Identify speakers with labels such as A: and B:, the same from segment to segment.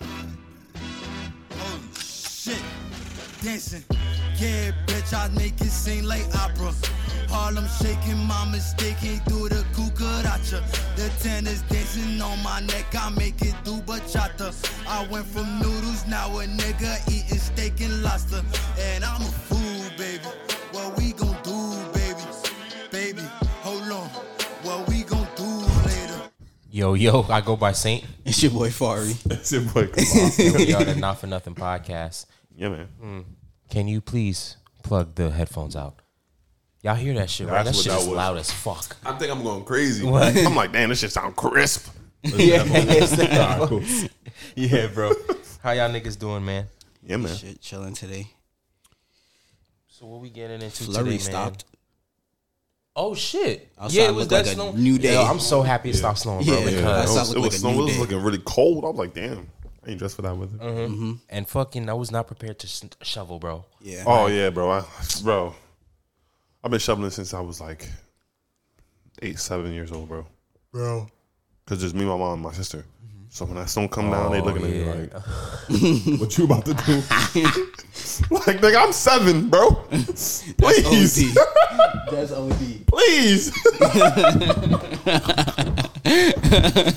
A: Oh, dancing. Yeah, bitch, I make it seem like opera. Harlem shaking, my mistake ain't do the cucaracha. The tennis dancing on my neck, I make it do bachata. I went from noodles, now a nigga eating steak and lobster. And I'm a fool, baby. What we gon' do, baby? Baby, hold on. What we gon' do later?
B: Yo, yo, I go by Saint.
C: It's your boy Fari.
D: That's your boy. Kamal.
B: We are the Not for Nothing podcast.
D: yeah, man.
B: Can you please plug the headphones out? Y'all hear that shit, right? That
D: That's
B: shit
D: what
B: is
D: that was.
B: loud as fuck.
D: I think I'm going crazy.
B: What?
D: I'm like, damn, this shit sound crisp.
B: Yeah, it's the
D: Nah, cool.
B: Yeah, bro. How y'all niggas doing, man?
D: Yeah, man.
C: Shit, chilling today.
B: So what we getting into
C: Flurry
B: today,
C: stopped.
B: man? Oh shit!
C: Outside
B: yeah, it was
C: looked
B: that
C: like
B: snow.
C: a new day.
B: Yo, I'm so happy it stopped snowing, bro.
C: Yeah.
D: Yeah, it
B: Because
C: Outside
D: was,
C: looked
D: it was
C: like a
D: snowing.
C: new
D: It was
C: day.
D: looking really cold. I was like, damn, I ain't dressed for that weather.
B: and fucking, I was not prepared to sn- shovel, bro.
C: Yeah.
D: Oh yeah, bro. I, bro, I've been shoveling since I was like eight, seven years old, bro.
B: Bro, Mm-hmm.
D: Because just me, my mom, and my sister. So when that snow come down, they
B: Oh,
D: looking
B: yeah.
D: at me like, "What you about to do?" like, nigga, I'm seven, bro. Please, Oh,
C: OD. That's OD.
D: please.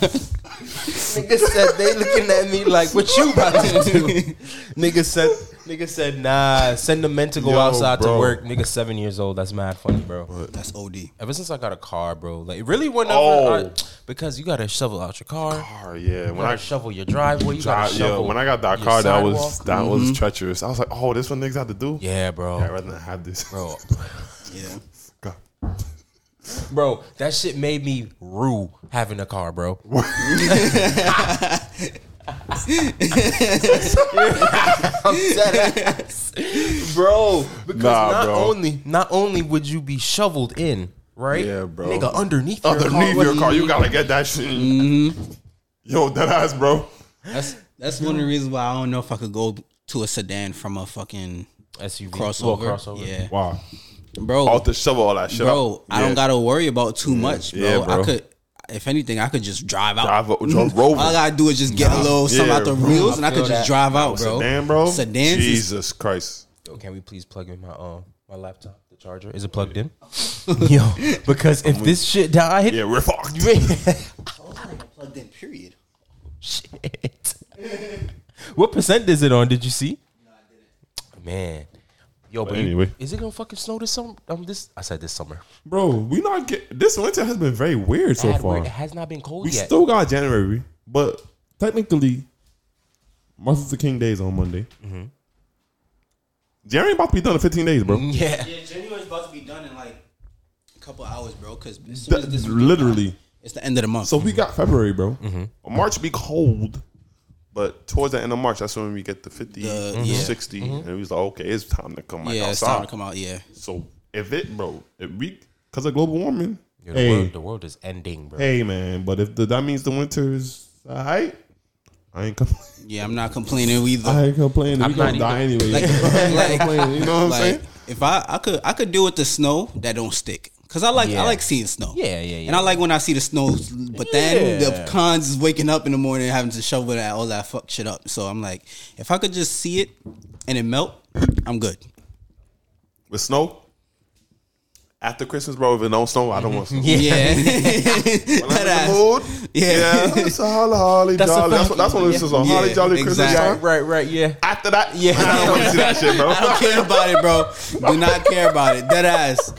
B: nigga said they looking at me like, "What you about to do?" nigga said, nigga said, "Nah, send the men to go
D: Yo,
B: outside
D: bro.
B: to work." Nigga, seven years old. That's mad funny, bro.
C: That's OD.
B: Ever since I got a car, bro, like really went over
D: Oh.
B: I- because you gotta shovel out your car.
D: Oh, yeah,
B: You
D: when I
B: gotta shovel your driveway. You
D: I,
B: gotta
D: yo,
B: shovel. Mm-hmm.
D: when I got that
B: your
D: car, that was
B: sidewalk.
D: that was treacherous. I was like, "Oh, this one niggas had to do."
B: yeah, bro.
D: I'd rather not have this,
B: bro.
C: Yeah.
D: God.
B: Bro, that shit made me rue having a car, bro. I'm dead ass. Bro, because
D: Nah,
B: not
D: bro.
B: only not only would you be shoveled in, right?
D: Yeah, bro.
B: Nigga, underneath your
D: Underneath
B: car.
D: your car, you gotta get that shit. Mm-hmm. Yo, that ass, bro.
C: That's that's one of the reasons why I don't know if I could go to a sedan from a fucking
B: SUV
C: crossover.
B: Well, crossover.
C: Yeah.
D: Wow.
C: Bro,
D: All to shovel all that shit.
C: bro,
D: up.
C: I
D: Yeah.
C: don't gotta worry about too much, bro.
D: Yeah, bro.
C: I could if anything, I could just drive out.
D: drive a drive Rover.
C: All I gotta do is just get a little something
D: Yeah,
C: out the
D: bro.
C: wheels, and I
B: feel
C: could just
B: that.
C: drive out, bro.
D: Damn, bro.
C: Sedans, is-
D: Jesus Christ.
B: Yo, can we please plug in my um my laptop, the charger? Is it plugged in? Yo, because if this shit died,
D: Yeah, we're fucked.
C: plugged in. Period.
B: Shit. what percent is it on? Did you see? Man. Yo, but, you-
D: anyway.
B: is it gonna fucking snow this summer? Um, this I said this summer.
D: Bro, we not get this winter has been very weird so
B: Bad
D: far.
B: word. It has not been cold
D: We
B: yet.
D: still got January, but technically, Martin Luther King Day is on Monday.
C: Mm-hmm.
D: January about to be done in 15 days,
C: Mm-hmm.
D: bro.
B: yeah.
C: Yeah, January's about to be done in like a couple hours, bro. Because
D: That- literally.
C: it's the end of the month.
D: So we got February, bro.
B: Mm-hmm.
D: March be cold, but towards the end of March, that's when we get the 50,
C: The- yeah. Mm-hmm.
D: 60. And we was like, okay, it's time to come back
C: yeah, it's
D: outside.
C: time to come out. Yeah,
D: So if it, bro, if we, because of global warming,
B: Yo, the,
D: hey,
B: world, the world is ending, bro.
D: hey, man. But if the, that means the winter is all right, I ain't complaining.
C: yeah. I'm not complaining either.
D: I ain't complaining.
B: I'm
D: we gonna
B: not
D: die anyway.
C: like, like,
D: you know what I'm
C: like
D: saying?
C: if I, I could I could deal with the snow that don't stick because I like
B: Yeah.
C: I like seeing snow.
B: Yeah, yeah, yeah.
C: And I like when I see the snow, but then
B: Yeah.
C: the cons is waking up in the morning and having to shovel that all that fuck shit up. So I'm like, if I could just see it and it melt, I'm good.
D: With snow, after Christmas, bro, if it don't snow, I don't want snow.
B: Yeah.
C: Yeah,
D: When
C: That
D: I'm in
C: ass.
D: the mood,
C: Yeah.
D: yeah. it's a holly, holly,
B: That's a
D: jolly. That's,
B: funky-
D: what, that's what this is on.
C: yeah.
D: holly, jolly, Christmas
C: Exactly.
D: time.
B: Right, right, yeah.
D: After that, yeah, I don't want to see that shit, bro.
C: I don't care about it, bro. Do not care about it. Dead ass.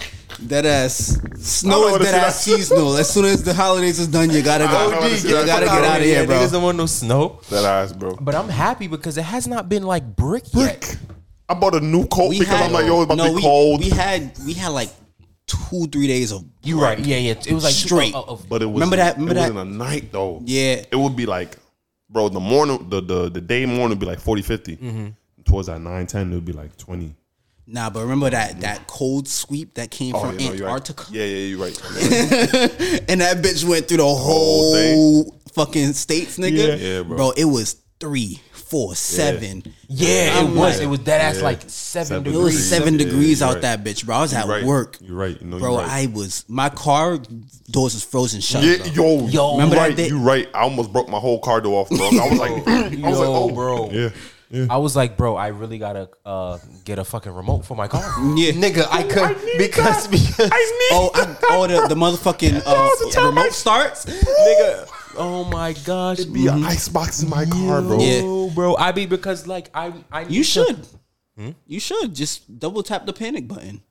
C: Dead ass.
D: I
C: Snow
D: don't
C: is
D: wanna
C: dead
D: see
C: ass
D: that.
C: seasonal. As soon as the holidays is done, you gotta
D: I don't
C: go.
D: wanna
C: You
D: see that.
C: gotta
D: Fuck
C: get
D: outta
C: out of here,
B: yeah,
C: bro.
B: Niggas don't want no snow.
D: that ass, bro.
B: But I'm happy because it has not been like brick yet.
D: Brick. I bought a new coat
C: we
D: because
C: had,
D: I'm like, yo, it's about
C: no,
D: to be
C: we,
D: cold.
C: We had we had like two three days of
B: You right? Yeah, yeah. It was like
C: Straight.
B: Oh, oh, oh.
D: But it was
C: Remember that- remember
D: it
C: that-
D: wasn't a night though.
C: Yeah.
D: It would be like, bro, the morning the the, the day morning would be like 40, 50.
C: Mm-hmm.
D: Towards that 9, 10, it would be like 20.
C: nah. But remember that that cold sweep that came
D: Oh,
C: from
D: yeah, no, you're
C: Antarctica,
D: Right. Yeah, yeah, you're right. You're right.
C: and that bitch went through the whole
D: thing.
C: fucking states, nigga.
D: Yeah. Yeah, bro.
C: It was three, four, seven.
B: Yeah, it
C: I'm
B: was.
C: like-
B: It was dead ass
D: Yeah.
B: like seven,
D: Seven
C: It
B: degrees.
C: was
D: Degrees.
C: seven
D: Yeah,
C: degrees
D: you're
C: out
D: right.
C: that bitch, bro. I was at
D: You're right.
C: work,
D: You're right. No,
C: bro.
D: you're right.
C: I was my car doors was frozen shut.
D: yeah,
C: bro.
D: yo,
B: Yo.
D: yo,
B: Remember
D: remember
C: that
D: right,
C: day-
D: you right. I almost broke my whole car door off, bro. I was like, I was like,
B: Yo,
D: oh,
B: bro.
D: yeah.
B: I was like, bro, I really gotta uh, get a fucking remote for my car.
C: Yeah.
B: nigga, I could because because
D: I need
C: Oh, I, oh, the, the motherfucking
D: the time
C: uh,
D: I-
C: remote starts.
B: nigga. Oh my gosh,
D: to be an icebox in my car, bro.
C: Mm-hmm. Yeah.
B: Yo, bro. I be because like I I need
C: You
B: to-
C: should.
B: Hmm?
C: You should just double tap the panic button.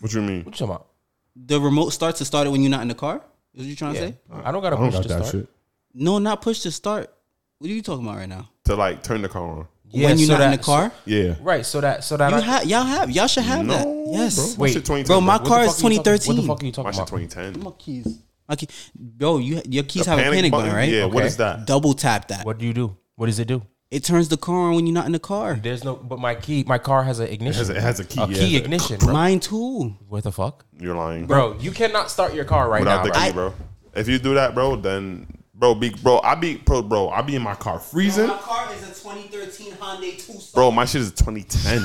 D: What you mean?
B: What you talking about?
C: The remote starts to start it when you're not in the car. Is what you trying to say?
B: I don't gotta
D: I don't
B: push
D: got
B: to
D: that
B: start.
D: shit.
C: No, not push to start. What are you talking about right now?
D: To like turn the car on.
B: Yeah,
C: when you're
B: so
C: not
B: that,
C: in the car,
D: Yeah.
B: right? So that so that
C: you
B: I,
C: ha- y'all have y'all should have that.
D: No,
C: Yes,
D: bro. Wait,
B: Wait.
D: shit
C: Bro, my
B: What the
C: car
B: fuck
C: is
B: are you talking-
C: 2013.
B: What the fuck are you talking
D: My shit
B: about?
D: 2010.
C: keys. Okay, bro, you your keys
D: The
C: have a panic button, right?
D: Yeah. What
B: Okay.
D: is that?
C: Double tap that.
B: What do you do? What does it do?
C: It turns the car on when you're not in the car.
B: There's no, but my key, my car has an ignition.
D: has a- it has a key,
B: A
D: yeah.
B: key ignition, bro.
C: Mine too.
B: What the fuck,
D: You're lying,
B: bro? You cannot start your car right
D: Without
B: now.
D: the
B: bro.
D: key, bro. If you do that, bro, then bro, be bro. I be bro, bro. I be in my car freezing,
C: car is a 2013 Hyundai Tucson.
D: bro. My shit is 2010.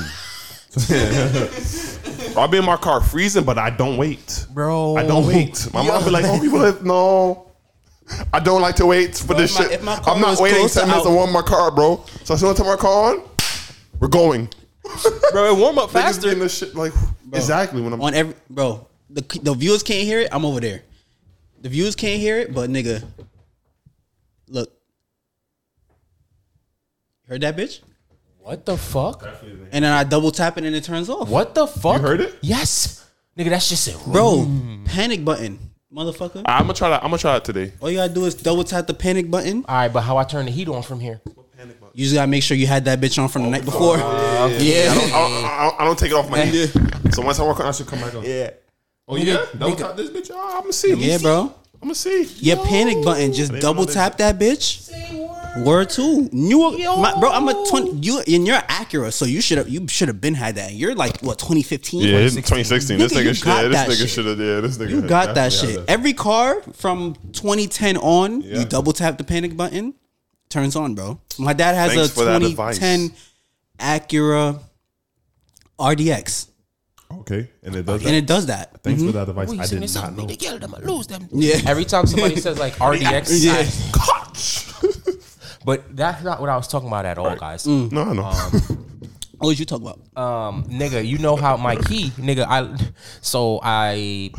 D: I'll be in my car freezing, but I don't wait.
B: Bro.
D: I don't wait. My mom be like, oh, people, have, no. I don't like to wait for this
C: if my-
D: shit.
C: if my car
D: I'm not
C: was
D: waiting
C: closer,
D: 10 minutes
C: I-
D: to warm my car, bro. So as soon as I turn my car on, we're going.
B: bro. It warm up
D: Niggas
B: faster.
D: be in this shit like, exactly when I'm
C: on every bro. The the viewers can't hear it. I'm over there. The viewers can't hear it, but nigga, look, heard that bitch?
B: What the fuck?
C: And then I double tap it and it turns off.
B: What the fuck?
D: heard it?
B: Yes, nigga. That's just it,
C: bro? Panic button, motherfucker.
D: I'm gonna try that. I'm gonna try that today.
C: All you gotta do is double tap the panic button.
B: All right, but how I turn the heat on from here?
C: You just gotta make sure you had that bitch on from the night before.
D: I
C: yeah.
D: don't, I don't, I don't, I don't take it off my
C: Yeah.
D: heat. So once I work on, I should come back on. Yeah. Oh yeah. Double tap this bitch. Oh, I'm gonna see.
C: Yeah, bro.
D: I'm gonna see.
C: Your panic button, just
D: They
C: double
D: know they-
C: tap that bitch. Word two, you were, my, bro. I'm a twenty. You and you're Acura, so you should have you should have been had that. You're like what 2015.
D: Yeah, it's 2016. This
C: Nigga, you
D: nigga, should.
C: got
D: yeah,
C: that
D: this
C: shit.
D: nigga should have. Yeah, this nigga.
C: You got that
D: definitely
C: shit.
D: had
C: Every car from 2010 on,
D: Yeah.
C: you double tap the panic button, turns on, bro. My dad has
D: Thanks
C: a
D: for that advice.
C: 2010 Acura RDX,
D: Okay, and it does.
C: and it Mm-hmm. does that.
D: Thanks for that advice. I
B: Send
D: did
B: this
D: not
B: up,
D: know.
B: nigga, yell at them, I lose them.
C: Yeah.
B: Every time somebody says like RDX,
C: Yeah.
B: I- but that's not what I was talking about at all, guys.
D: Mm. No, I know.
C: What was you talking about?
B: um, nigga, you know how my key, nigga, I so I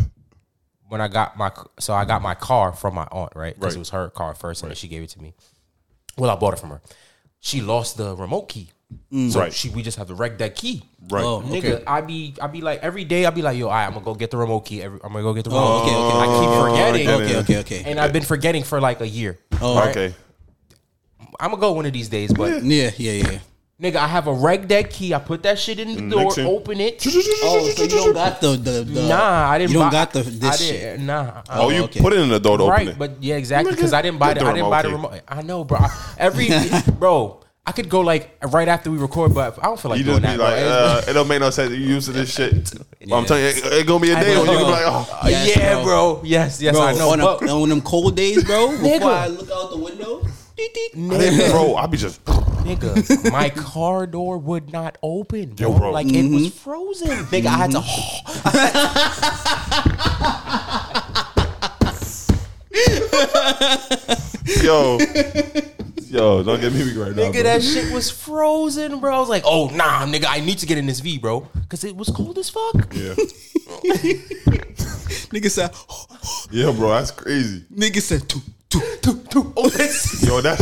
B: when I got my so I got my car from my aunt, right? Because
D: Right.
B: it was her car first, and then she gave it to me. Well, I bought it from her. She lost the remote key, so
D: Mm. Right.
B: she we just have to wreck that key.
D: right.
C: Oh, okay.
B: Nigga, I be I be like every day I be like, yo, all right, I'm gonna go get the remote key. Every, I'm gonna go get the remote.
C: Oh, okay, okay, okay.
B: I keep forgetting,
D: I get it.
C: Okay, okay, okay.
B: and I've been forgetting for like a year.
C: Oh,
D: Okay.
B: I'm gonna go one of these days, but
C: Yeah, yeah, yeah.
B: nigga, I have a reg deck key. I put that shit in the door,
D: Mm, Next thing-
B: open it.
C: Oh, so you don't got the the, the
B: Nah, I didn't.
C: You don't
B: buy,
C: got the
B: I
C: this shit.
B: didn't- Nah. I-
D: Oh, you
C: okay.
D: put it in the door to open
B: right,
D: it.
B: but yeah, exactly. Because I didn't buy
D: Get
B: the,
D: the
B: I didn't buy the
D: remote,
B: remote. I know, bro. I- Every bro, I could go like right after we record, but I don't feel like
D: you
B: doing
D: just
B: that.
D: be
B: bro.
D: like,
B: It's-
D: uh, it don't make no sense. You used to this shit. I'm telling you, it, it gonna be a day
B: know.
D: when you gonna be like, oh,
B: Uh,
C: Yes,
B: yeah,
C: bro.
B: bro. Yes, yes,
C: Bro,
B: I know.
C: on, a,
B: but-
C: on them cold days, bro. Before
B: Nigga.
C: I look out the window, deet, deet.
D: Hey, bro, I be just.
B: nigga, my car door would not open, bro.
D: Yo, bro. Mm-hmm.
B: Like it was frozen. Nigga, I had to.
D: Yo, yo, don't get me right now.
B: Nigga,
D: bro.
B: that shit was frozen, bro. I was like, oh nah, nigga, I need to get in this V, bro, because it was cold as fuck.
D: Yeah,
C: nigga said,
D: yeah, bro, that's crazy.
C: nigga said, two, two, two, two.
B: Oh, that's
D: Yo, that.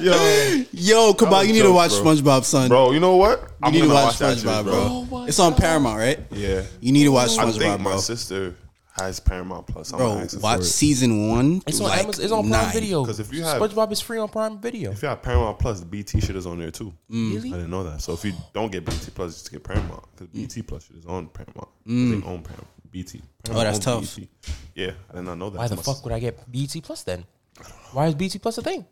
D: yo,
C: Yo, Kabal,
D: was
C: you need
D: joke,
C: to watch
D: bro.
C: SpongeBob, son.
D: bro, you know what?
C: you
D: I'm
C: need to
D: gonna
C: watch,
D: that
C: SpongeBob,
D: shit,
C: bro. it's on Paramount, right?
D: Yeah,
C: You need to watch
D: I
C: SpongeBob,
D: think my
C: bro.
D: sister has Paramount Plus. I'm gonna
C: Bro,
D: ask her
C: watch
D: for it.
C: season one.
B: It's
C: through,
B: on
C: like,
B: Amazon. It's on Prime
C: nine.
B: Video.
D: 'Cause if you have-
B: SpongeBob is free on Prime Video.
D: If you have Paramount Plus, the BT shit is on there too.
C: Mm.
B: Really?
D: I didn't know that. So if you don't get BT Plus, just get Paramount because BT Plus shit is on Paramount. They own Paramount. BT. Paramount
C: Mm. Oh, that's
D: own
C: tough.
D: BT. Yeah, I did not know that.
B: Why the
D: My
B: fuck would I get BT Plus then? Why is BT Plus a thing?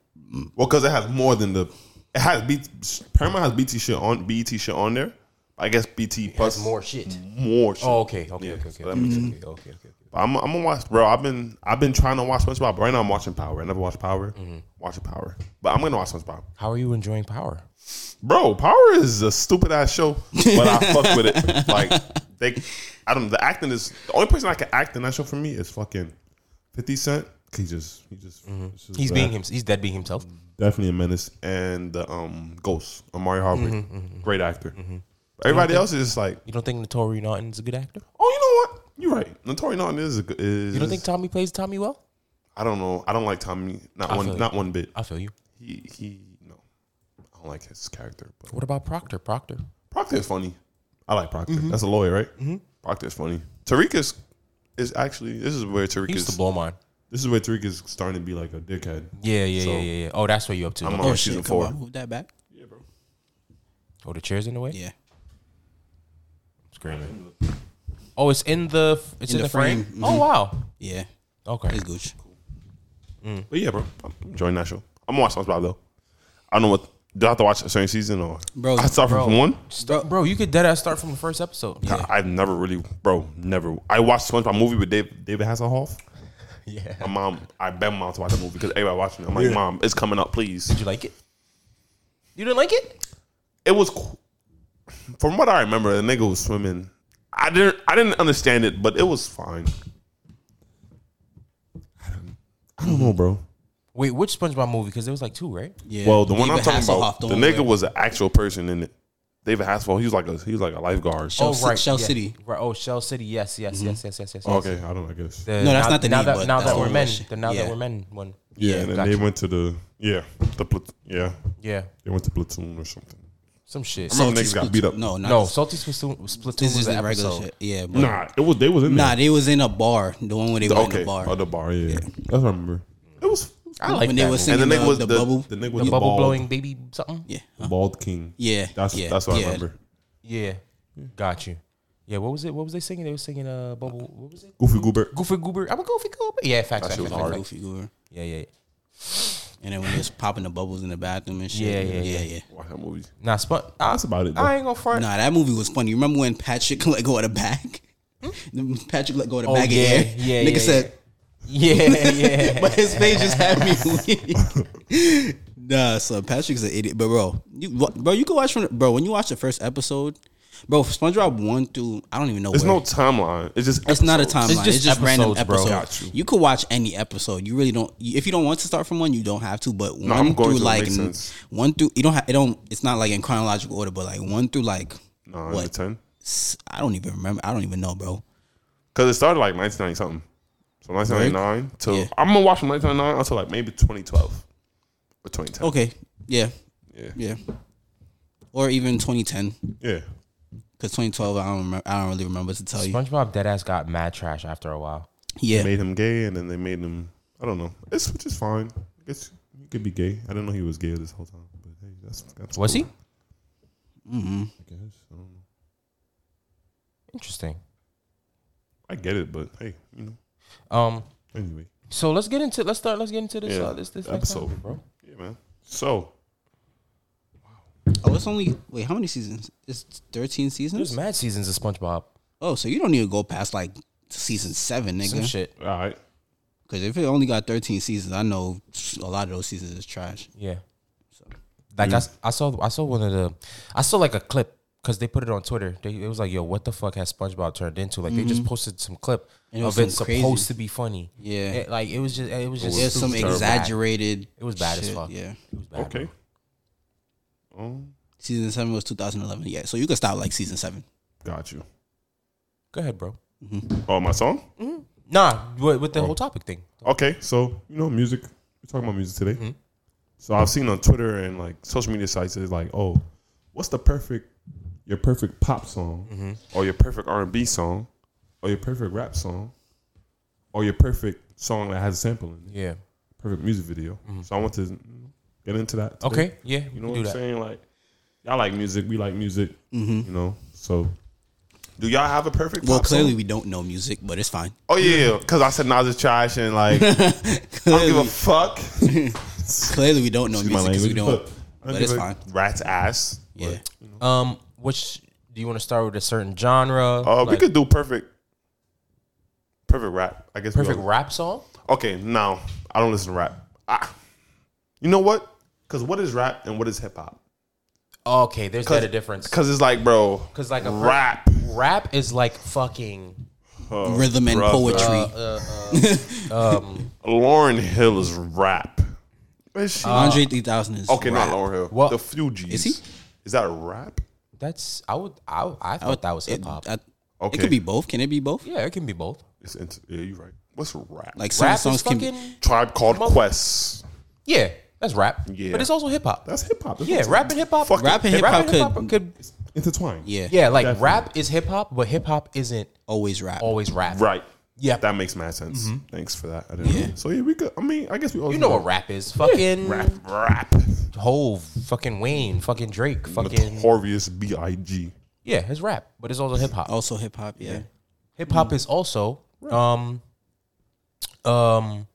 D: Well, because it has more than the. It has BT. Paramount has BT shit on BT shit on there. I guess BT plus
B: shit.
D: More shit.
B: Oh, okay, okay,
D: Yeah,
B: okay,
D: so
B: okay,
D: that
B: okay,
D: makes
B: okay, okay, okay.
D: But I'm, I'm gonna watch, bro. I've been I've been trying to watch SpongeBob. Right now, I'm watching Power. I never watched Power.
B: Mm-hmm.
D: Watching Power, but I'm gonna watch SpongeBob.
B: How are you enjoying Power?
D: Bro, Power is a stupid ass show, but I fuck with it. Like they, I don't. The acting is the only person I can act in that show for me is fucking Fifty Cent He just, he just, it's just
B: He's
D: bad.
B: being him. He's dead being himself.
D: definitely a menace. And the um, Ghost, Amari Harvey, great actor. Everybody else is just like,
B: You don't think Notori Norton's a good actor?
D: oh, you know what? You're right. Notori Norton is a good. Is,
B: You don't think Tommy plays Tommy well?
D: I don't know. I don't like Tommy. Not
B: I feel
D: one.
B: you.
D: Not one bit.
B: I feel you.
D: He he. No, I don't like his character. But
B: What about Proctor? Proctor.
D: Proctor is funny. I like Proctor. That's a lawyer, right? Proctor is funny. Tariq is is actually. This is where Tariq
B: He used
D: is.
B: to blow mine.
D: This is where Tariq is starting to be like a dickhead.
B: Yeah, yeah,
D: So-
B: yeah, yeah, yeah. Oh, that's where you up to.
D: I'm
B: Okay.
D: on
C: Oh,
D: season
C: shit. Come
D: four.
C: on. Move that back.
D: Yeah, bro.
B: Oh, the chair's in the way.
C: Yeah.
B: Screaming. Oh, it's in the. It's in, the, frame.
C: frame.
B: Oh wow.
C: Yeah.
B: Okay.
C: It's Gucci.
D: But yeah, bro. I'm enjoying that show. I'm watching SpongeBob though. I don't know what. Do I have to watch a certain season or?
C: Bro,
D: I start
B: bro.
D: from one.
B: Bro, bro, you could dead ass start from the first episode.
C: Yeah.
D: I, I've never really, bro, never. I watched SpongeBob movie with Dave, David Hasselhoff.
B: Yeah.
D: My mom, I beg my mom to watch that movie because everybody watching it. I'm like, mom, it's coming up, please.
B: Did you like it? You didn't like it?
D: it was qu- from what I remember, the nigga was swimming. I didn't I didn't understand it, but it was fine. I don't, I don't know, bro.
B: Wait, which SpongeBob movie? Because there was like two, right?
C: Yeah.
D: Well, the one I'm
C: David
D: talking
C: Hasselhoff,
D: about, the,
C: one
D: nigga
C: where-
D: was an actual person in it. David Hasselhoff, he was like a he was like a lifeguard.
C: Shell Ci- Shell City.
B: Oh,
C: Mm-hmm.
B: Right. Oh, Shell City. Yes, yes, yes, yes, yes, yes. yes.
D: Oh, okay, I don't. I guess.
B: The-
C: No, that's not the
B: now
C: name,
B: that
C: but
B: now
C: that's
B: that
C: the
B: we're
C: one
B: men.
C: that she-
B: The now
C: yeah.
B: that we're men one.
D: yeah, and then
B: gotcha.
D: they went to the yeah the plat- yeah
B: Yeah,
D: they went to platoon or something.
B: some shit.
D: Remember
C: Salty
D: niggas got
C: Splatoon-
D: beat up.
C: No, not
B: no,
C: this-
B: Salty Splatoon, Splatoon was
C: This is
B: the
C: the regular
B: episode.
C: shit. Yeah, but
D: Nah, it was they was in
C: nah,
D: there.
C: they was in a bar. The one where they were in
D: okay,
C: the bar.
D: Oh, the bar. Yeah, that's what I remember. It was.
B: I like
C: when
B: that.
C: they were
B: movie.
C: singing
D: and the
C: the,
D: nigga was
C: the
D: the,
C: bubble.
D: The nigga
B: the
D: was
B: bubble
D: bald.
B: blowing baby something.
C: yeah.
D: The Bald King.
C: Yeah,
D: that's
C: yeah,
D: that's what
C: yeah.
D: I remember.
B: Yeah, got you. Yeah, what was it? What was they singing? They were singing uh bubble. What was it?
D: Goofy Goobert.
B: Goofy Goober. I'm a Goofy Goober. Yeah, facts. facts,
D: shit was
B: facts,
D: hard.
B: facts.
C: Goofy Goober.
B: Yeah, yeah. yeah.
C: And then when they was popping the bubbles in the bathroom and shit.
B: Yeah, yeah,
C: yeah.
B: yeah.
C: yeah.
D: Watch that movie.
B: Nah, Spon-
D: That's about it, though.
B: I ain't gonna front.
C: Nah, that movie was funny. You remember when Patrick let go of the bag? Patrick let go of the
B: Oh,
C: bag
B: yeah,
C: of air.
B: yeah,
C: Nigga
B: yeah,
C: said,
B: Yeah, yeah.
C: but his face just had me. weak. nah, so Patrick's an idiot. But bro, you wa- bro, you can watch from bro when you watch the first episode, bro. SpongeBob one through I don't even know.
D: There's
C: where.
D: no timeline. It's just
C: It's not a timeline.
D: episodes.
C: It's
B: It's just
C: just, random
B: episodes, bro.
C: episodes.
D: Got you.
C: you. could watch any episode. You really don't. you- If you don't want to start from one, you don't have to. But one
D: I'm going
C: through
D: to. It
C: like
D: makes
C: n-
D: sense.
C: one through you don't. Ha- it don't. It's not like in chronological order, but like one through like
D: Nine to
C: what?
D: ten.
C: S- I don't even remember. I don't even know, bro.
D: Because it started like 1990 something. So 1999 till
C: Yeah.
D: I'm gonna watch from 1999 until like maybe 2012 or 2010.
C: Okay, yeah,
D: Yeah.
C: yeah, or even 2010
D: Yeah.
C: because 2012. I don't. Remember, I don't really remember to tell you.
B: SpongeBob deadass got mad trash after a while.
C: Yeah,
D: Made him gay, and then they made him. I don't know. It's which is fine. I guess you could be gay. I didn't know he was gay this whole time. But hey, that's, that's
B: Was he?
D: cool,
C: Mm-hmm.
D: I guess I don't know.
B: Interesting.
D: I get it, but hey, you know.
B: Um.
D: Anyway,
B: So let's get into let's start let's get into this
D: Yeah,
B: uh, this this next
D: episode.
B: topic, bro.
D: yeah, man. So
C: Oh, it's only wait. How many seasons? It's 13
B: There's
C: seasons.
B: mad seasons of SpongeBob.
C: Oh, so you don't need to go past like season seven,
B: Some
C: nigga.
B: shit.
D: all right.
C: Because if it only got 13 seasons, I know a lot of those seasons is trash.
B: Yeah. Like I s I I, saw I saw one of the I saw like a clip because they put it on Twitter. They, it was like, yo, what the fuck has SpongeBob turned into? Like they just posted some clip
C: Mm-hmm. And it
B: of
C: was
B: it
C: some
B: supposed
C: crazy-
B: to be funny.
C: Yeah.
B: It- like it was just it was just
C: There's
B: it was
C: some
B: terrible.
C: exaggerated.
B: It was bad as
C: shit,
B: fuck.
C: Yeah.
B: It was bad.
D: Okay.
B: bro.
D: Um,
C: Season seven was 2011. Yeah. So you can stop like season seven.
D: got you.
B: Go ahead, bro.
D: Oh, my song.
B: Nah, with, with the whole topic thing.
D: Okay, so you know music. We're talking about music today.
B: Mm-hmm.
D: So I've seen on Twitter and like social media sites is like, oh, what's the perfect your perfect pop song,
B: Mm-hmm.
D: or your perfect R and B song, or your perfect rap song, or your perfect song that has a sample in it,
B: Yeah. Mm-hmm.
D: perfect music video. So I want to get into that. today.
B: Okay. Yeah. we
D: you
B: can
D: know what
B: do
D: I'm
B: that. Mm-hmm.
D: saying? Like, y'all like music, we like music. You know, so do y'all have a perfect?
C: Well,
D: pop
C: clearly
D: song?
C: we don't know music, but it's fine.
D: Oh yeah, because I said Nas is trash and like I don't give a fuck.
C: Clearly we don't know music because we don't.
D: I
C: But
D: give
C: it's
D: a
C: fine.
D: Rat's ass.
C: Yeah.
B: Um, which do you want to start with a certain genre?
D: Uh, we
B: Like,
D: could do perfect, perfect rap. I guess. we
B: perfect
D: all-
B: rap song.
D: Okay, now I don't listen to rap. Ah, you know what? Because what is rap and what is hip hop?
B: Okay, there's not a difference.
D: Because it's like, bro.
B: 'Cause like a per-
D: rap.
B: Rap is like fucking
C: rhythm and
D: brother.
C: poetry.
D: Lauren Hill is rap. Is she?
C: Andre 3000 is
D: okay,
C: rap.
D: not Lauren Hill.
B: Well-
D: the Fugees.
C: Is he?
D: Is that rap?
B: That's I would I I thought that was
C: It-
B: hip hop.
C: I-
D: Okay.
C: It could be both. Can it be both?
B: Yeah, it can be both.
D: It's int- yeah, you're right. What's rap?
C: Like some
B: Rap is
C: songs can
B: fucking
C: be.
D: Tribe Called Quest.
B: yeah. That's rap.
D: Yeah.
B: but it's also hip hop.
D: That's hip hop. That's
B: Yeah,
D: what I'm
B: rap
D: saying.
B: and hip hop.
D: Fuck
C: Rap and hip
B: Rap
C: hop
B: and hip
C: could
B: hop could
D: intertwined.
C: Yeah.
B: yeah, like
D: Definitely.
B: rap is hip hop, but hip hop isn't
C: Always rap.
B: always rap.
D: Right.
B: Yeah. Mm-hmm.
D: That makes mad sense. Thanks for that. I didn't know. So yeah, we could. I mean, I guess we always
B: You know what rap is? Fucking
D: rap, rap,
B: Hove, fucking Wayne, fucking Drake, fucking
D: notorious B.I.G.
B: yeah, it's rap, but it's also hip hop.
C: Also hip hop. Yeah.
B: Hip hop is also um um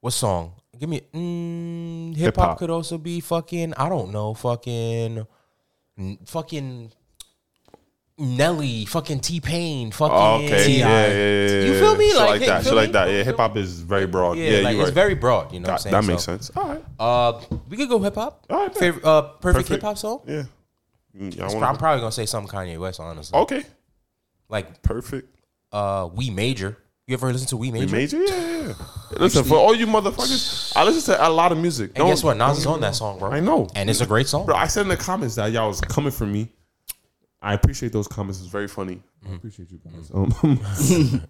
B: what song? Give me mm, hip
D: Hip-hop.
B: hop could also be fucking I don't know fucking mm, fucking Nelly, fucking T Pain, fucking
D: Oh, Okay, yeah, yeah, yeah, yeah,
B: You feel me?
D: Shit
B: Like,
D: like
B: you
D: that,
B: feel
D: shit like
B: me?
D: that. Yeah, hip hop is very broad.
B: Yeah,
D: Yeah,
B: like,
D: you're
B: it's
D: right.
B: very broad. You know, what I'm saying
D: that, that makes
B: So,
D: sense. All right.
B: Uh, we could go hip hop.
D: All right,
B: Favorite, uh, perfect,
D: Perfect.
B: hip hop song.
D: Yeah. Mm, yeah, Oh. I
B: I'm
D: wanna,
B: probably gonna say something Kanye West, honestly.
D: okay.
B: Like
D: Perfect.
B: uh, We Major. You ever listen to We Major?
D: Major. Yeah, yeah. yeah. Listen for all you motherfuckers. I listen to a lot of music.
B: And guess what? Nas is on that song, bro.
D: I know.
B: And it's a great song.
D: Bro, I said in the comments that y'all was coming for me. I appreciate those comments. It's very funny. I appreciate you guys. Um,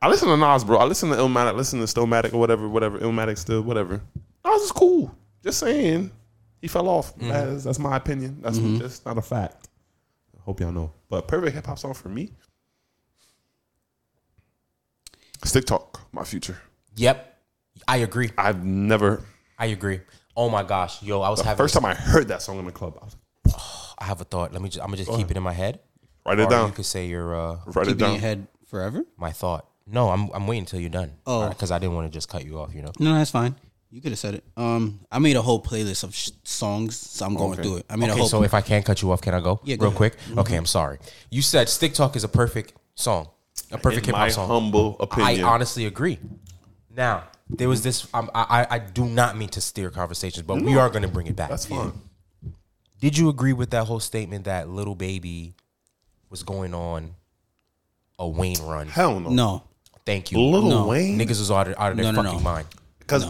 D: I listen to Nas, bro. I listen to Illmatic. I listen to Stillmatic or whatever, whatever. Illmatic still, whatever. Nas is cool. Just saying. He fell off. That is, that's my opinion. That's, that's not a fact. I hope y'all know. But perfect hip hop song for me. Stick Talk, my future.
B: Yep. I agree.
D: I've never,
B: I agree. Oh my gosh, yo, I was having.
D: first time I heard that song in the club, I was
B: I have a thought. Let me. just I'm gonna just keep it in my head.
D: like, write it
B: Or
D: down.
B: You could say your uh,
D: Write it
C: Keeping your
D: down.
C: head forever.
B: my thought. No, I'm I'm waiting until you're done. Oh, because I didn't want to just cut you off. You know.
C: No, that's fine. You could have said it. Um, I made a whole playlist of sh- songs, so I'm going through it. I made a
B: Okay,
C: whole.
B: so if I can cut you off, can I go?
C: Yeah, go
B: real
C: ahead. Mm-hmm.
B: quick. Okay, I'm sorry. You said "Stick Talk" is a perfect song, a perfect
D: In
B: hip
D: my
B: hop song.
D: humble opinion.
B: I honestly agree. Now there was this. Um, I, I I do not mean to steer conversations, but we are going to bring it back.
D: That's fine.
B: Did you agree with that whole statement that little baby was going on a Wayne run?
D: Hell no.
C: no,
B: Thank you,
D: Little
C: No.
D: Wayne.
B: niggas was out of, out of their
C: No, no,
B: fucking
C: no.
B: mind.
D: Because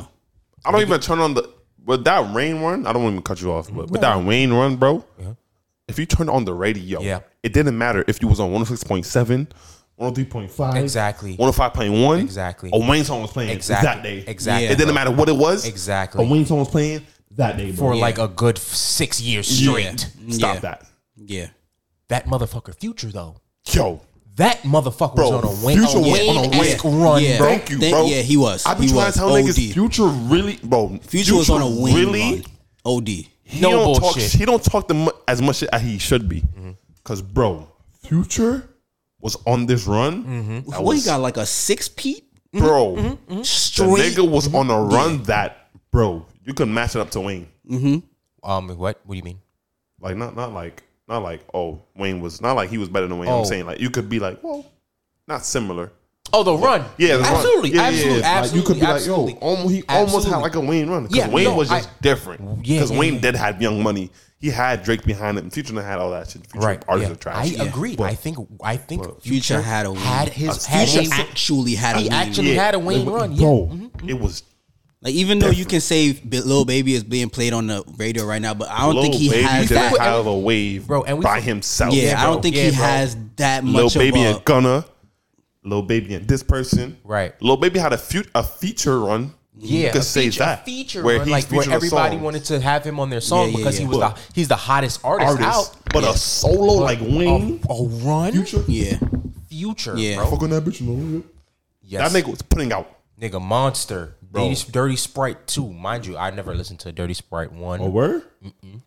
D: I don't even turn on the. With that rain run, I don't want to cut you off, but with that rain run, bro, if you turned on the radio,
B: Yeah.
D: it didn't matter if you was on 106.7, 103.5,
B: Exactly.
D: 105.1.
B: Exactly.
D: A Wayne song was playing
B: Exactly.
D: that day.
B: Exactly.
D: It didn't matter what it was.
B: Exactly.
D: A Wayne song was playing that day. Bro.
B: For like a good f- six years straight.
D: Stop
C: Yeah.
D: that.
C: yeah,
B: That motherfucker, future though.
D: Yo.
B: That motherfucker
D: Bro,
B: was on a Wayne,
D: Future
B: a
D: was on a Wayne-
B: Wayne-esque run,
C: Yeah.
B: bro.
D: Thank you,
C: Thank-
D: bro.
C: yeah, he was.
D: I've been
C: He
D: trying
C: was.
D: to tell niggas
C: OD.
D: Future really, bro.
C: Future was on a wing.
D: Really?
C: Really, OD.
D: he
B: No
D: don't talk.
B: bullshit. Mm-hmm.
D: He don't talk the mu- as much shit as he should be. Cause bro, Future was on this run,
B: Mm-hmm.
C: What he got like a six peat
D: bro. The
C: straight.
D: nigga was on a run that, bro. You could match it up to Wayne.
B: Um, what? What do you mean?
D: Like not not like not like oh Wayne was not like he was better than Wayne.
B: Oh.
D: I'm saying like you could be like well, not similar.
B: Oh, the run.
D: Yeah, the run.
B: absolutely,
D: Yeah, yeah,
B: absolutely,
D: yeah. Like,
B: absolutely.
D: you could be
B: absolutely.
D: like yo, almost, he almost had
B: Absolutely.
D: like a Wayne run. Cause
B: Yeah,
D: Wayne
B: no,
D: was just
B: I-
D: different.
B: Yeah,
D: Cause
B: yeah,
D: Wayne
B: yeah.
D: did have Young Money. He had Drake behind him. Future and had all that shit. Future
B: right.
D: artists
B: yeah.
D: are trash.
B: I agree. I think. I think
C: Future had a Wayne.
B: had his had
C: Future
B: his-
C: actually had a
B: He
C: wing.
B: actually
D: Yeah.
B: had a Wayne run. Yeah. Mm-hmm.
D: Bro, it was
C: like even though you can say B- Lil Baby is being played on the radio right now, but I don't
D: Lil
C: think he
D: Baby
C: has
D: didn't
C: that.
B: Exactly.
D: have a wave
B: Bro, and we-
D: by himself.
C: Oh, yeah, I
B: bro.
C: don't think
B: Yeah,
C: he
B: bro.
C: has that
D: Lil
C: much
D: Baby
C: of
D: and
C: a.
D: Gunna, Lil Baby and this person.
B: Right.
D: Lil Baby had a few a feature run.
B: Yeah,
D: you could
B: a
D: say
B: feature,
D: that
B: a feature
D: where
B: run,
D: he's
B: like where
D: featuring a
B: everybody
D: song.
B: wanted to have him on their song
C: Yeah, yeah,
B: because he
C: yeah.
B: was the he's the hottest artist,
D: artist,
B: out.
D: but a solo like Wayne.
B: a run future,
C: Yeah,
B: future
C: Yeah.
B: bro.
D: on that bitch, Lil.
B: Yes.
D: That nigga was putting out.
B: nigga monster, Dirty, Dirty Sprite two. Mind you, I never listened to Dirty Sprite one.
D: word?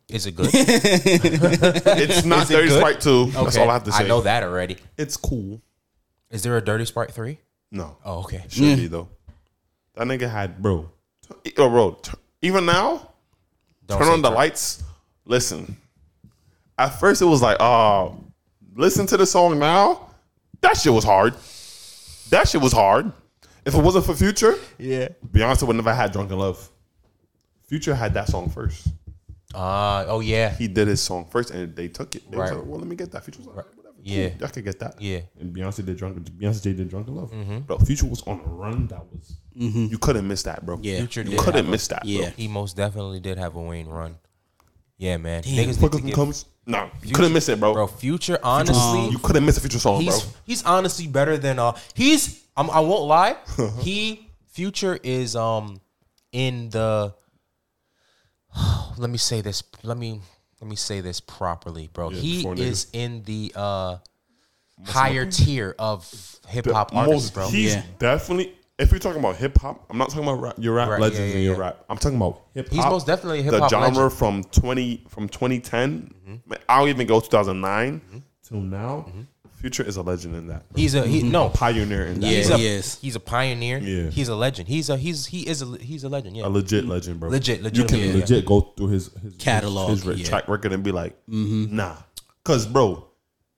B: Is it good?
D: It's not
B: it
D: Dirty
B: good?
D: Sprite 2. That's
B: Okay,
D: all I have to say.
B: I know that already.
D: It's cool.
B: Is there a Dirty Sprite three?
D: No.
B: Oh, okay.
D: Should be, though. That nigga had, bro. t- Oh, bro. t- Even now,
B: Don't
D: turn
B: say
D: on the
B: Dirty-
D: lights. Listen. At first, it was like, oh, listen to the song now. That shit was hard. That shit was hard. If it wasn't for Future,
B: Yeah.
D: Beyonce would never had Drunken Love. Future had that song first.
B: Uh, oh yeah.
D: He did his song first, and they took it. They was
B: Right.
D: like, well, let me get that. Future was like, whatever.
B: Yeah.
D: I could get that.
B: Yeah. Mm-hmm.
D: And Beyonce did drunk. Beyonce J did drunk in love. Bro, Future was on a run that was you couldn't miss that, bro.
C: Yeah. Mm-hmm. Future
D: you
B: did
D: couldn't
B: have
D: miss that.
C: Yeah.
D: bro.
B: He most definitely did have a Wayne run. Yeah, man. Niggas need to
D: Fucking
B: get-
D: comes. No, you
B: Future-
D: couldn't miss it, bro.
B: Bro, Future, honestly,
D: you couldn't miss a Future song, bro.
B: he's he's honestly better than uh he's I'm, I won't lie he future is um in the let me say this let me let me say this properly bro he
D: before niggas-
B: is in the uh higher tier of hip hop artists
D: Most-
B: bro
D: He's
C: Yeah.
D: definitely. If you're talking about hip hop, I'm not talking about rap, your rap
B: Right,
D: legends
B: yeah, yeah,
D: and your
B: yeah.
D: rap. I'm talking about hip hop.
B: He's most definitely a
D: the
B: hip-hop
D: genre
B: legend. Mm-hmm.
D: from 20 from 2010. I don't even go 2009 till now. Future is a legend in that.
B: he's a he no
D: Pioneer in that.
C: Yeah.
B: he's
D: bro.
B: a
C: he is.
B: he's a pioneer
D: Mm-hmm. Yeah.
B: he's a legend he's a he's he is a he's a legend yeah
D: a legit legend, bro.
B: Legit,
D: You can
B: legitimately, yeah.
D: legit go through his, his
C: Catalog,
D: his, his
C: yeah.
D: track record, and be like,
B: Mm-hmm.
D: nah, because bro,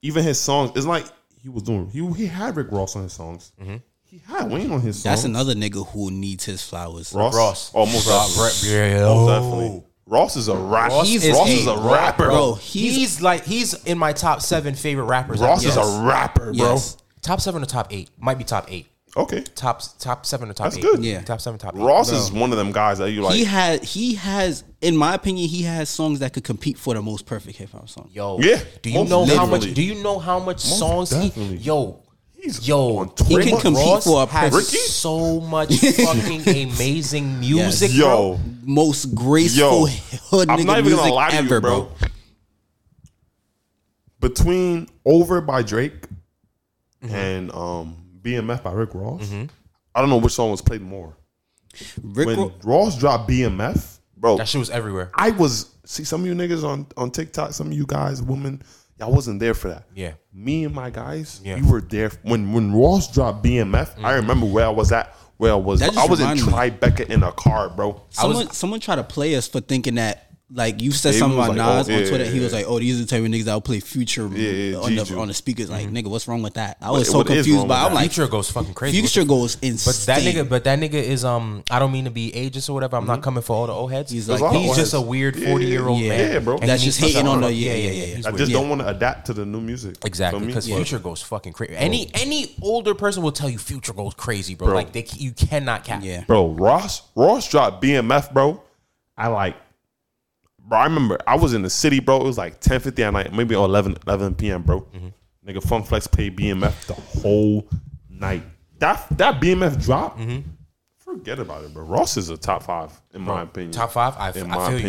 D: even his songs, it's like he was doing. He he had Rick Ross on his songs.
B: Mm-hmm.
D: He had Wayne on his songs.
C: That's another nigga who needs his flowers.
D: Ross.
B: Ross.
D: Oh, most definitely. Most definitely. Ross
C: Oh.
D: is a
B: Ross
D: rapper. Ross
B: is a
D: is a rapper.
C: bro.
D: Bro.
B: he's,
C: He's-
B: like he's in my top seven favorite rappers
D: Ross
B: ever.
D: is
C: Yes.
D: a rapper, bro.
C: Yes.
B: top seven or top eight might be top eight
D: Okay.
B: top top seven or top
D: That's
B: eight.
D: good.
C: Yeah.
B: top seven, top eight.
D: Ross is one of them guys that you like.
C: he had he has in my opinion he has songs that could compete for the most perfect hip hop song.
B: Yo,
D: Yeah,
B: Do you
D: most
B: know how much?
D: definitely.
B: Do you know how much songs
D: definitely.
B: he? Yo,
D: He's
B: yo,
D: on He Twitter.
C: can compete
B: Ross
C: for a
B: has
D: Ricky?
B: so much fucking amazing music.
D: yo,
C: Most graceful
D: Yo,
C: hood
D: I'm
C: nigga
D: not even
C: music
D: gonna lie to you,
C: ever,
D: bro.
C: bro.
D: between Over by Drake
C: Mm-hmm.
D: and um, BMF by Rick Ross, I don't know which song was played more.
C: Rick
D: When
C: Ro-
D: Ross dropped BMF, bro,
B: bro. that shit was everywhere.
D: I was see some of you niggas on on TikTok, some of you guys, women, y'all wasn't there for that.
B: Yeah.
D: me and my guys,
B: Yeah. Mm-hmm.
D: we were there when when Ross dropped BMF. I remember where I was at. Where I was,
C: That just
D: I was in
C: reminded me.
D: Tribeca in a car, bro.
C: Someone someone tried to play us for thinking that like you said
D: Yeah, he
C: something
D: was
C: about
D: like, oh,
C: Nas on
D: yeah,
C: Twitter. He
D: yeah,
C: was like, "Oh, these are the type of niggas that will play Future
D: yeah,
C: on, the,
D: Juju.
C: on the speakers." Like, nigga, what's wrong with that? I was
D: What-
C: so
D: what is
C: confused,
D: wrong
C: but
D: with
C: I'm
D: that?
C: like,
B: Mm-hmm. Future goes fucking crazy.
C: Future goes
B: But
C: insane.
B: that nigga, but that nigga is um. I don't mean to be ageist or whatever. I'm not coming for all the old heads. He's
C: Mm-hmm. He's
B: like
C: like-
D: There's a lot
B: he's
D: of
B: just a
D: old heads.
B: weird
D: Yeah,
B: forty year old
C: yeah,
B: man.
D: yeah, bro.
B: and he
C: That's
B: needs
C: just hating
B: to-
C: on the-
B: yeah, yeah, yeah.
C: I
B: He's
D: I
B: weird.
D: just
B: Yeah.
D: don't want to adapt to the new music.
B: Exactly,
D: Feel me?
B: because Future goes fucking crazy. Any any older person will tell you Future goes crazy, bro.
D: Bro.
B: Like they, you cannot cap.
C: yeah,
D: bro. Ross Ross dropped BMF, bro. I like, bro. I remember I was in the city, bro. It was like ten fifty at night, maybe 11, 11 p.m., bro.
B: Mm-hmm.
D: Nigga, Fun Flex played BMF the whole night. That that BMF drop,
B: Mm-hmm.
D: forget about it, bro. Ross is a top five in my opinion.
B: Top five, I, I feel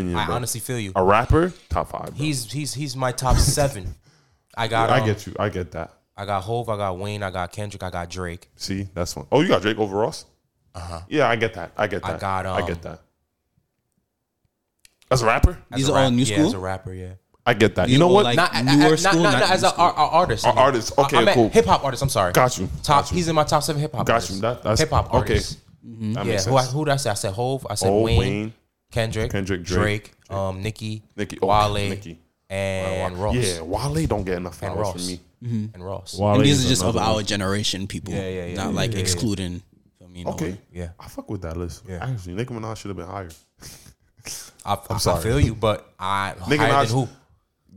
B: you. I
D: bro.
B: honestly feel you.
D: a rapper, top five. Bro.
B: He's he's he's my top seven. I got
D: I
B: um,
D: get you. I get that.
B: I got Hove, I got Wayne, I got Kendrick, I got Drake.
D: See, that's one. Oh, you got Drake over Ross. Uh huh. Yeah, I get that. I get
B: Uh-huh. I
D: that.
B: got,
D: I
B: um,
D: get that. As a rapper,
B: As
C: These
B: a
C: are all
B: rap-
C: new
B: yeah,
C: school?
B: as a rapper, yeah.
D: I get that. You
C: These
D: know
C: all,
D: what?
C: like,
B: Not, I- I-
C: newer
B: not,
C: school,
B: not,
C: not
B: not as
C: new
B: an
C: school.
B: artist.
D: Our
B: I mean.
D: artist,
B: I-
D: okay,
B: I meant
D: cool.
B: Hip hop artist. I'm sorry.
D: Got you,
B: Top.
D: got you.
B: He's in my top seven hip hop.
D: Got
B: artists.
D: you. That- that's-
B: hip hop
D: okay.
B: artist.
D: That
B: Yeah.
D: makes
B: Who, I,
D: sense.
B: who did I say? I said Hove. I said
D: Oh,
B: Wayne,
D: Wayne,
B: Kendrick,
D: Kendrick, Drake,
B: Drake, um, Nicki,
D: Nicki, oh,
B: Wale,
D: Nicki.
B: and Ross.
D: Yeah, Wale don't get enough
B: and
D: flowers
B: Ross.
D: from me.
C: Mm-hmm.
B: And Ross.
D: Wale
C: and these
D: is
C: are just of
D: another
C: our
D: one.
C: generation people.
B: Yeah, yeah, yeah,
C: Not
B: yeah,
C: like
B: yeah, yeah.
C: excluding. I mean, no
D: Okay,
C: one.
B: Yeah.
D: I fuck with that list.
B: Yeah.
D: Actually, Nicki Minaj should have been higher.
B: I, I,
D: sorry.
B: feel you, but I
D: Nigga,
B: higher
D: Nas-
B: than who?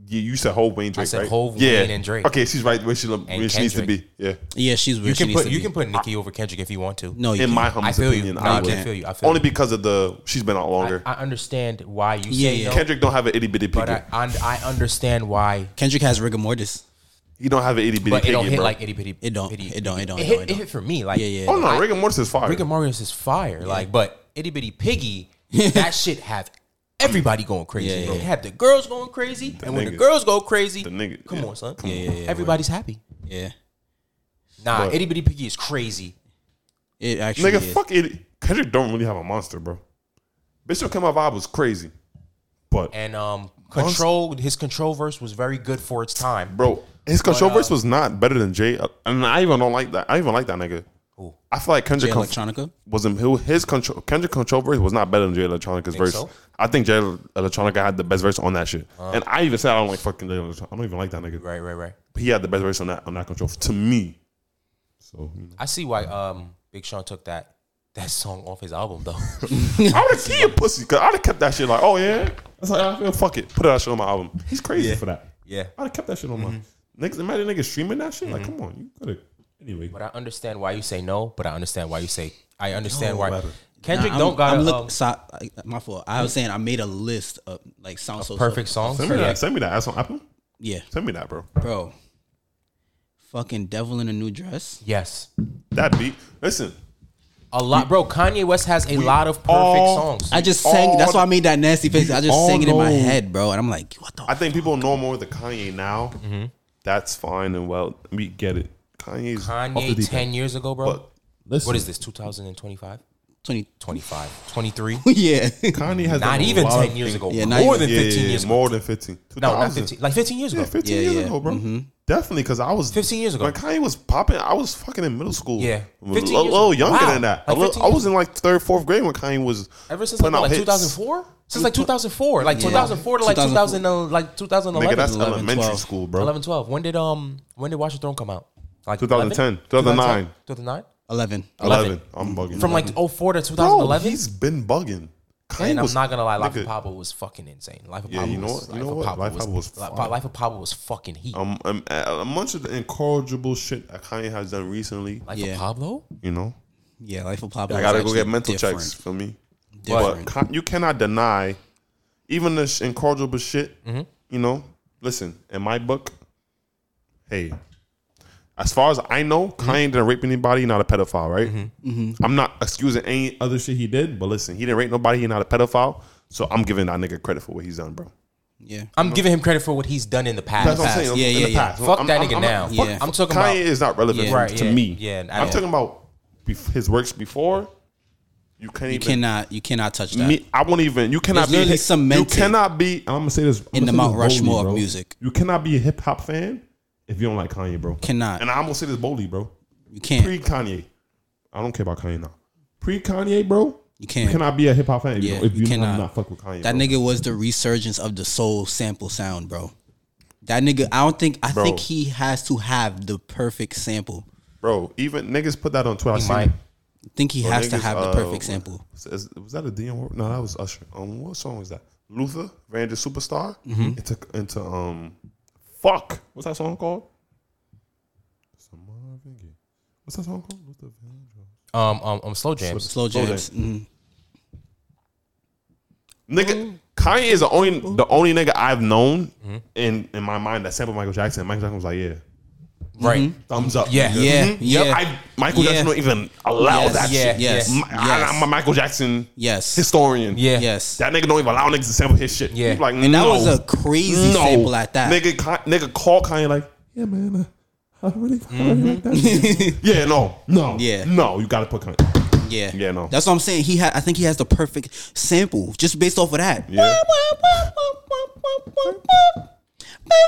D: Yeah, you said Hove, Wayne, Drake.
B: said
D: right?
B: Hov,
D: yeah.
B: Wayne, and Drake.
D: Okay, she's right where she, lo-
B: And
D: where she needs to
B: Kendrick.
D: be. Yeah,
C: Yeah, she's where
B: You
C: she
B: can
C: needs
B: put
C: to
B: you
C: be.
B: can put Nicki over Kendrick if you want to.
C: No, you
D: in my
C: can't.
D: humble
B: I feel you.
D: opinion,
B: No, I
D: I would.
B: can't feel you. I feel
D: Only
B: you.
D: because of the she's been out longer.
B: I understand why you
C: Yeah,
B: say
C: yeah.
B: no,
D: Kendrick don't have an itty bitty
B: but
D: picky.
B: I, I I understand why.
C: Kendrick has rigor mortis.
D: He don't have an itty bitty
B: But it don't
D: picky,
B: hit
D: bro.
B: like itty bitty.
C: It don't.
B: Itty,
C: It don't. It don't.
B: it
C: It
B: hit,
C: don't. It
B: it
C: don't.
B: hit for me like
C: Yeah, yeah.
D: Oh no,
B: I-
D: Rigor Mortis is fire.
B: Rick and Marius is fire like but itty bitty piggy that shit have everybody going crazy
C: Yeah,
B: bro.
C: yeah.
B: It have the girls going crazy and when the
D: niggas.
B: girls go crazy
D: The nigga-
B: come
D: yeah.
B: on son
D: Come on.
C: Yeah, yeah, yeah.
B: everybody's happy
C: Yeah.
B: nah
D: But-
B: itty bitty piggy is crazy
C: It actually.
D: Nigga,
C: is.
D: fuck it. Kendrick don't really have a monster, bro. Bitch, don't come my vibe was crazy, but
B: and um control his control verse was very good for its time
D: bro, his control verse was not better than Jay, uh, and I even don't like that. I even like that nigga.
B: Who?
D: I feel like
C: Jay
D: Kendrick conf-
C: Electronica.
D: was him. Who his control Kendrick control verse was not better than Jay Electronica's verse.
B: so?
D: I think Jay Electronica had the best verse on that shit, and I even said I don't like fucking Jay Electronica. I don't even like that nigga.
B: right right right
D: But he had the best verse on that on that control to me. So you know.
B: I see why um Big Sean took that that song off his album though.
D: I would have killed your pussy because I'd have kept that shit like, oh yeah. That's like, I feel fuck it. Put that shit on my album. He's crazy for that.
B: yeah.
D: I'd have kept that shit on my. Niggas, imagine niggas streaming that shit. Like, come on, you gotta. Anyway,
B: But I understand why you say no. But I understand why you say I understand
D: No,
B: why
D: better.
B: Kendrick
C: Nah, I'm,
B: don't got
C: I'm
B: a
C: look,
B: um,
C: so, I- my fault. I was saying I made a list of like sound so
B: perfect
C: So,
B: song.
D: send me that. Send me that. That's on Apple.
C: yeah,
D: Send me that, bro.
C: bro. Fucking devil in a new dress.
B: Yes,
D: That beat. Listen,
B: a lot, bro. Kanye West has a lot of perfect
D: all-
B: songs.
C: I just sang. that's why I made that nasty face. I just
D: all
C: sang it in my
D: know-
C: head, bro. And I'm like, what the?
D: I think people know more the Kanye now.
B: Mm-hmm.
D: That's fine and well. We get it. Kanye's off the
B: Kanye
D: deep end.
B: ten years ago, bro.
D: But listen,
B: what is this? 2025,
C: Twenty.
B: 25, 23.
C: yeah.
D: Kanye has
B: Not
D: done a
B: even
D: lot of
B: ten years
D: things-
B: ago.
C: Yeah, not
B: more
C: even-
B: than
D: Yeah,
B: fifteen
D: yeah,
B: years. ago.
D: More than fifteen.
B: No, not
D: 2000.
B: 15. Like 15 years ago.
D: Yeah, 15
C: Yeah,
D: years
C: yeah.
D: ago, bro. Definitely, because I was
B: 15 years ago.
D: When Kanye was popping, I was fucking in middle school.
B: Yeah. 15
D: a little,
B: years
D: little
B: ago.
D: younger
B: Wow.
D: than that. A
B: Like
D: little-
B: 15
D: I was in like third, fourth grade when Kanye was
B: Ever since like,
D: putting out
B: like
D: hits.
B: 2004? Since like 2004, like
C: Yeah.
B: 2004 to like 2000, uh, like 2011.
D: Nigga, that's
C: 11,
D: elementary
C: 12.
D: school, bro.
B: 11, 12. When did um when did Watch the Throne come out? Like
D: 2010,
B: 2009,
D: 2009.
B: 2009.
C: Eleven.
D: 11. I'm bugging.
B: From like 04 to
D: bro,
B: 2011.
D: he's been bugging. Kanye
B: and I'm
D: was-
B: not gonna lie, Life
D: nigga,
B: of Pablo was fucking insane. Life of
D: Yeah,
B: Pablo
D: you know
B: was,
D: what? You know what? Life of Pablo was
B: Li-
D: fire.
B: Life of Pablo was fucking heat.
D: Um, um, a a bunch of the incorrigible shit that Kanye has done recently,
B: Life
C: yeah.
B: of Pablo?
D: you know.
C: Yeah, life of Pablo.
D: I
C: was
D: gotta go
C: actually
D: get mental
C: different.
D: checks for me.
C: Different.
D: But con- you cannot deny, even this incorrigible shit.
B: Mm-hmm.
D: You know, listen. In my book, hey, as far as I know,
B: Mm-hmm.
D: Kanye didn't rape anybody. Not a pedophile, right?
C: Mm-hmm.
D: I'm not excusing any other shit he did, but listen, he didn't rape nobody. He's not a pedophile, so I'm giving that nigga credit for what he's done, bro.
C: Yeah.
B: I'm giving him credit for what he's done in the past.
D: That's what I'm
C: past.
D: saying.
C: Yeah,
D: in
C: yeah,
D: the
C: yeah.
D: past.
B: Fuck
D: I'm-
B: that
D: I'm-
B: nigga
D: I'm
B: now.
D: not-
C: Yeah.
B: I'm talking
D: Kanye
B: about
D: is not relevant
C: Yeah.
B: Right,
D: to
B: yeah,
D: me.
B: yeah, I
D: I'm
B: know.
D: talking about bef- his works before. You can't
C: You
D: even.
C: cannot. You cannot touch that.
D: me, I won't even. You cannot
C: It's literally
D: be. You
C: cemented
D: cannot be. I'm gonna say this I'm
C: in the
D: gonna say
C: Mount
D: this boldly,
C: Rushmore
D: bro.
C: of music.
D: You cannot be a hip hop fan if you don't like Kanye, bro.
C: Cannot.
D: And I'm gonna say this boldly, bro.
C: you can't.
D: Pre Kanye, I don't care about Kanye now. Pre Kanye, bro.
C: you
D: You
C: can't.
D: cannot be a hip hop fan if you
C: Yeah,
D: don't- if
C: you
D: you,
C: cannot.
D: cannot not fuck with Kanye.
C: That
D: bro.
C: nigga was the resurgence of the soul sample sound, bro. That nigga, I don't think I
D: Bro.
C: think he has to have the perfect sample.
D: bro. Even niggas put that on Twitter. I
B: He
D: seen
B: might.
D: it.
C: I think he
D: Bro,
C: has to
D: niggas,
C: have
D: uh,
C: the perfect sample.
D: Was, is- was that a DM? word? No, that was Usher. Um, what song was that? Luther, Randy Superstar.
C: Mm-hmm.
D: Into into um, fuck. What's that song called? It's a Marvin Gaye. What's that song called? Luther Vandross.
B: um um, um slow jams.
C: Slow jams. Mhm.
D: Nigga, Kanye is the only the only nigga I've known
C: Mm-hmm.
D: in in my mind that sampled Michael Jackson. Michael Jackson was like, yeah,
B: Right.
C: Mm-hmm.
D: thumbs up.
B: Yeah.
D: nigga.
C: Yeah,
D: Mhm.
C: yeah.
D: I, Michael
C: Yeah.
D: Jackson don't even allow
C: Yes,
D: that
B: yeah,
D: shit.
C: yes,
D: My- I,
C: yes.
D: am a Michael Jackson
C: Yes.
D: historian.
B: Yeah.
C: Yes.
D: That nigga don't even allow niggas to sample his shit.
B: Yeah.
D: He's like,
C: and that
D: no.
C: was a crazy sample at that.
D: Nigga, Ka- nigga called Kanye like, yeah, man, uh, I really, I really like that. shit." yeah, no, no,
C: Mm-hmm. Yeah.
D: no. You gotta put Kanye.
C: Yeah.
D: Yeah, no.
C: That's what I'm saying. He had I think he has the perfect sample just based off of that.
D: Yeah.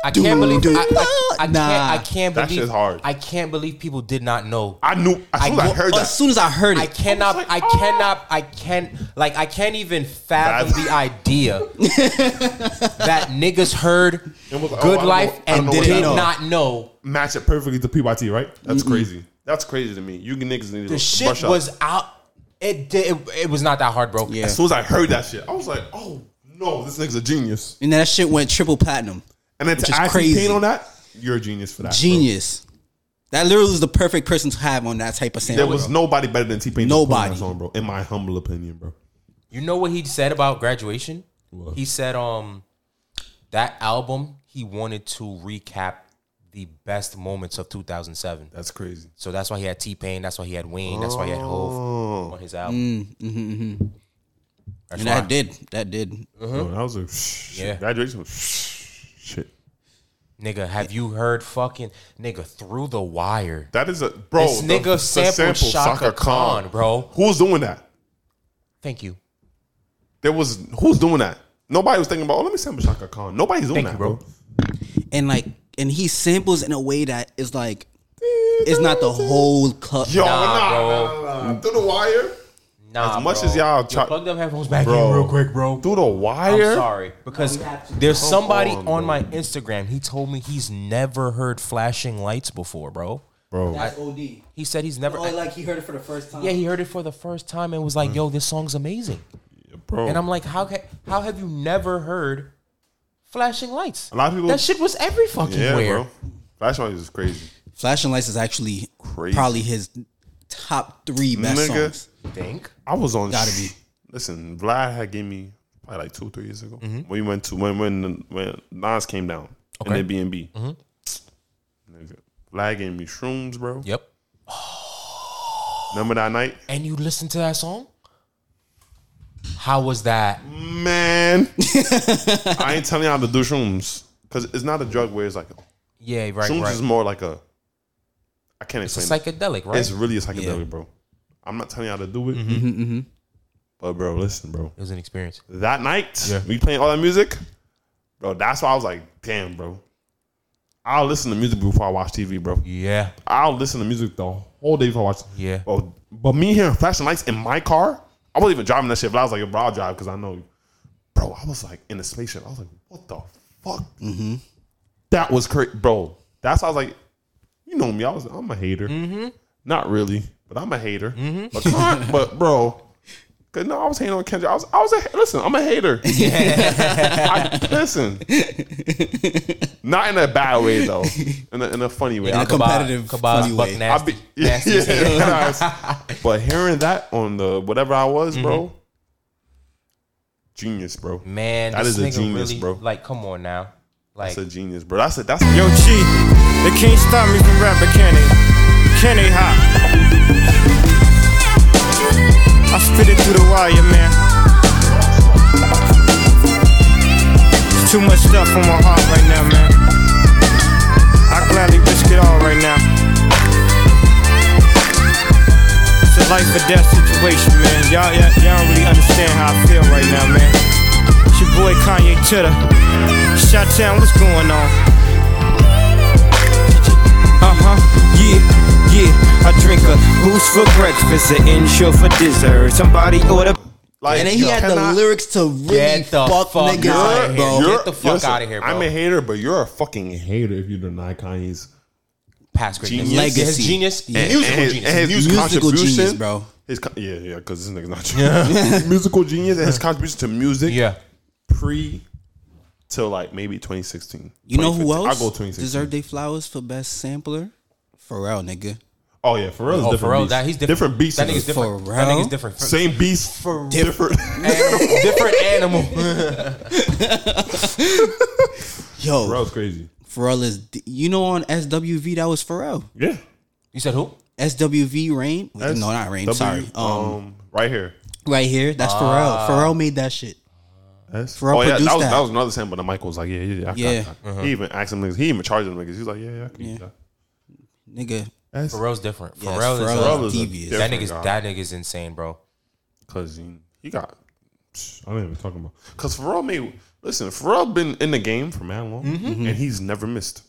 B: I can't believe I, I, I
C: Nah.
B: can't I can't
D: That
B: believe
D: shit's hard.
B: I can't believe people did not know.
D: I knew as soon as I,
B: go-
D: heard that.
C: As soon as I heard it,
B: I cannot. I,
D: like, "Oh."
B: cannot. I can't. Like I can't even fathom
D: That's-
B: the idea that niggas heard
D: It was like, oh, I
B: "Good
D: don't
B: Life"
D: know- I don't
B: and
D: know what
B: did
D: that is.
B: not know.
D: match it perfectly to PYT, right? That's
C: Mm-hmm.
D: crazy. That's crazy to me. You niggas need to
B: The shit
D: brush up.
B: was out. It did. It, it was not that hard, bro.
C: Yeah.
D: As soon as I heard that shit, I was like, oh no, this nigga's a genius.
C: and that shit went triple platinum.
D: And then
C: Which
D: to
C: is
D: add
C: crazy.
D: pain on that, you're a genius for that. bro.
C: Genius. That literally is the perfect person to have on that type of sample.
D: There was nobody better than T Pain.
C: Nobody.
D: song, bro. In my humble opinion, bro.
B: You know what he said about graduation? He said, um, that album he wanted to recap the best moments of 2007.
D: That's crazy.
B: So that's why he had T Pain. That's why he had Wayne. That's why he had
D: Oh.
B: Hove on his album. That's
C: and
B: why.
C: that did. That did.
D: Bro, that was a shh,
B: Yeah.
D: graduation. Was shh, shit.
B: Nigga, have you heard fucking nigga through the wire?
D: That is a bro.
B: This nigga sampled Shaka Khan, bro.
D: Who's doing that?
B: Thank you.
D: There was who's doing that? Nobody was thinking about. Oh, let me sample Shaka Khan. Nobody's doing
B: Thank
D: that,
B: you,
D: bro.
B: bro.
C: and like and he samples in a way that is like it's not the whole cut.
D: Yo,
B: Nah,
D: nah,
B: bro. Mm.
D: nah, nah, nah. through the wire.
B: Nah,
D: As much
B: bro.
D: as y'all try-
B: Yo, plug them headphones back
D: Bro.
B: in real quick, bro.
D: Through the
B: I'm
D: wire.
B: sorry because there's somebody
D: on,
B: on,
D: bro.
B: my Instagram. He told me he's never heard flashing lights before, bro.
D: bro.
C: OD.
B: He said he's never.
C: Oh, like he heard it for the first time.
B: yeah, he heard it for the first time and was like, "Yo, this song's amazing."
D: bro.
B: And I'm like, "How ca- how have you never heard flashing lights?"
D: A lot of people-
B: that shit was every fucking
D: yeah,
B: where.
D: bro. Flashlight is crazy.
C: Flashing Lights is actually
D: Crazy.
C: probably his top three best
D: Nigga.
C: songs.
B: Think
D: I was on.
C: Gotta
D: sh-
C: be.
D: Listen, Vlad had gave me probably like two, three years ago when we went to when when when Nas came down
B: Mm-hmm. Okay. Mm-hmm.
D: in Airbnb. Nigga, Vlad gave me shrooms, bro.
B: Yep.
D: Remember that night,
B: And you listen to that song? How was that?
D: man? I ain't telling y'all to do shrooms because it's not a drug where it's like
B: Yeah, right,
D: shrooms
B: right.
D: is more like a. I can't
B: It's a
D: explain. it.
B: psychedelic, right? Mm-hmm,
D: It's
B: it
D: really a psychedelic, bro. I'm not telling y'all to do it, but bro, listen, bro.
B: was an experience.
D: that night,
B: Yeah.
D: we playing all that music, bro. That's why I was like, damn, bro. I'll listen to music before I watch TV, bro.
B: Yeah.
D: I'll listen to music the whole day before I watch.
B: Yeah.
D: Bro, but me hearing flashing lights in my car, I wasn't even driving that shit. But I was like, bro, I'll drive because I know, bro. I was like in a spaceship. I was like, what the fuck? That was crazy, bro. That's why I was like, you know me. I was, I'm a hater. Not really, but I'm a hater. But, Con- but bro, cause no, I was hating on Kendrick. I was, I was a listen. I'm a hater. I, listen, not in a bad way though. In a, in a funny way.
C: In
D: I
C: a competitive
B: Kabaz,
C: funny
B: Buck
C: way.
D: I
B: Nasty.
D: be, yeah, yeah, but hearing that on the whatever I was, bro, genius, bro.
B: Man,
D: That
B: this
D: is a
B: nigga
D: genius,
B: really,
D: bro.
B: Like, come on now. Like,
D: That's a genius, bro. That's it. That's yo.
E: Yo, Chi, they can't stop me from rapping, can they? Can they hop? I spit it through the wire, man. It's too much stuff on my heart right now, man. I gladly risk it all right now. It's a life or death situation, man. Y'all, y'all, y'all don't really understand how I feel right now, man. It's your boy Kanye Titter. Shot Town, what's going on? Uh-huh, yeah, yeah. I drink a boost for breakfast, an insure for dessert. Somebody order.
D: Like,
C: And then he
D: yo,
C: had the
D: cannot-
C: lyrics to really
B: Get the
C: fuck
B: fuck
C: niggas
B: outta
C: up,
B: here.
C: bro.
B: You're-
D: you're-
B: Get the fuck
D: listen,
B: outta here, bro.
D: I'm a hater, but you're a fucking hater if you deny Kanye's
B: past greatness.
D: Genius.
B: Legacy. His
C: Legacy.
B: genius.
C: Yeah.
D: and-
B: Musical
D: and his,
B: genius.
D: and his
C: Musical
D: contribution,
C: genius, bro.
D: His con- yeah, yeah, because this nigga's not genius. musical genius and his contribution to music,
B: yeah.
D: pre till like maybe 2016.
C: You know who
D: 2015.
C: else
D: I go 2016.
C: deserved their flowers for best sampler? Pharrell, nigga.
D: Oh yeah, Pharrell is
B: Oh,
D: different.
B: Pharrell,
D: beast.
B: that he's different.
D: Different beats.
B: That nigga's different. That
C: Pharrell?
B: nigga's different.
D: Same beast, different.
B: Animal- different animal.
C: Yo,
D: Pharrell's crazy.
C: Pharrell is. d- You know, on SWV that was Pharrell.
D: Yeah.
B: You said who?
C: SWV Rain. Wait,
D: That's
C: no, not Rain.
D: W-
C: sorry. Um,
D: um, right here.
C: right here. That's
B: Ah.
C: Pharrell. Pharrell made that shit.
D: That's,
C: Pharrell
D: oh yeah, that was,
C: produced
D: that.
C: that.
D: was another sample. That Michael was like, yeah, yeah, yeah. I, yeah.
C: Yeah.
D: He even asked him niggas. He even charged them niggas. He was like, yeah, yeah, I can do that.
C: Nigga,
D: That's
B: Pharrell's different.
C: Yes,
B: Pharrell, is,
C: Pharrell
B: uh,
C: is devious.
D: devious.
B: that nigga's that nigga's insane, bro.
D: Cause he, he got. I don't even talking about. Cause Pharrell made. Listen, Pharrell been in the game for man long,
C: Mm-hmm.
D: and he's never missed.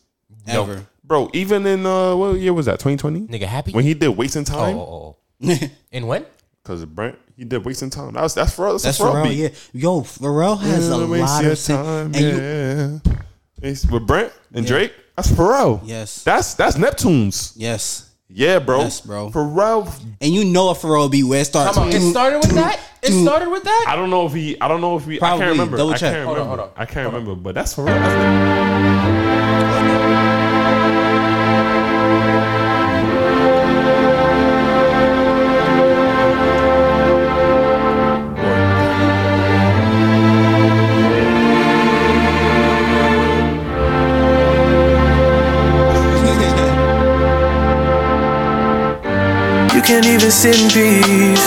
C: ever.
D: Bro, even in uh, what year was that? Twenty twenty.
B: Nigga happy.
D: When he did wasting
B: oh,
D: time,
B: oh, oh. and when?
D: cause Brent, he did wasting time. That was that's Pharrell. That's,
C: That's
D: a Pharrell,
C: Pharrell.
D: beat.
C: Yeah. Yo, Pharrell has a
D: Don't waste
C: lot
D: your
C: of sin-
D: time,
C: and you-
D: yeah. It's with Brent and Drake. That's Pharrell.
C: Yes.
D: That's that's Neptune's.
C: Yes.
D: Yeah, bro.
C: Yes, bro.
D: Pharrell.
C: And you know a Pharrell beat where it starts.
B: Come on, it started with that. It started with that.
D: I don't know if he. I don't know if he. I
C: Probably.
D: can't remember.
C: Double
D: I
C: check.
D: can't
B: Hold
D: remember.
B: on, hold on.
D: I can't remember. But that's Pharrell. That's
F: You can't even sit in peace.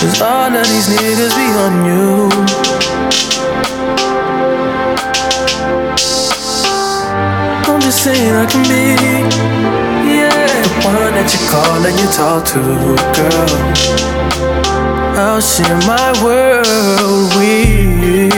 F: Cause all of these niggas be on you. I'm just saying I can be. Yeah, the one that you call and you talk to, girl. I'll share my world with you.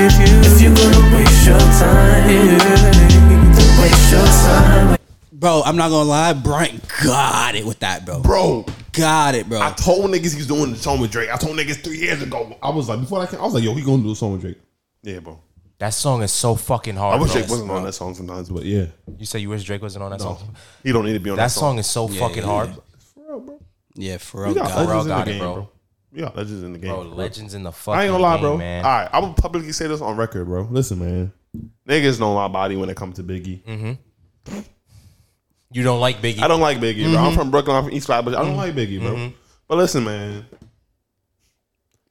F: If you're gonna waste your time, yeah, then waste your time.
C: Bro, I'm not gonna lie. Bryant got it with that, bro.
D: bro.
C: Got it, bro.
D: I told niggas he's doing the song with Drake. I told niggas three years ago. I was like, before I came, I was like, yo, he gonna do a song with Drake. Yeah, bro.
B: That song is so fucking
D: I
B: hard.
D: wish
B: bro.
D: Drake wasn't on that song sometimes, but yeah,
B: You say you wish Drake wasn't on that song.
D: he don't need to be on that,
B: That song is so fucking
C: yeah,
B: hard.
C: yeah.
D: Pharrell, bro.
C: yeah, Pharrell
D: We got
C: got it.
D: legends in the
B: got it,
D: game,
B: bro.
D: bro. We got legends in the game,
B: Bro,
D: bro.
B: legends in the fucking
D: I ain't gonna lie,
B: game,
D: bro.
B: man.
D: All right, I will publicly
B: Mm-hmm.
D: say this on record, bro. Listen, man, niggas know my body when it comes to Biggie.
B: You don't like Biggie.
D: I don't like Biggie, bro.
B: Mm-hmm.
D: I'm from Brooklyn. I'm from East Side, but I don't like Biggie, bro. But listen, man,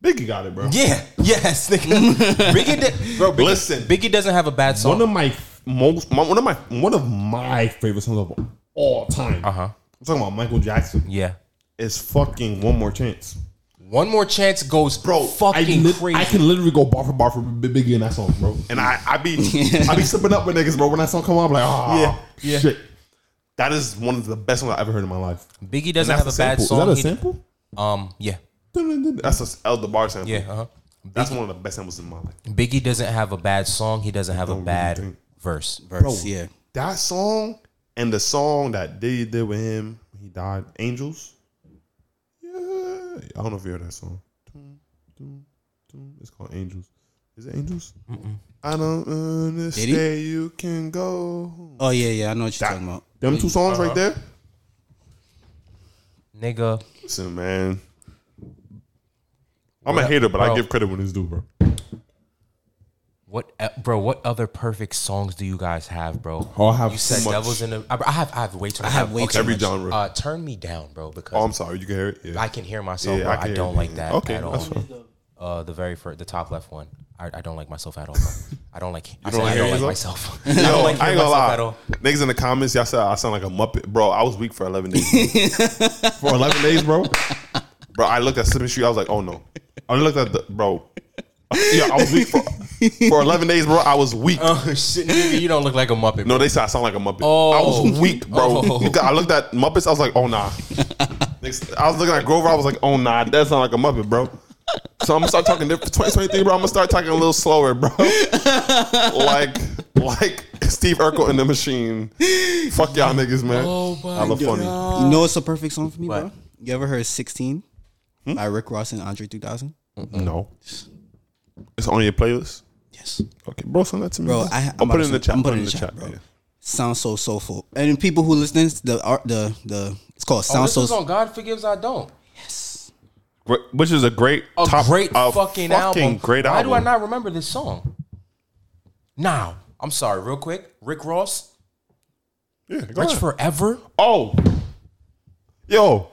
D: Biggie got it, bro.
B: Yeah. Yes, nigga. Biggie, di- bro. Biggie,
D: Listen.
B: Biggie doesn't have a bad song.
D: One of my f- most, my, one of my, one of my favorite songs of all time.
B: uh huh.
D: I'm talking about Michael Jackson.
B: Yeah.
D: Is fucking one more chance,
B: One more chance goes, bro. Fucking
D: I, lit-
B: crazy.
D: I can literally go bar for bar for B- Biggie in that song, bro. And I, I be, I be slipping up with niggas, bro. When that song come on, I'm like, ah,
B: Yeah, yeah.
D: shit. That is one of the best songs I ever heard in my life.
B: Biggie
D: And
B: doesn't
D: that's
B: have a bad
D: sample.
B: song.
D: Is that a
B: He-
D: sample?
B: Um. Yeah.
D: That's a El the Bar sample.
B: Yeah. Uh huh.
D: That's one of the best samples in my life.
B: Biggie doesn't have a bad song. He doesn't have a
D: Don't really
B: bad
D: think.
B: verse.
C: Verse, yeah.
D: That song and the song that Diddy did with him when he died, Angels. Yeah. I don't know if you heard that song. Dun, dun, dun. It's called Angels. Is it Angels? I don't understand.
C: Diddy?
D: You can go.
C: Oh yeah, yeah. I know what you're talking about.
D: Them two songs right there.
B: Nigga,
D: Listen, man. I'm a hater, but I
B: bro.
D: give credit when it's due, bro.
B: what, e- bro? What other perfect songs do you guys have, bro?
D: Oh, I have
B: you
D: so
B: said
D: much.
B: devils in the. I I have. I have way too. much.
C: have way too
D: Every much. genre.
B: Uh, turn me down, bro, because
D: Oh, I'm sorry. You can hear it. Yeah.
B: I can hear myself.
D: Yeah,
B: bro.
D: I
B: I,
D: can hear
B: don't
D: you.
B: like that
D: Okay,
B: at all.
D: that's
B: Uh, the very first, the top left one. I, I don't like myself at all. Bro. I don't like. I, said
D: don't
B: I don't
D: hear
B: like myself.
D: yourself?
B: I
D: Yo,
B: don't
D: I
B: like
D: ain't gonna
B: hearing myself
D: lie.
B: at all.
D: Niggas in the comments, y'all said I sound like a Muppet. Bro, I was weak for 11 days. for 11 days, bro. Bro, I looked at Slipping Street. I was like, oh no. I looked at the, bro. Yeah, I was weak for, for 11 days, bro. I was weak.
B: Oh shit, nigga, you don't look like a muppet.
D: No, they said I sound like a Muppet.
B: Oh.
D: I was weak, bro.
B: Oh.
D: Nigga, I looked at Muppets. I was like, oh nah. Next, I was looking at Grover. I was like, oh nah, that sound like a Muppet, bro. So I'm gonna start talking different. 2023, bro. I'm gonna start talking a little slower, bro. like, like Steve Urkel in the machine. Fuck y'all niggas, man.
B: Oh my
D: I love funny.
C: You know what's a perfect song for me,
B: What?
C: bro? You ever heard 16
D: Hmm?
C: by Rick Ross and Andre 3000?
B: Oh,
D: No, it's on your playlist.
C: Yes.
D: Okay, bro, send that to me.
C: Bro, I, about
D: I'm, putting it in
C: to-
D: the chat.
C: I'm putting it in the chat, bro.
D: yeah.
C: Sounds so soulful. And then people who listen, to the art, the the it's called
B: Oh,
C: Sounds
B: this is
C: So.
B: on God forgives. I don't.
D: Great- Which is a great,
B: a
D: top,
B: great
D: a
B: fucking, album.
D: Great
B: Why
D: album.
B: do I not remember this song? Now, I'm sorry, real quick. Rick Ross,
D: Yeah, go
B: Rich
D: ahead.
B: Forever.
D: Oh, yo,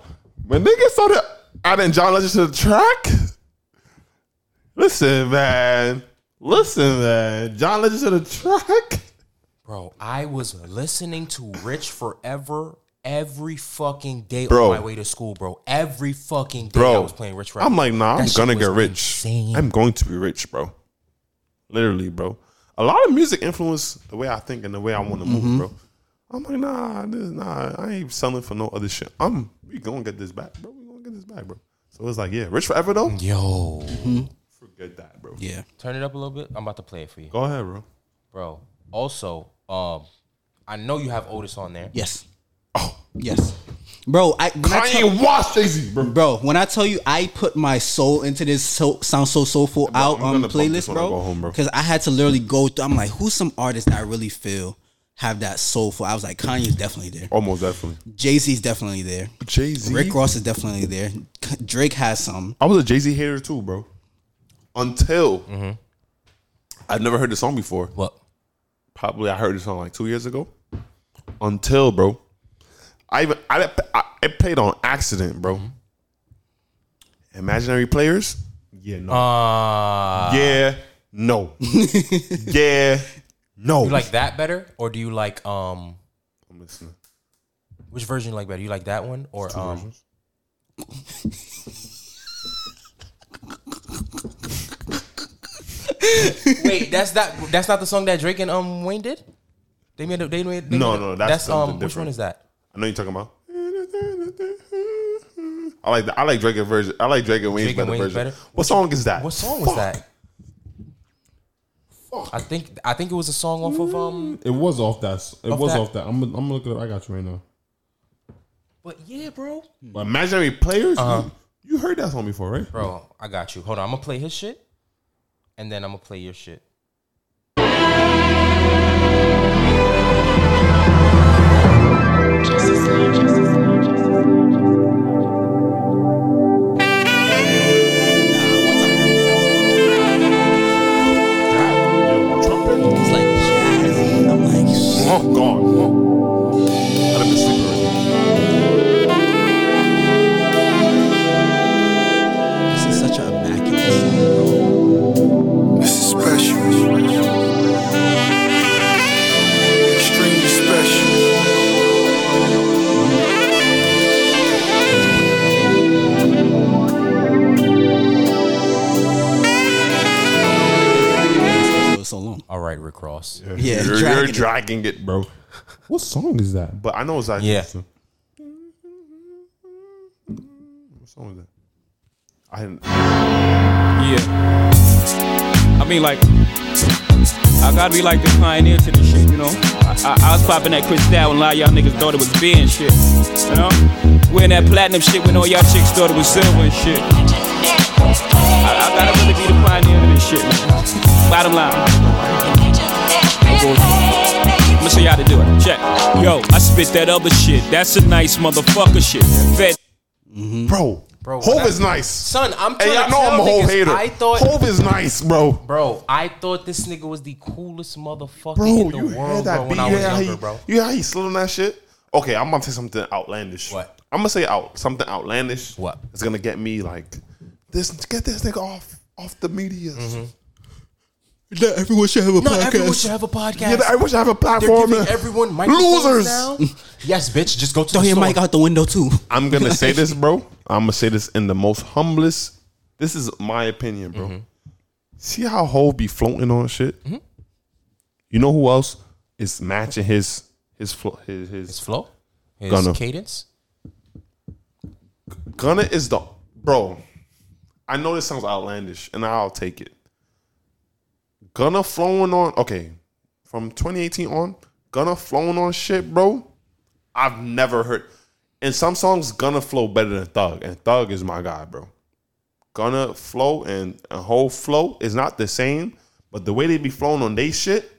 D: when niggas started adding John Legend to the track, listen, man, listen, man, John Legend to the track.
B: Bro, I was listening to Rich Forever every fucking day
D: Bro.
B: on my way to school, bro. Every fucking day
D: Bro,
B: I was playing Rich Forever.
D: I'm like, nah,
B: That
D: I'm
B: shit
D: gonna
B: was
D: get rich.
B: insane.
D: I'm going to be rich, bro. Literally, bro. A lot of music influenced the way I think and the way I want to
B: Mm-hmm.
D: move, bro. I'm like, nah, this, nah, I ain't selling for no other shit. I'm, we gonna get this back, bro. We gonna get this back, bro. So it's like, yeah, rich forever though.
B: Yo.
D: Forget that, bro.
C: Yeah.
B: Turn it up a little bit. I'm about to play it for you.
D: Go ahead, bro.
B: Bro, also, um, I know you have Otis on there.
C: Yes. Oh yes, bro. I, when I tell-
D: watched Jay Z, bro.
C: bro. When I tell you, I put my soul into this so, sound so soulful out
D: I'm
C: on
D: gonna bump this
C: playlist,
D: when I go home,
C: bro.
D: bro.
C: Because I had to literally go through. I'm like, who's some artist that I really feel have that soulful? I was like, Kanye's definitely there.
D: Almost definitely.
C: Jay Z's definitely there.
B: Mm-hmm.
D: Jay Z.
C: Rick Ross is definitely there. Drake has some.
D: I was a Jay Z hater too, bro. Mm-hmm. Until I've never heard the song before.
B: What?
D: Probably I heard the song like two years ago. Until, bro, I even I, I it played on accident, bro. Imaginary players. Yeah, no.
B: Uh,
D: yeah, no. yeah, no.
B: you like that better? Or do you like um
D: I'm listening.
B: Which version you like better? You like that one or um? Wait, that's that. That's not the song that Drake and um Wayne did. They made. A, they made. They
D: No,
B: made a-
D: no, that's
B: um.
D: something
B: Which one
D: different.
B: is that?
D: I know you're talking about. I like the, I like Drake and version. I like Drake and Wayne's
B: Drake and
D: better
B: Wayne's
D: version.
B: better?
D: What song is that?
B: What song was that? I think I think it was a song off of um.
D: It was off that. It
B: Off was that? off
D: that. I'm I'm looking. I got you right now.
B: But yeah, bro.
D: But imaginary players.
B: Uh-huh.
D: You, you heard that song before, right?
B: Bro, I got you. Hold on, I'm gonna play his shit, and then I'm gonna play your shit.
D: Yo, trumpet.
C: It's like jazzy. I'm like,
D: Oh God. Oh. I'd have been
B: drag Rick Ross. Yeah.
C: Yeah,
D: you're,
C: dragging
D: you're
C: it.
D: dragging it, bro. What song is that? But I know it's like
B: Yeah.
D: What song is that? I didn't.
G: Yeah. I mean, like, I gotta be like the pioneer to this shit, you know? I, I, I was popping that Chris Dow and a lot of y'all niggas thought it was beer and shit, you know? Wearing that platinum shit when all y'all chicks thought it was silver and shit. I, I gotta really be the pioneer to this shit, man. Bottom line. I'm gonna show you how to do it. Check. Yo, I spit that other shit. That's a nice motherfucker shit. Fed
D: Bro,
B: Bro,
D: Hove
B: that-
D: is nice.
B: Son, I'm
D: Hey,
B: trying
D: y'all
B: to
D: know
B: tell
D: I'm a Hove
B: niggas,
D: hater.
B: I thought-
D: Hove is nice, bro.
B: Bro, I thought this nigga was the coolest motherfucker
D: Bro,
B: in the
D: you
B: world
D: heard
B: bro,
D: that
B: when
D: beat?
B: I was
D: Yeah,
B: younger,
D: he,
B: bro.
D: you hear how he slid on that shit? Okay, I'm gonna say something outlandish.
B: What?
D: I'm gonna say out something outlandish.
B: What?
D: It's gonna get me like this. Get this nigga off off the media.
B: Mm-hmm.
C: Not everyone should have a
B: Not everyone
C: podcast.
B: should have a podcast.
D: Yeah, I wish I have a
B: They're
D: platform.
B: giving
D: man.
B: everyone microphones
D: losers.
B: now. Yes, bitch, just go to
C: Throw
B: the
C: your
B: store.
C: mic out the window too.
D: I'm gonna say this, bro. I'm gonna say this in the most humblest. This is my opinion, bro. See how Hov be floating on shit. You know who else is matching his his flo- his his,
B: His flow, his
D: Gunna.
B: cadence.
D: Gunna is the bro. I know this sounds outlandish, and I'll take it. Gunna flowing on okay, from 2018 on, Gunna flowing on shit, bro. I've never heard. And some songs, Gunna flow better than Thug, and Thug is my guy, bro. Gunna flow and a whole flow is not the same, but the way they be flowing on they shit.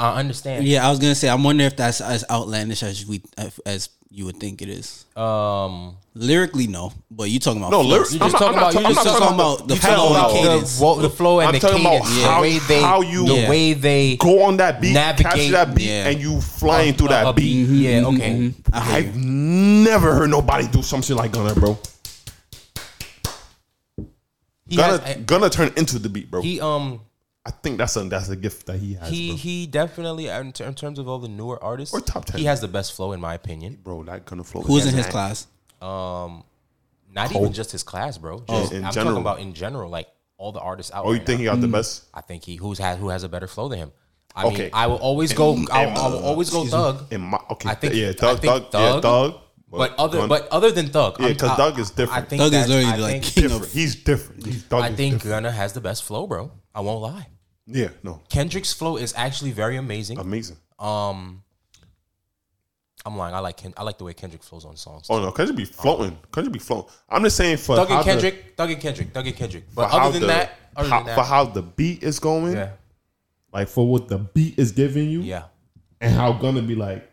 B: I understand.
C: Yeah, I was gonna say. I wonder if that's as outlandish as we as you would think it is.
B: Um,
C: Lyrically, no. But you talking about
D: No,
C: flows.
D: lyrics.
B: just talking about- you just
C: talking about the
D: hell
C: flow and
D: no.
C: cadence.
B: the, wo- the flow and
D: I'm
B: the
D: talking about
B: cadence,
D: how-
B: the way they,
D: how you-
B: the
D: Yeah.
B: way they
D: Go on that beat,
B: Navigate-
D: capture that beat,
C: yeah.
D: and you flying through
B: a
D: that beat.
B: uh, Yeah, okay.
C: Mm-hmm. I hear you.
D: I've never heard nobody do some shit like Gunna, bro.
B: He
D: Gunna,
B: has-
D: Gunna turned into the beat, bro.
B: he um
D: I think that's a that's a gift that he has,
B: he
D: bro.
B: he definitely in, ter- in terms of all the newer artists
D: Or top 10.
B: he has the best flow in my opinion
D: bro. That Gunna flow.
C: Who's
D: is
C: in his
D: mad.
C: class?
B: not even just his class bro just,
D: Oh, in
B: i'm
D: general.
B: talking about in general like all the artists out
D: Oh, you
B: right
D: think he
B: now.
D: got the best?
B: i think he who's had who has a better flow than him i mean
D: Okay.
B: i will always go I, will, I will
D: uh,
B: always go thug
D: In my okay,
B: I think
D: yeah, Thug,
B: I think
D: thug, yeah, Thug.
B: but other
D: Gunna-
B: but other than thug
D: Yeah,
B: I'm-
D: 'cause
B: I-
D: Thug is
B: I- I
D: different.
B: think
C: Thug is
B: that-
C: literally
B: I
C: like
B: think-
C: king of
D: different. he's different. He's Thug
B: I
D: is
B: think
D: different.
B: Gunna has the best flow, bro. I won't lie.
D: yeah, no,
B: Kendrick's flow is actually very amazing.
D: amazing.
B: Um, I'm lying. I like Ken- I like the way Kendrick flows on songs.
D: Oh no, could you be floating? Could you be floating? I'm just saying for
B: Doug
D: how
B: and
D: the-
B: Kendrick, Doug and Kendrick, Doug and Kendrick.
D: for
B: But
D: how
B: other than
D: the-
B: that, other
D: how-
B: than that,
D: for how the beat is going,
B: yeah,
D: like for what the beat is giving you,
B: yeah,
D: and how Gunna be like,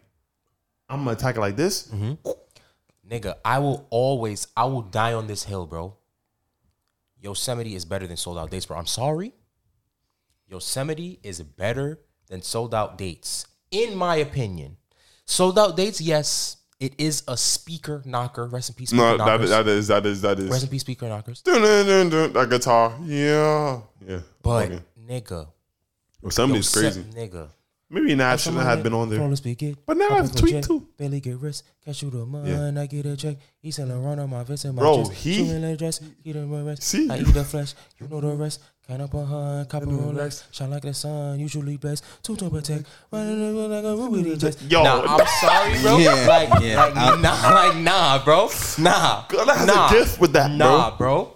D: I'm gonna attack it like this.
B: Mm-hmm. nigga, I will always, I will die on this hill, bro. Yosemite is better than sold out dates, bro. I'm sorry. Yosemite is better than sold out dates, in my opinion. Sold out dates, yes, it is a speaker knocker. Rest in peace, speaker
D: No, that
B: knockers.
D: is, that is that is that is
B: Rest in peace, speaker knockers.
D: Dun, dun, dun, dun, that guitar. Yeah, yeah.
B: But
D: Okay.
B: nigga,
D: Or somebody's
B: Yosem-
D: crazy.
B: nigga.
D: Maybe Nas shouldn't have been on there. But now it's tweet too.
B: Barely get risk, catch you the money,
D: Yeah.
B: I get a check. He selling run on my vest and my
D: Bro,
B: chest.
D: he-
B: She in a dress, he done my rest.
D: See?
B: I eat the flesh, you know the rest. Can up on her, copper Rolex, shine like the sun, usually blessed. Two tone protect, running like a ruby dress.
D: Yo.
B: nah, I'm sorry, bro.
C: Yeah,
B: like,
C: yeah,
B: like,
C: I-
B: nah, like nah, bro, nah,
D: Gunna has
B: nah,
D: a gift with that,
B: nah,
D: bro.
B: bro,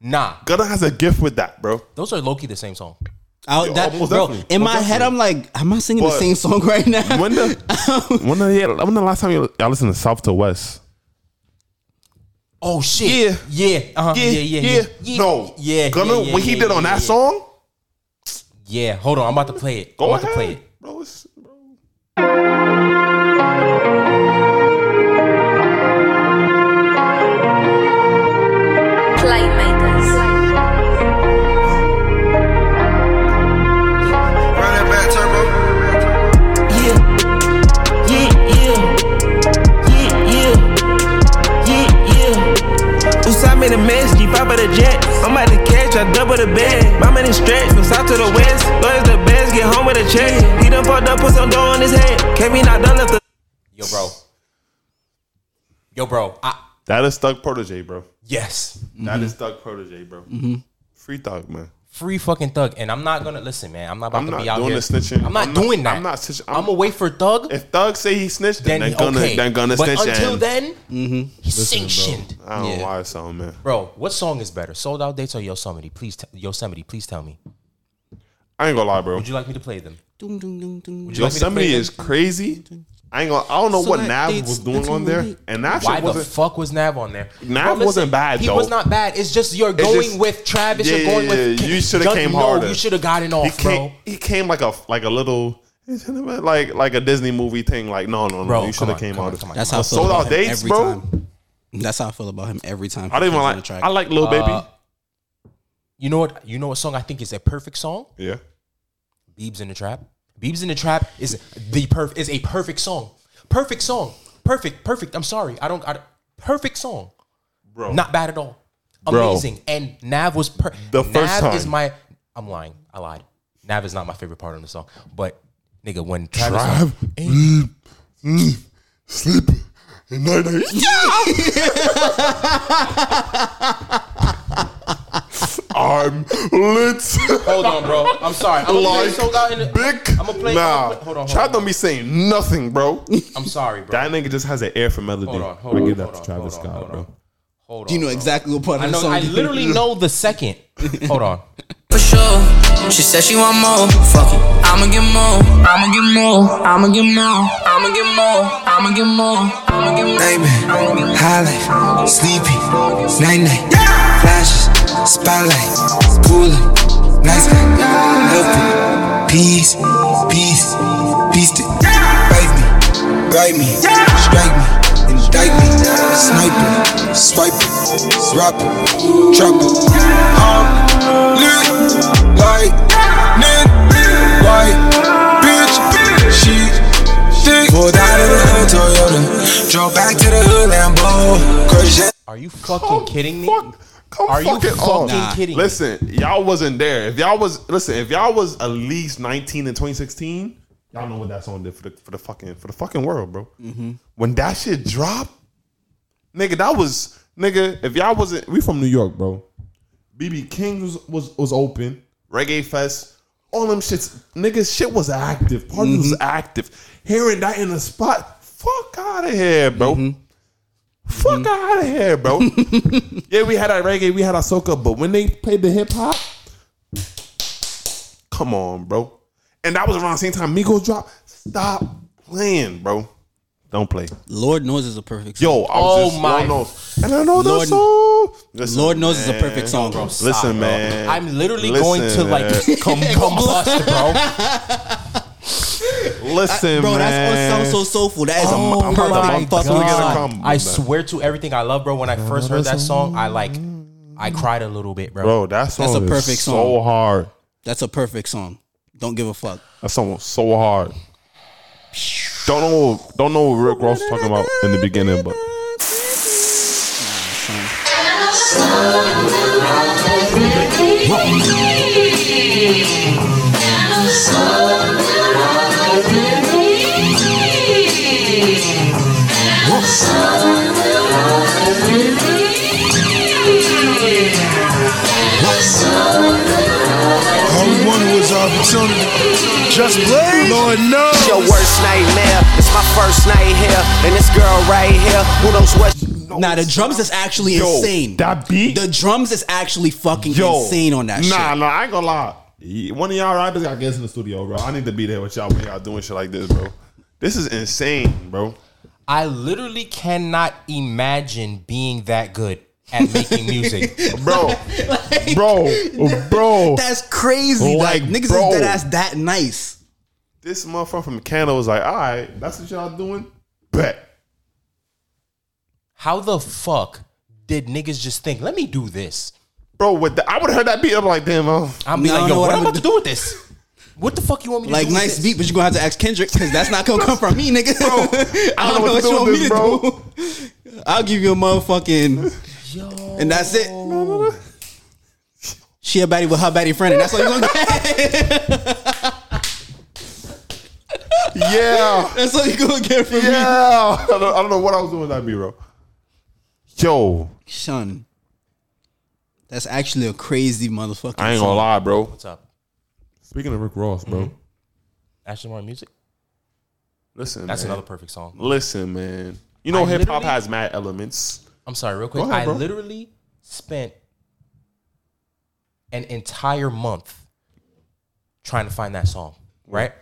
B: nah.
D: Gunna has a gift with that, bro.
B: Those are Loki the same song.
C: Out
D: Yeah,
C: that,
D: almost
C: bro,
D: definitely.
C: in my
D: Almost
C: head, I'm like, am I singing the
D: But-
C: same song right now?
D: When the when the, yeah, when the last time you I listened to South to West?
B: Oh shit. Yeah. Yeah. Uh-huh. Yeah. Yeah. Yeah.
D: No.
B: Yeah.
D: Gunna,
B: yeah, yeah,
D: what he
B: yeah,
D: did
B: yeah,
D: on that
B: yeah.
D: song?
B: Yeah. Hold on. I'm about to play it.
D: Go
B: I'm about
D: ahead,
B: to play it.
D: bro. It's, bro.
H: Playmakers.
I: Run it back, turbo.
F: Yeah, yeah, yeah, yeah, yeah, yeah, yeah. Usami the mess, G5 of the jet. I'm at the catch, I double the bag. My money stretched from south to the west. Lawyers the best, get home with a check. He done fucked up, put some dough on his head. Can't be not done left the
B: Yo, bro. Yo, bro. I
D: That is Thug Protege, bro.
B: Yes.
D: That is Thug Protege, bro.
B: Mm-hmm.
D: Free Thug, man.
B: Free fucking thug. And I'm not gonna listen, man. I'm not about
D: I'm
B: to
D: not
B: be out
D: doing
B: here.
D: the snitching.
B: I'm not
D: I'm not-
B: doing that.
D: I'm not snitching.
B: I'm,
D: I'm-
B: gonna wait for thug.
D: If Thug say he snitched, then,
B: Then
D: they're gonna,
B: okay.
D: they're gonna
B: but
D: snitch.
B: until
D: and
B: then,
D: Mm-hmm.
B: he's sanctioned.
D: I don't know why it's on, man.
B: Bro, what song is better? Sold Out Dates or Yosemite? Please, t- Yosemite. Please tell me.
D: I ain't gonna lie, bro.
B: Would you like me to play them?
C: Doom, doom, doom, doom.
B: Would you like me to play
D: Yosemite
B: them?
D: is crazy. I ain't gonna. I don't know
C: So
D: what
C: like,
D: Nav
C: it's-
D: was doing
C: it's
D: on there,
C: really-
D: and Nav
B: Why
D: shit
B: the
D: wasn't.
B: fuck was Nav on there?
D: Nav
B: Bro,
D: wasn't bad,
B: He
D: though.
B: was not bad. It's just you're
D: just-
B: going with Travis.
D: Yeah,
B: you're going
D: yeah,
B: with.
D: yeah. You shoulda
B: No,
D: came harder.
B: You should have gotten
D: he
B: off, bro.
D: came. He came like a like a little. Like like a Disney movie thing, like no no no,
B: Bro,
D: you should
B: come
D: have
B: on,
D: came
B: come
D: out.
B: on, come on.
C: That's how I feel
D: Sold
C: about
D: Out
C: him
D: Dates,
C: every
D: bro?
C: time. That's how I feel about him every time. he
D: I didn't
C: comes
D: even
C: on
D: like.
C: the track.
D: I like Lil
B: Uh,
D: Baby.
B: You know what? You know what song I think is a perfect song?
D: Yeah,
B: Biebs in the Trap. Biebs in the Trap is the perf is a perfect song. Perfect song. Perfect. Perfect. I'm sorry. I don't. I, don't- perfect song.
D: bro.
B: Not bad at all.
D: Bro.
B: Amazing. And Nav was per-
D: The first
B: Nav is
D: time.
B: my. I'm lying. I lied. Nav is not my favorite part on the song. But nigga, when Travis
D: Drive, leave, leave, sleep, and night night. I'm lit.
B: Hold on, bro. I'm sorry. I'm
D: like
B: like, so out in the,
D: big.
B: I'ma play-
D: Nah,
B: I'ma play- hold on, hold
D: Chad
B: on.
D: don't be saying nothing, bro.
B: I'm sorry, bro.
D: that nigga just has an air for melody.
B: hold on, hold
D: I
B: on.
D: give
B: hold
D: that
B: on,
D: to Travis
B: hold on,
D: Scott,
B: hold on.
D: bro.
B: Hold on.
C: You know
B: bro.
C: exactly what part
B: I
C: of the
B: know.
C: song.
B: I
C: you-
B: literally know the second. Hold on.
A: for sure. She said she want more. Fuck it. I'ma get more. I'ma get more. I'ma get more. I'ma get more. I'ma get more. I'ma get more. Baby, high life, sleepy, night night, flashes, spotlight, pool, nice guy, love peace, peace, beast it, bite me, bite me, strike me, indict me, sniper, swipe it, drop it, drop it. I'm lit like Nick White, bitch. She thick. Pulled out of the hood Toyota, drove back to the hood Lambo. Cause yeah.
B: Are you fucking
D: Come
B: kidding me?
D: Oh, fuck- come
B: Are you
D: fucking
B: fucking
D: on.
B: kidding me?
D: Listen, y'all wasn't there. If y'all was listen, if y'all was at least nineteen in twenty sixteen, y'all know what that song did for the for the fucking for the fucking world, bro.
B: Mm-hmm.
D: When that shit dropped, nigga, that was nigga. If y'all wasn't, we from New York, bro. BB King was was, was open. Reggae Fest. All them shits, niggas, shit was active. Party was
B: Mm-hmm.
D: active. Hearing that in the spot, fuck out of here, bro.
B: Mm-hmm.
D: Fuck out of here, bro. yeah, we had our reggae, we had our soca, but when they played the hip hop, come on, bro. And that was around the same time Migos dropped. Stop playing, bro. Don't play.
C: Lord knows is a perfect. Song.
D: Yo, I
B: Oh
D: was just,
B: my-
D: Lord knows. And I know that
C: Lord-
D: song. Listen,
C: Lord knows is a
D: man.
C: perfect song, bro.
D: Listen, man.
B: I'm literally going to
D: Listen,
B: like
D: man.
B: com- combust, bro.
D: Listen,
C: Bro,
D: man.
C: that's what sounds so soulful. That is
B: Oh
C: a perfect
B: my
C: I'm fucking with
B: God.
C: it.
D: come,
B: I
D: man.
B: swear to everything I love, bro. When I first heard that song, I like, I cried a little bit, bro.
D: bro. That song
C: a
D: is
C: perfect
D: so
C: song.
D: hard.
C: That's a perfect song. Don't give a fuck.
D: That song was so hard. Don't know, don't know what Rick Ross was talking about in the beginning, but
A: All we wanted was opportunity. Just play. Lord knows.
E: It's your worst nightmare. It's my first night here, and this girl right here, who knows what.
C: Nah, the drums is actually
D: Yo,
C: insane.
D: that beat?
C: The drums is actually fucking insane on that
D: Nah,
C: shit.
D: nah, I ain't gonna lie. Ye- One of y'all rappers got gets in the studio, bro. I need to be there with y'all when y'all doing shit like this, bro. This is insane, bro.
B: I literally cannot imagine being that good at making music.
D: Bro, bro, bro.
C: That's crazy. Like,
D: Like,
C: niggas
D: bro.
C: is dead ass that nice.
D: This motherfucker from Canada was like, all right, that's what y'all doing? Bet.
B: How the fuck did niggas just think? Let me do this.
D: Bro, with the, I would have heard that beat. I'm like, damn, oh.
B: I'm be
C: No, I
B: like,
C: know
B: yo,
C: what
B: what
C: I
B: I'm
C: would
B: about to do with this? What the fuck you want me to
C: Like
B: do? with
C: nice
B: this?
C: beat, but you're gonna have to ask Kendrick because that's not gonna come from me, nigga. I don't know what you want me to do. I'll give you a motherfucking, and that's it. She a baddie with her baddie friend, and that's all you gonna get.
D: yeah,
C: That's all you gonna get from me.
D: yeah. I don't, I don't know what I was doing with that beat, bro. Yo,
C: Son, that's actually a crazy motherfucker.
D: I ain't gonna lie, bro. Mm-hmm.
B: What's up?
D: Speaking of Rick Ross, bro.
B: Ashley Martin music.
D: Listen,
B: That's
D: man.
B: another perfect song.
D: Listen, man. You know,
B: I
D: hip hop
B: literally-
D: has mad elements.
B: I'm sorry, real quick.
D: Go ahead,
B: I
D: bro.
B: literally spent an entire month trying to find that song. Right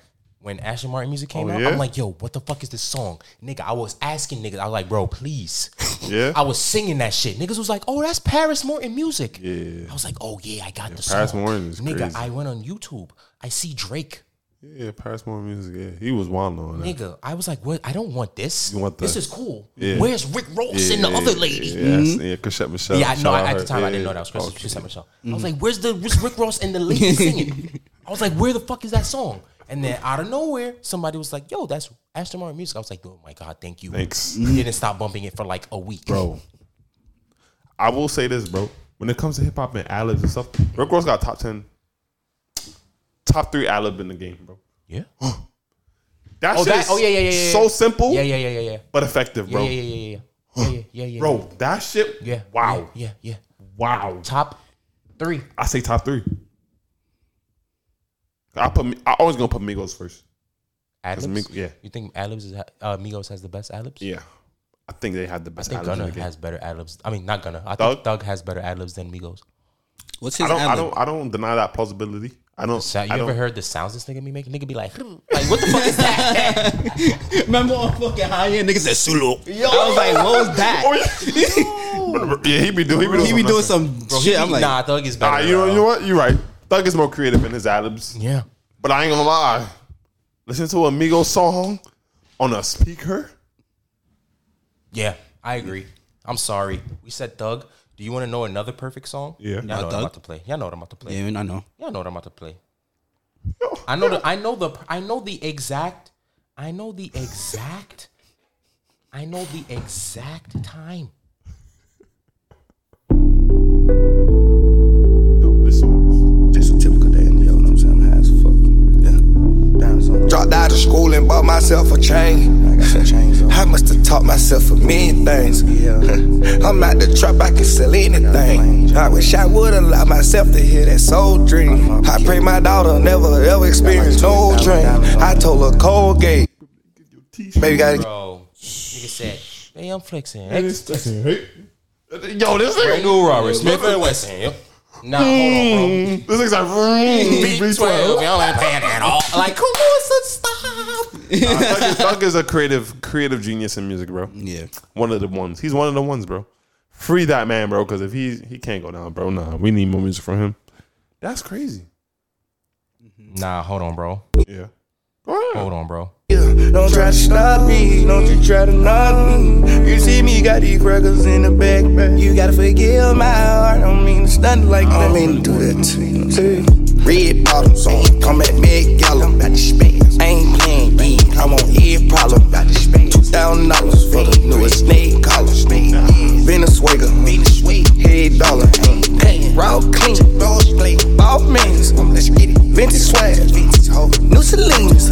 B: when Ashley Martin music came
D: Oh,
B: out,
D: yeah?
B: I'm like, yo, what the fuck is this song, nigga? I was asking niggas. I was like, bro, please.
D: Yeah.
B: I was singing that shit. Niggas was like, "Oh, that's Paris Morton music." Yeah. I was like, "Oh yeah, I got the song."
D: Paris Morton is
B: Nigga,
D: crazy.
B: I went on YouTube. I see Drake.
D: Yeah, Paris Moore music. Yeah, he was wild on that.
B: Nigga, I was like, "What? I don't want this.
D: You want
B: this
D: the-
B: is cool.
D: Yeah.
B: Where's Rick Ross
D: Yeah,
B: and the
D: yeah,
B: other
D: yeah,
B: lady?"
D: Yeah,
B: Yeah,
D: yeah, yes, yeah Chrisette Michelle.
B: I know.
D: shout
B: At
D: out
B: the
D: her. Oh,
B: time, I
D: Yeah,
B: didn't know that was Chris,
D: okay.
B: Chris Michelle. I was like, "Where's the where's Rick Ross and the lady singing?" I was like, "Where the fuck is that song?" And then out of nowhere, somebody was like, "Yo, that's Aston Martin music." I was like, "Oh my god, thank you."
D: Thanks.
B: Didn't stop bumping it for like a week,
D: bro. I will say this, bro. When it comes to hip hop and ad-libs and stuff, Rick Ross got top ten, top three ad-lib in the game, bro.
B: Yeah. Oh,
D: That shit
B: that-
D: is
B: oh, yeah, yeah, yeah, yeah,
D: so
B: yeah.
D: simple,
B: Yeah, yeah, yeah, yeah, yeah.
D: but effective,
B: Yeah,
D: bro.
B: yeah, yeah, yeah, yeah, yeah, yeah, yeah, yeah.
D: Bro, that shit.
B: Yeah.
D: Wow.
B: Yeah, yeah.
D: Wow.
B: Top three.
D: I say top three. I put. I always gonna put Migos first.
B: Adlibs.
D: Mig- yeah.
B: You think Adlibs is ha- uh, Migos has the best Adlibs?
D: Yeah, I think they had the
B: I
D: best
B: think
D: ad-libs in
B: Gunna
D: the game.
B: has better Adlibs. I mean, not Gunna. I
D: Thug?
B: think Thug has better Adlibs than Migos.
C: What's
D: I
C: his
D: don't. I
C: ad-lib?
D: don't. I don't deny that plausibility. I don't.
B: So, you
D: I
B: ever
D: don't.
B: heard the sounds this nigga be making? Nigga be like, "Hmm." like what the fuck is that?
C: Remember on fucking high end, niggas said Sulu. I was like, what was that?
D: Oh, yeah, he be doing. He be doing,
C: he be doing
D: something.
C: some shit. I'm like,
B: nah, Thug is better.
D: Nah, you know,
B: bro.
D: you know what? You're right. Thug is more creative in his ad-libs.
B: Yeah.
D: But I ain't gonna lie. Listen to a Migos song on a speaker.
B: Yeah, I agree. I'm sorry. We said Thug. Do you want to know another perfect song?
D: Yeah.
B: Y'all know
D: Not
B: what I'm
C: Thug?
B: about to play. Y'all know what I'm about to play.
C: yeah, man, I know.
B: Y'all know what I'm about to play. I know the I know the I know the exact I know the exact I know the exact time.
D: No, this song.
I: Just a typical day in the know what I'm saying? High as fuck. Yeah. Dimes on. Dropped out of school and bought myself a chain. I got some chains on. I must have taught myself a million things. Yeah. I'm out the trap, I can sell anything. I wish I would allow myself to hear that soul dream. I pray my daughter never ever experience no dream. I told her Colgate. Baby gotta
B: Bro, nigga said, hey, I'm flexing.
D: Yo,
B: Brand
D: this thing.
B: new Robert Smith and Wesson. Yep. Nah, hold on, bro.
D: This thing's like. Hmm.
B: B12, y'all ain't paying at all. Like, come on, son, stop.
D: Thug is- Thug is a creative, creative genius in music, bro.
C: Yeah.
D: One of the ones. He's one of the ones, bro. Free that man, bro. Because if he he can't go down, bro. Nah, we need more music from him. That's crazy.
B: Nah, hold on, bro.
D: Yeah. Go ahead.
B: Hold on, bro.
I: Yeah, Don't try to snub me, don't you try to knock me. You see me got these crackers in the backpack. You gotta forgive my heart, I don't mean to stun like that. I don't mean to do that to you. Red bottoms on, I'm at Met Gala. I'm about to spend. I ain't playing games, I'm on every problem. About to spend. Two thousand dollars for the newest snake collar. Venezuela, head dollar. Raw clean, ball means. Let's get it. Vintage swag, new Celine's.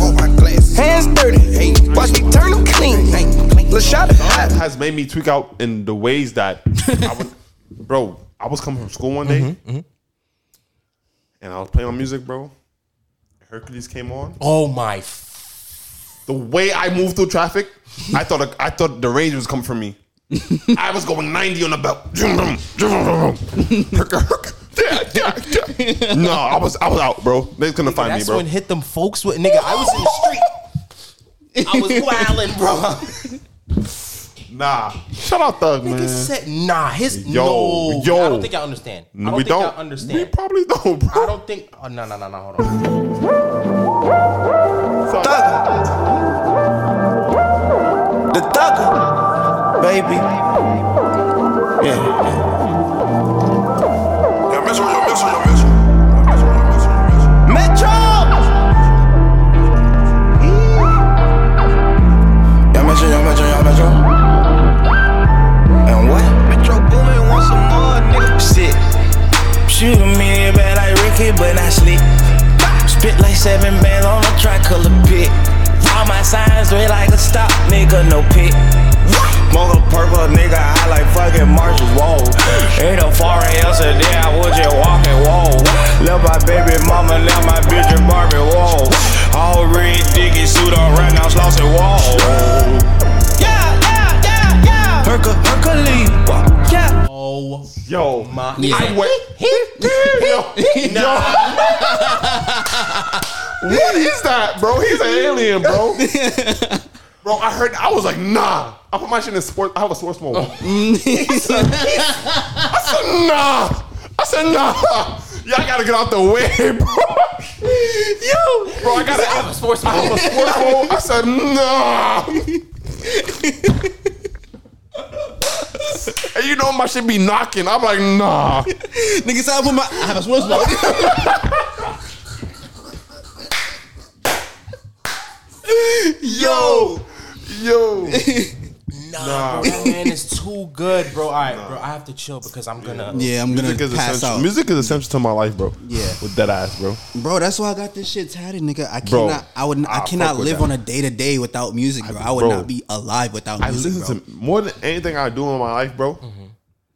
I: Hands dirty, watch me turn them clean. LaShada hot.
D: has made me tweak out in the ways that I would, bro. I was coming from school one day, and I was playing on music, bro. Hercules came on.
B: Oh my f-
D: The way I moved through traffic, I thought I thought the range was coming from me. I was going ninety on the belt. no, I was I was out, bro. They couldn't find me,
B: That's
D: bro.
B: when hit them folks with nigga. I was in the street. I was wilding, bro.
D: Nah, shut up, thug man.
B: Nigga said, nah, his
D: Yo,
B: no.
D: yo.
B: I don't think y'all understand. I don't
D: we
B: think y'all
D: don't We
B: understand.
D: probably don't, bro.
B: I don't think. Oh no no no no. Hold on.
I: Thugger. The thugger, baby. Yeah. Metro! Yeah, Metro, yeah, Metro, yeah, Metro. And what? Metro Boomin wants some more, nigga. Shit. Shoot me bad like Ricky, but not slick. Spit like seven bands on a tricolor pit. All my signs red like a stop, nigga, no pit.
J: Smoke a purple nigga, I like fucking Marshall. Whoa. Ain't a foreign else a day, I was just walking. Whoa. Left my baby mama, left my bitch and Barbie. Whoa. All red, dicky suit on right now, slossy. Whoa. Yeah, yeah, yeah, yeah. Herca, Hercules. Yeah.
B: Oh,
D: Yo,
B: my.
C: Yeah.
B: I went.
D: Yo. what is that, bro? He's an alien, bro. Bro, I heard. I was like, nah. I put my shit in sports. I have a sports mode. I said, nah. I said, nah. Y'all gotta get out the way, bro. Yo, bro, I gotta. I have a sports mode. I have a sports mode. I said, nah. and you know my shit be knocking. I'm like, nah.
C: Niggas, I put my. I have a Swiss ball.
D: Yo, yo.
B: Nah, bro, that man is too good, bro. All right, bro, I have to chill because I'm gonna.
C: Yeah, I'm gonna
D: Music is
C: pass
D: essential.
C: out,
D: Music is essential to my life, bro.
C: Yeah.
D: with that ass, bro.
C: bro. That's why I got this shit tatted, nigga. I cannot.
D: Bro,
C: I would. I,
D: I
C: cannot
D: fuck with
C: live
D: that.
C: on a day to day without music, bro. I, would
D: bro,
C: not be alive without
D: I
C: music,
D: listen
C: bro. Mm-hmm.
D: to more than anything I do in my life, bro.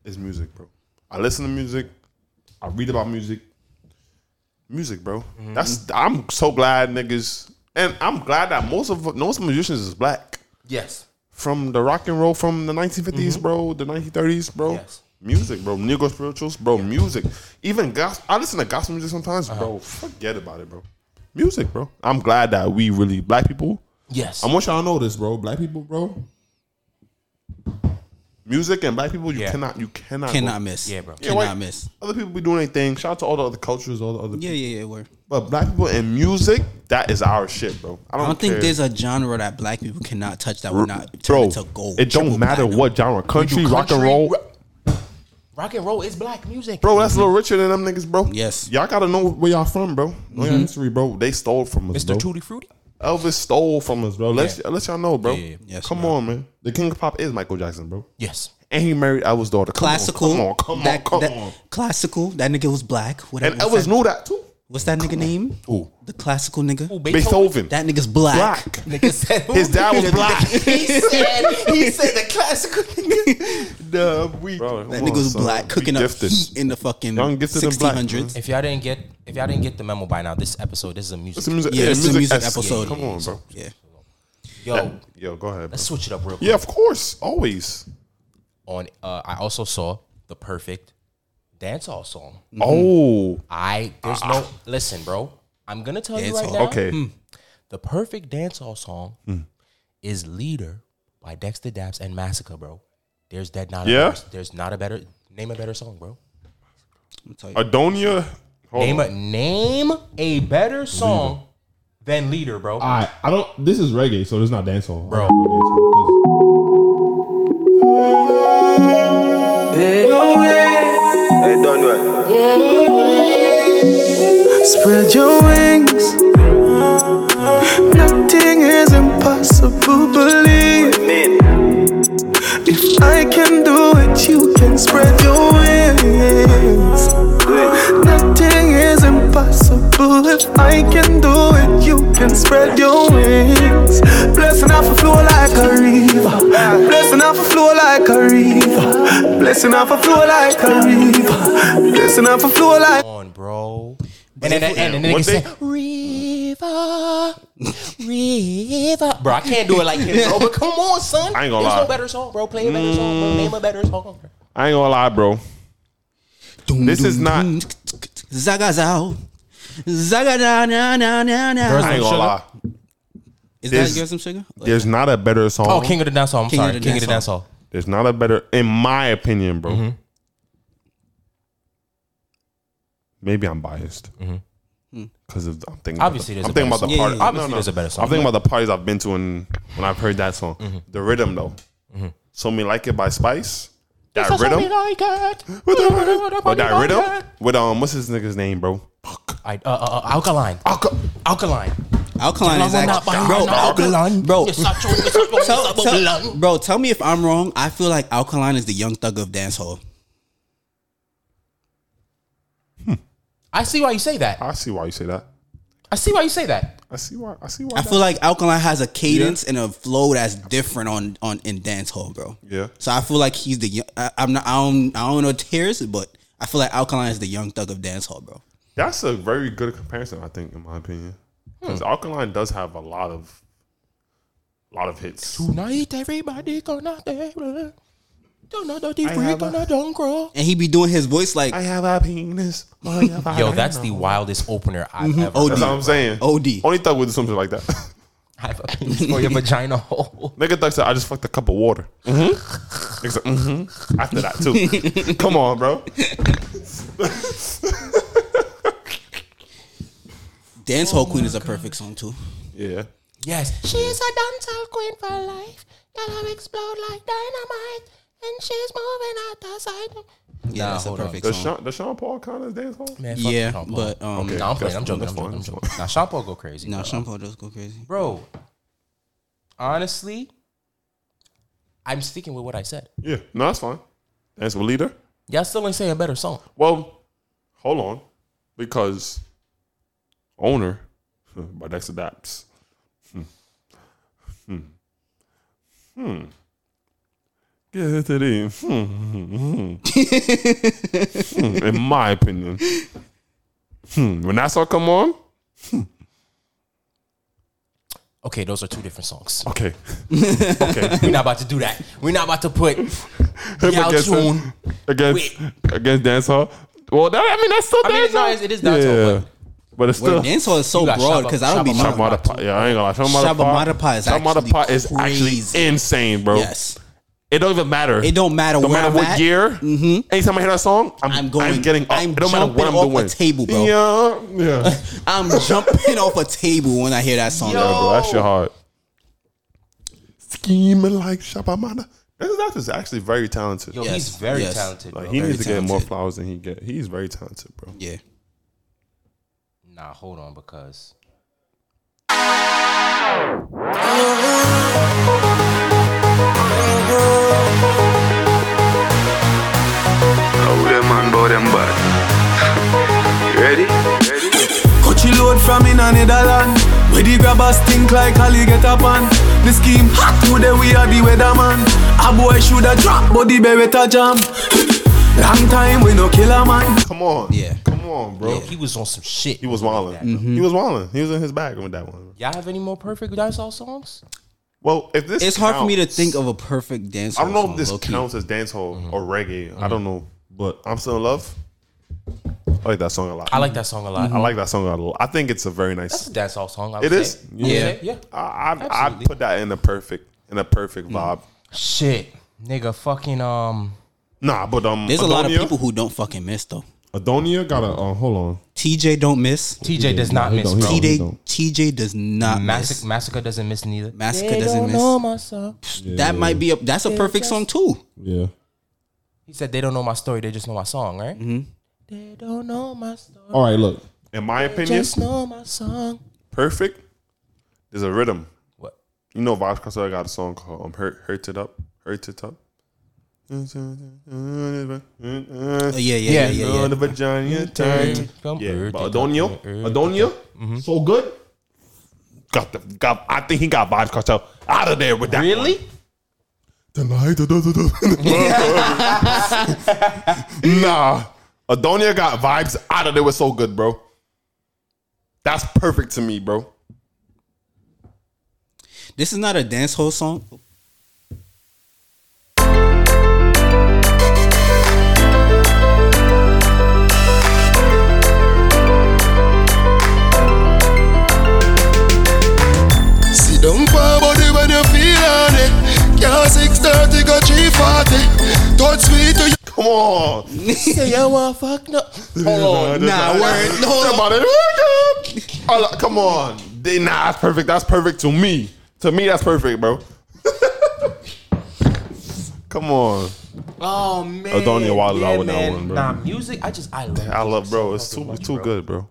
D: Is music, bro. I listen to music. I read about music. Music, bro.
C: Mm-hmm.
D: That's. I'm so glad niggas, and I'm glad that most of most musicians is black
B: Yes.
D: from the rock and roll from the 1950s,
C: Mm-hmm.
D: bro. The 1930s, bro.
B: Yes.
D: Music, bro. Negro spirituals, bro. Music. Even gospel. I listen to gospel music sometimes,
C: Uh-huh.
D: bro. Forget about it, bro. Music, bro. I'm glad that we really black people.
B: Yes.
D: I want y'all to know this, bro. Black people, bro. Music and black people, you
B: Yeah.
D: cannot, you cannot, go-
C: Cannot miss.
B: Yeah, bro. Yeah,
D: Yeah,
C: Cannot
D: white-
C: miss.
D: Other people be doing their thing. Shout out to all the other cultures, all the other.
C: Yeah, yeah, yeah. Word.
D: But black people and music, that is our shit, bro. I don't,
C: I don't think
D: care.
C: there's a genre that black people cannot touch that would not turn
D: bro.
C: into gold.
D: it
C: triple
D: don't matter
C: platinum.
D: what genre, country, rock and
B: country,
D: roll,
B: ro- Rock and roll is black music,
D: bro. That's a little richer than them niggas, bro.
C: Yes. Mm-hmm.
D: y'all gotta know where y'all from, bro. Know your history, bro. They stole from us, bro.
B: Mr. Tutti Frutti.
D: Elvis stole from us, bro. Let's let y'all know, bro.
C: Yes,
D: Come
C: bro.
D: on, man. The king of pop is Michael Jackson, bro.
B: Yes.
D: and he married Elvis' daughter. Come
C: classical.
D: on, come on, come
C: that,
D: on, come
C: that-
D: on.
C: Classical. That nigga was black. What,
D: And
C: what's
D: Elvis
C: that,
D: knew that too.
C: What's that nigga name?
D: Who?
C: The classical nigga.
B: Who,
D: Beethoven.
C: That nigga's black.
D: black.
B: Nigga said who?
D: His dad was black.
B: he said he said the classical nigga.
D: Duh, we,
C: That nigga's black. Cooking up heat in the fucking
D: Young, gifted, and black,
C: 1600s.
B: If y'all didn't get if y'all didn't get the memo by now, this episode this is a music.
D: It's a music,
C: Yeah,
D: yeah,
C: this is a
D: music,
C: music
D: essay.
C: episode.
D: Come on, bro.
C: Yeah.
B: Yo,
D: Yo, go ahead. Bro.
B: let's switch it up real quick.
D: Yeah, of course, always.
B: On uh, I also saw the perfect dancehall song.
D: Oh,
B: I there's no listen, bro. I'm gonna tell you right
C: Dancehall.
B: now.
D: okay. Hmm.
B: The perfect dancehall song is "Leader" by Dexter Daps and Massacre, bro. There's that not.
D: Yeah?
B: A better, there's not a better name. A better song, bro.
C: I'm telling you.
D: Adonia. Hold
B: Name
D: on.
B: a name a better song than "Leader," bro.
D: I I don't. This is reggae, so there's not dancehall,
B: Bro.
F: Spread your wings. Nothing is impossible, believe. If I can do it, you can spread your wings. Nothing is impossible. If I can do it, you can spread your wings. Blessing off a flow like a river. Blessing off a flow like a river. Blessing off a flow like a river. Blessing off a flow like
B: Come on, bro. And then, and then, and then
D: What
B: they
D: they-
B: say, River, River. Bro, I can't do it like him, bro. But come on, son.
D: I ain't
B: There's
D: gonna lie.
B: no better song, bro. Play a better song, bro. Name a better song.
D: I ain't gonna lie, bro.
C: Doom,
D: This is
C: doom,
D: not-
C: doom. Zaga's out. Zaga na na na na na.
D: I ain't gonna lie.
C: Is
D: There's-
C: that you got some sugar?
D: There's not a better song.
B: Oh, King of the Dancehall. I'm
C: King of
B: sorry.
C: the
B: King of the
C: Dancehall.
B: Dancehall.
D: There's not a better, in my opinion, bro.
B: Mm-hmm.
D: Maybe I'm biased because of I'm thinking.
B: Mm-hmm. Obviously, there's
D: about the,
B: a
D: I'm thinking about
B: better song.
C: Yeah, yeah,
D: the party.
C: yeah.
D: I'm-
B: Obviously, there's a better song. Mm-hmm.
D: I'm thinking about the parties I've been to and when I've heard that song. The rhythm though, "So Me Like It" by Spice. That rhythm, With the- but that rhythm with um, what's his nigga's name, bro?
B: I, uh, uh, uh, alkaline.
D: Alka-
B: Alkaline.
C: Alkaline is
B: Not
C: actually.
B: by-
C: Bro,
B: not alkaline.
C: bro.
B: Yes, I chose- yes, I chose-
C: Tell,
B: yes, I
C: tell,
B: chose-
C: bro, tell me if I'm wrong. I feel like Alkaline is the young thug of dancehall.
B: I see why you say that.
D: I see why you say that.
B: I see why you say that.
D: I see why. I see why.
C: I
D: that-
C: feel like Alkaline has a cadence and a flow that's different on on in dancehall, bro.
D: Yeah.
C: So I feel like he's the young- I, I'm not I don't I don't know Terrence, but I feel like Alkaline is the young thug of dancehall, bro.
D: That's a very good comparison, I think, in my opinion. Because Alkaline does have a lot of, lot of hits.
B: Tonight everybody gonna dance. Don't know the
D: I
B: freak
D: have
B: gonna don't grow.
C: And he be doing his voice like I
D: have a penis.
B: Yo, that's the wildest opener I've
C: Mhm.
B: ever.
C: OD.
D: That's what I'm saying.
C: OD.
D: Only thug would do something like that.
B: I have a penis for your vagina hole.
D: Nigga thug said, "I just fucked a cup of water." Mm-hmm. mm-hmm. After that too. Come on, bro.
C: Dancehall Queen
B: Oh
C: is a perfect song too.
D: Yeah.
B: Yes,
K: She's a dancer queen for life. That'll explode like dynamite. And she's moving out the side.
C: Yeah, that's a
B: hold on.
C: perfect
D: Does
C: song.
D: Sean, does Sean Paul kind of dance hall?
B: man. fuck
C: yeah,
B: Sean Paul.
C: but um,
D: Okay.
B: Nah, I'm playing.
D: that's
B: I'm joking. I'm
D: fine,
B: joking. I'm
D: that's
B: joking. Now Sean Paul go crazy.
C: no,
B: bro.
C: Sean Paul does go crazy.
B: bro. Honestly, I'm sticking with what I said.
D: Yeah. No, that's fine. Dance with leader.
B: Y'all still ain't saying a better song.
D: Well, hold on, because owner by Dex adapts. Hmm. Hmm. Hmm. Get it to the- hmm. Hmm. Hmm. In my opinion, hmm. when that song come on,
B: Okay, those are two different songs.
D: okay,
B: We're not about to do that. We're not about to put
D: Him
B: Yao
D: against
B: Chun.
D: against against dance hall. Well, that, I mean that's still
B: I mean,
D: dance
B: it's not-
D: hall.
B: it is dance hall,
D: Yeah. but it's
C: Wait,
D: still
C: dancehall is so
B: You got
C: broad
B: Shabba-
C: because I don't be
B: Shabba
C: knowing.
B: Mara.
D: Shabba Mata- Yeah, I ain't gonna lie. Shabba
C: Shabba
D: Mata
C: Mata Pie
D: Pie
C: is
D: Shabba Mata
C: actually
D: Pie is actually
C: crazy.
D: insane, bro.
C: Yes,
D: It don't even matter.
C: It don't matter
D: No
C: where
D: matter
C: I'm
D: what
C: at. Mm-hmm.
D: year. Anytime I hear that song, I'm,
C: I'm
D: I'm
C: going-
D: getting up.
C: I'm
D: it don't matter what I'm
C: jumping off
D: doing.
C: a table, bro.
D: Yeah, yeah.
C: I'm jumping off a table when I hear that song. bro.
D: bro, that shit hard. Scheming like Shabba Mata. This doctor's actually very talented.
B: Yo,
C: Yes,
B: he's very
C: yes.
B: talented. Bro.
D: like he
C: very
D: needs to get more
C: talented.
D: flowers than he get. He's very talented, bro.
C: Yeah,
B: nah, hold on, because
J: Oh, them man, boy, them bad. Ready?
F: Coachy load from in a Netherland. Where the grabbers think like Ali get up on. The scheme hot today, we are the weatherman. A boy should have dropped, but the beretta jam. Long time we no kill a man.
D: Come on,
C: Yeah. Mm-hmm.
D: Come on, bro.
B: yo, he was on some shit.
D: He was wilding. He was wilding. He was in his bag with that one.
B: Y'all have any more perfect dancehall songs?
D: Well, if this
C: it's hard for me to
D: counts-
C: think of a perfect dance.
D: I don't know
C: song,
D: if this
C: low-key. Mm-hmm.
D: counts as dancehall or reggae. I don't know, but I'm still in love. I like that song a lot.
B: I like that song a lot.
D: I like that song a lot. I think it's a very
B: That's
D: nice.
B: a dancehall song. I
D: Mm-hmm. It
B: would
D: is?
B: say. I would
C: Yeah.
B: say, yeah.
D: I I I'd
B: Absolutely.
D: put that in a perfect in a perfect
C: Mm-hmm.
D: vibe.
B: Shit, nigga, fucking um,
D: Nah, but um,
C: There's a lot of
D: Adonia-
C: people who don't fucking miss though.
D: Adonia got a uh, hold on.
C: TJ don't miss.
B: TJ does not
D: he
B: miss,
D: don't- he
B: bro.
D: don't-
C: TJ TJ does not
B: Massic
C: miss.
B: Massacre doesn't miss neither.
C: Massacre
B: They
C: doesn't
B: don't
C: miss.
B: Know my song.
C: That might be a that's a perfect song too.
D: Yeah,
B: He said they don't know my story. They just know my song, right?
D: Mm-hmm.
B: They don't know my story.
D: All right, look. In my opinion,
B: Just know my song.
D: perfect is a rhythm.
B: What?
D: You know, Vibes Cartel got a song called um, "Hurt Hurt It Up." Hurt it up.
C: Oh, yeah, yeah, yeah,
B: Yeah.
C: yeah, yeah.
D: the vagina turn.
B: Come
D: Yeah,
B: hurt
D: but
B: it
D: Adonio,
B: up, hurt it
D: Adonio, so good. Got the got. I think he got Vibes Cartel out of there with that.
B: Really?
D: one. nah, Adonia got vibes out of there. Was so good, bro. That's perfect to me, bro.
C: This is not a dance hall song.
I: Sit down for body when you feel on it. Yeah, 630 go 340. Don't sweet to you.
D: Come on.
B: Say I want fuck no. Hold on.
C: Nah, word. No, hold on.
D: Come on. Hold on, Come on. They- Nah, that's perfect. That's perfect to me. To me, that's perfect, bro. Come on.
B: Oh man.
D: Adonia wilded out with that
B: man.
D: one, bro.
B: Nah, music. I just I love.
D: I love,
B: music
D: bro.
B: so
D: It's
B: fucking
D: too,
B: much,
D: it's too
B: bro.
D: good, bro.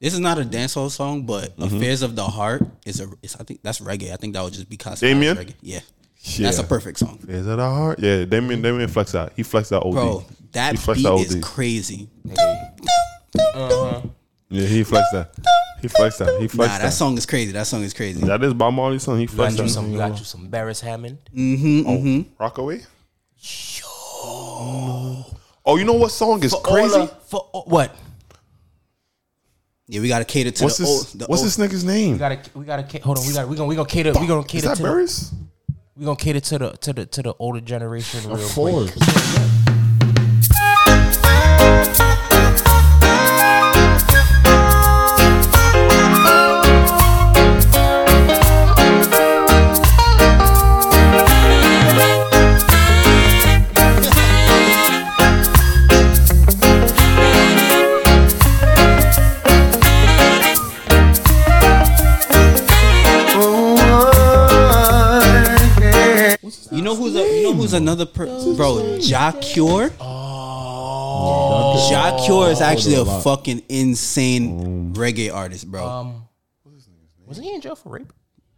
C: This is not a dancehall song, but
D: Mm-hmm.
C: Affairs of the Heart is a. It's, I think that's reggae. I think that would just be classified
D: Damien?
C: as reggae. Yeah,
D: Yeah.
C: that's a perfect song,
D: Is it a heart? Yeah, Damien, Damien flex out. He flexed out OD.
C: bro. That
D: he flexed
C: beat
D: out OD.
C: is crazy.
D: yeah, he flexed that. He flexed that. He flexed
C: Nah,
D: that.
C: that song is crazy. That song is crazy.
D: That is Bob Marley's song. He
B: You got
D: flexed
B: you
D: that.
B: some, you got you some Barris Hammond.
C: Mm-hmm.
D: Oh, Rockaway. Oh, you know what song is crazy?
B: for all- what?
C: Yeah, we gotta cater to
D: What's
C: the
D: this-
C: old. The
D: what's
C: old-
D: this nigga's name?
B: We gotta, we gotta, ca- hold on. We gotta, we gonna, we gonna cater, we gonna cater
D: that
B: to
D: Barris?
B: the, we gonna cater to the, to the, to the older generation. Real
D: Of
B: quick.
D: course.
C: You know who's a, you know who's another person, bro? Jacure. Oh, Jacure is actually a fucking insane reggae artist, bro.
B: Um, wasn't he in jail for rape?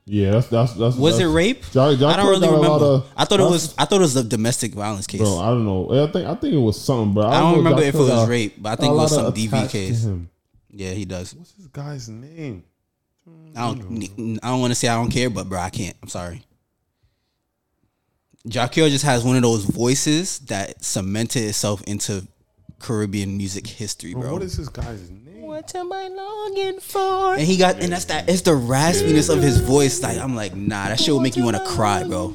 D: Yeah, that's that's that's.
C: was it
D: that's-
C: rape?
D: Ja- Ja
C: I don't
D: Cole
C: really
D: got a lot
C: remember.
D: of-
C: I thought it
D: Huh?
C: was I thought it was a domestic violence case.
D: Bro, I don't know. I think I think it was something, bro.
C: I don't
D: know
C: remember
D: Ja
C: if it
D: Cole
C: was
D: got
C: rape, but I
D: a
C: think it was
D: lot
C: some
D: of
C: DV
D: attached to
C: case.
D: him.
C: yeah, he does.
D: What's this guy's name?
C: I don't I don't want to say I don't care, but bro, I can't. I'm sorry. Jacure just has one of those voices that cemented itself into Caribbean music history,
D: Bro,
C: bro.
D: what is this guy's name?
B: What am I longing for?
C: and he got, and that's that. It's the raspiness of his voice. Like I'm like, nah, that shit will make you want to cry, bro.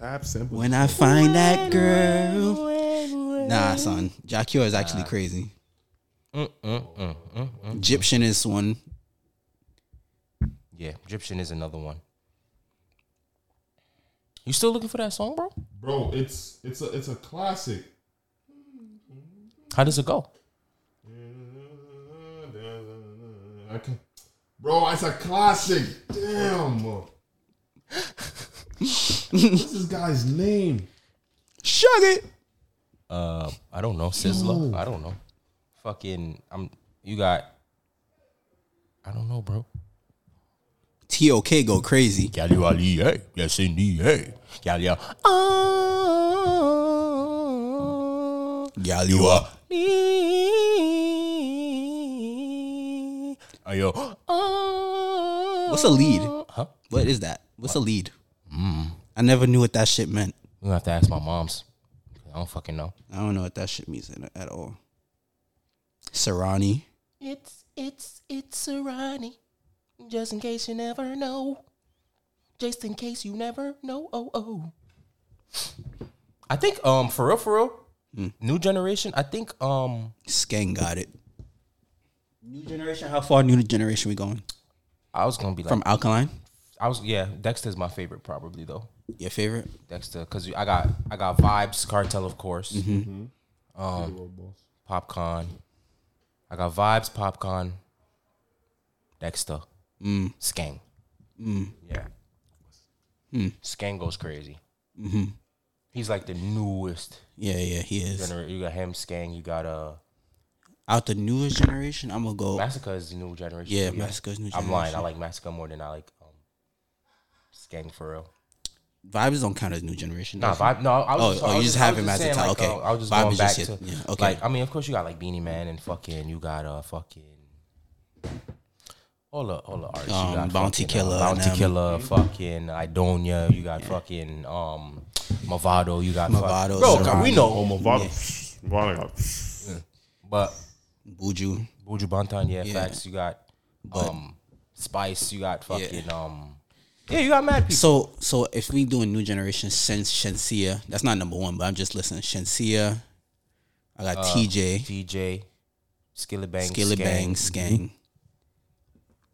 D: Fab Simple.
C: When I find that girl, nah, son. Jacure is actually crazy. Egyptian is one.
B: Yeah, Egyptian is another one. You still looking for that song, bro?
D: Bro, it's it's a it's a classic.
B: How does it go?
D: I can- Bro, it's a classic. Damn. What's this guy's name?
C: Shug it.
B: Uh, I don't know, Sizzler. I don't know. Fucking, I'm. You got. I don't know, bro.
C: Tok go crazy.
B: Yalu Ali, hey, yes indeed, hey, uh, Yalu. Oh,
C: Yaliwa.
B: ayo.
C: What's a lead?
B: Ah, Huh?
C: What is that? What's a lead? I never knew what that shit meant.
B: We gonna have to ask my mom's. I don't fucking know.
C: I don't know what that shit means at- at all. Serrani.
K: It's, it's, it's Serrani. Just in case you never know. Just in case you never know. Oh, oh.
B: I think um for real for real, new generation. I think um
C: Skang got it. New generation. How far new generation we going?
B: I was gonna be like
C: From Alkaline,
B: I was yeah Dexter's my favorite probably though
C: your favorite.
B: Dexter because I got I got vibes Cartel of course
C: Mm-hmm.
B: um Popcorn I got vibes Popcorn Dexter
C: Mm.
B: Skang yeah
C: Hmm.
B: Skang goes crazy
C: Mm-hmm.
B: he's like the newest
C: Yeah, yeah, he is.
B: gener- you got him Skang you got uh
C: Out the newest generation, I'm gonna go.
B: Massacre is the new generation.
C: Oh. Yeah,
B: too,
C: Massacre's new
B: I'm lying. I
C: generation.
B: like Massacre more than I like um, Skang for real.
C: Vibes don't count as new generation.
B: Nah,
C: does it?
B: vibe. No, I
C: Oh,
B: was
C: oh,
B: I
C: you
B: was
C: just
B: I
C: have
B: was
C: him as a
B: saying,
C: title,
B: like,
C: okay.
B: uh, I was just
C: Vibe
B: going
C: is
B: back
C: just
B: to
C: it. Yeah, okay.
B: like I mean, of course you got like Beanie Man and fucking you got uh fucking all the all the artists.
C: Um,
B: you got
C: Bounty
B: fucking,
C: Killer
B: uh,
C: and
B: Bounty
C: them.
B: Killer, fucking Idonia. You got fucking um Movado. You got
C: Movado,
B: fucking, bro. We
C: Serrano.
B: know,
D: Movado. Movado got-
B: but
C: Buju.
B: Buju Bantan, yeah,
C: Yeah.
B: facts. You got um Spice, you got fucking um Yeah, you got mad people.
C: So, so if we doing new generation, since Shensia, that's not number one, but I'm just listening. Shensia, I got
B: Uh,
C: TJ,
B: DJ, Skillet Bang,
C: Skillet
B: Skang.
C: Bang,
B: Mm-hmm.
C: Skang.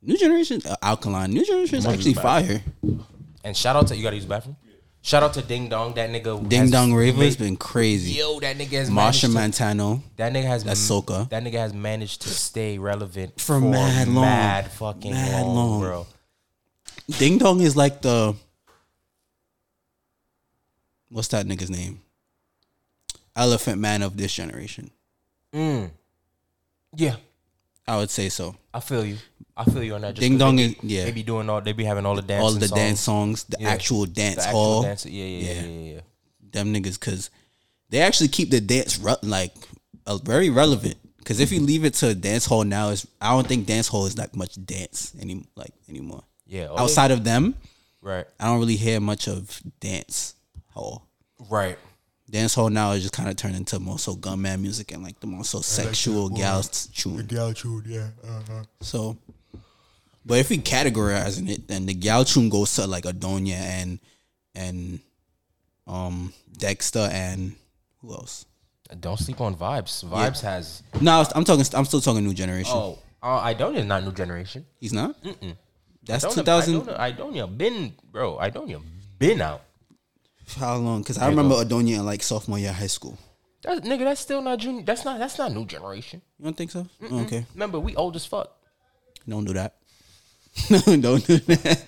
C: New generation, uh, Alkaline. New generation is actually fire.
B: And shout out to you gotta use the bathroom? Shout out to Ding Dong, that nigga
C: Ding
B: has
C: Dong Raver has
B: made-
C: been crazy.
B: Yo, that nigga has
C: Marsha
B: managed to-
C: Montano.
B: That nigga has
C: That's
B: m-
C: Soca.
B: That nigga has managed to stay relevant
C: For mad long.
B: mad fucking
C: Mad
B: long,
C: long.
B: bro.
C: Ding Dong is like the what's that nigga's name? Elephant Man of this generation.
B: Mm. Yeah,
C: I would say so.
B: I feel you. I feel you on that. just
C: Ding
B: 'cause
C: Dong
B: they
C: is
B: be-
C: yeah.
B: They be doing all. They be having all the dance.
C: all the dance songs, the
B: Yeah.
C: actual dance
B: The actual
C: hall,
B: dance- Yeah, yeah, yeah,
C: Yeah.
B: yeah, yeah. yeah.
C: them niggas, because they actually keep the dance re- like uh, very relevant. Because
B: Mm-hmm.
C: if you leave it to dance hall now, is I don't think dance hall is that much dance any like anymore.
B: Yeah, oh,
C: outside
B: yeah.
C: of them,
B: Right.
C: I don't really hear much of dance hall.
B: Right.
C: Dance hall now is just kind of turned into more so gunman music and like the more so sexual gals tune.
B: gal tune, yeah. Uh-huh.
C: So, but if we categorizing it, then the gal tune goes to like Adonia and and um Dexter and who else?
B: Don't sleep on vibes. Vibes has.
C: No, I'm talking. I'm still talking new generation.
B: Oh, uh, Idonia's not new generation.
C: He's not?
B: Mm-mm.
C: That's
B: Idonia-
C: 2000
B: Idonia, Idonia been bro. Idonia been out.
C: How long? Because I
B: Yeah,
C: remember Adonia in like sophomore year of high school.
B: That, nigga, that's still not junior. That's not. That's not new generation.
C: You don't think so?
B: Mm-mm.
C: Okay.
B: Remember, we old as fuck.
C: Don't do that. No, don't do that.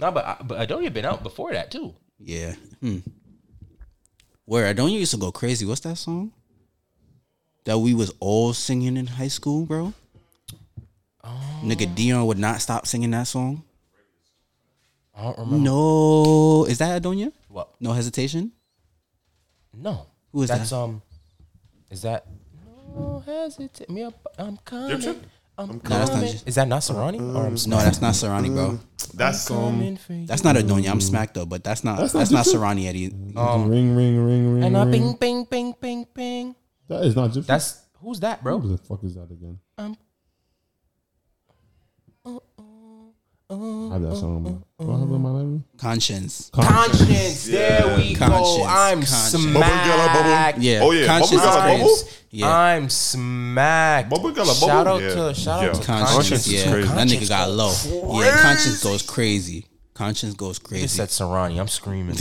B: Nah, but I- but Adonia been out before that too.
C: Yeah. Hmm. Where Adonia used to go crazy. What's that song? That we was all singing in high school, bro.
B: Oh.
C: Nigga Dion would not stop singing that song.
B: I don't remember.
C: No, is that Adonia?
B: What?
C: No hesitation.
B: No.
C: Who is
B: That's,
C: that?
B: um. Is that? No hesitate. Me up. I'm coming.
K: trip?
B: I'm,
C: No, that's not.
B: coming.
C: Just,
B: is that not Serrani? Or I'm
C: no,
B: smacked?
C: that's not Serrani, bro.
D: That's um.
C: That's not Adonia. I'm smacked though, but that's not. That's,
D: That's
C: not
D: not Gypsy.
C: Serrani Eddie.
B: Oh.
D: ring, ring, ring, ring.
B: And I
D: ring.
B: bing bing bing bing bing.
D: That is not Gypsy.
B: That's who's that, bro?
D: Who the fuck is that again?
B: Oh,
D: I have that song. in my- Do I have it in my library?
C: Conscience.
B: Conscience. There we go.
C: Conscience.
B: I'm
C: Conscience.
B: smacked.
C: Bubble Gala Bubble? Yeah. Oh, yeah. Conscience Bubble Gala is Bubble? crazy. Yeah.
B: I'm smacked.
D: Bubble Gala Bubble?
B: Shout out
D: Yeah.
B: to shout
D: Yeah.
B: out to
C: Conscience,
B: conscience.
C: yeah,
B: too.
C: that
B: Conscience
C: nigga got
B: goes
C: low.
B: crazy.
C: Yeah, conscience goes crazy. Conscience goes
B: You
C: crazy.
B: said Serrani. I'm screaming.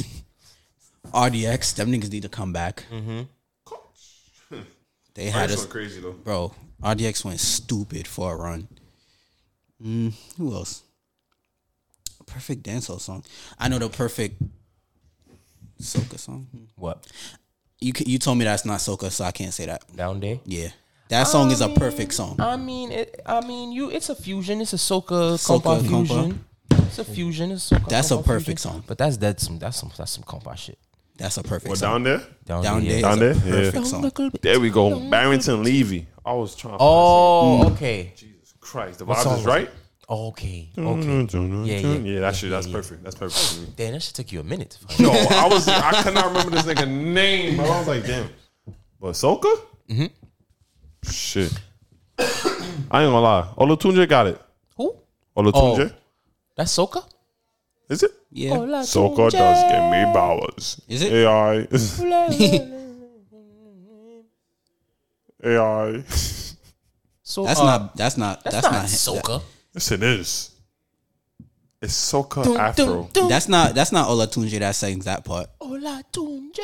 C: RDX, them niggas need to come back.
B: mm-hmm.
C: They had
D: RDX
C: us
D: went crazy, though.
C: bro. RDX went stupid for a run. Mm, who else? Perfect dancehall song. I know the perfect soca song.
B: What?
C: You c- you told me that's not soca, so I can't say that.
B: Down day.
C: Yeah, that song
B: I
C: is a
B: mean-
C: perfect song.
B: I mean, it, I mean, you. It's a fusion. It's a soca compa
C: Soca, compa.
B: fusion. It's a fusion. It's a soca.
C: That's a
B: compa
C: perfect
B: fusion.
C: song.
B: But that's that's some that's some that's some compa shit.
C: That's a perfect
D: What
C: song.
D: down there?
B: Down,
C: Down
B: there.
C: Day
D: Down there.
C: is a
D: Yeah.
C: perfect song.
D: There we go. Barrington Levy. I was trying. to
B: Oh,
C: Mm.
D: pronounce it.
B: okay.
D: Jesus Christ, the
B: What song
D: vibe
B: was
D: is
B: it?
D: right.
B: Okay.
D: Dun,
B: Okay.
D: dun, dun,
B: Yeah, yeah. Oh,
D: dun. Yeah, that shit. That's perfect. That's perfect. for me.
B: Damn, that shit took you a minute. To find.
D: No, I was. I could not remember this nigga name, bro. I was like, damn. But Soka?
B: Mhm.
D: Shit. I ain't gonna lie. Olatunje got it.
B: Who? Oh.
D: Olatunje?
B: That's soca.
D: Is it?
C: Yeah.
D: Soka does give me powers.
C: Is it?
D: AI. AI.
B: So
C: That's
B: uh,
C: not. That's not.
B: That's,
C: That's,
B: not,
C: not
B: soca.
D: Yes, it is. It's Soka
B: Dun, dun,
D: Afro.
B: dun.
C: That's not that's not Olatunji that sings that part.
B: Hola, Tunje.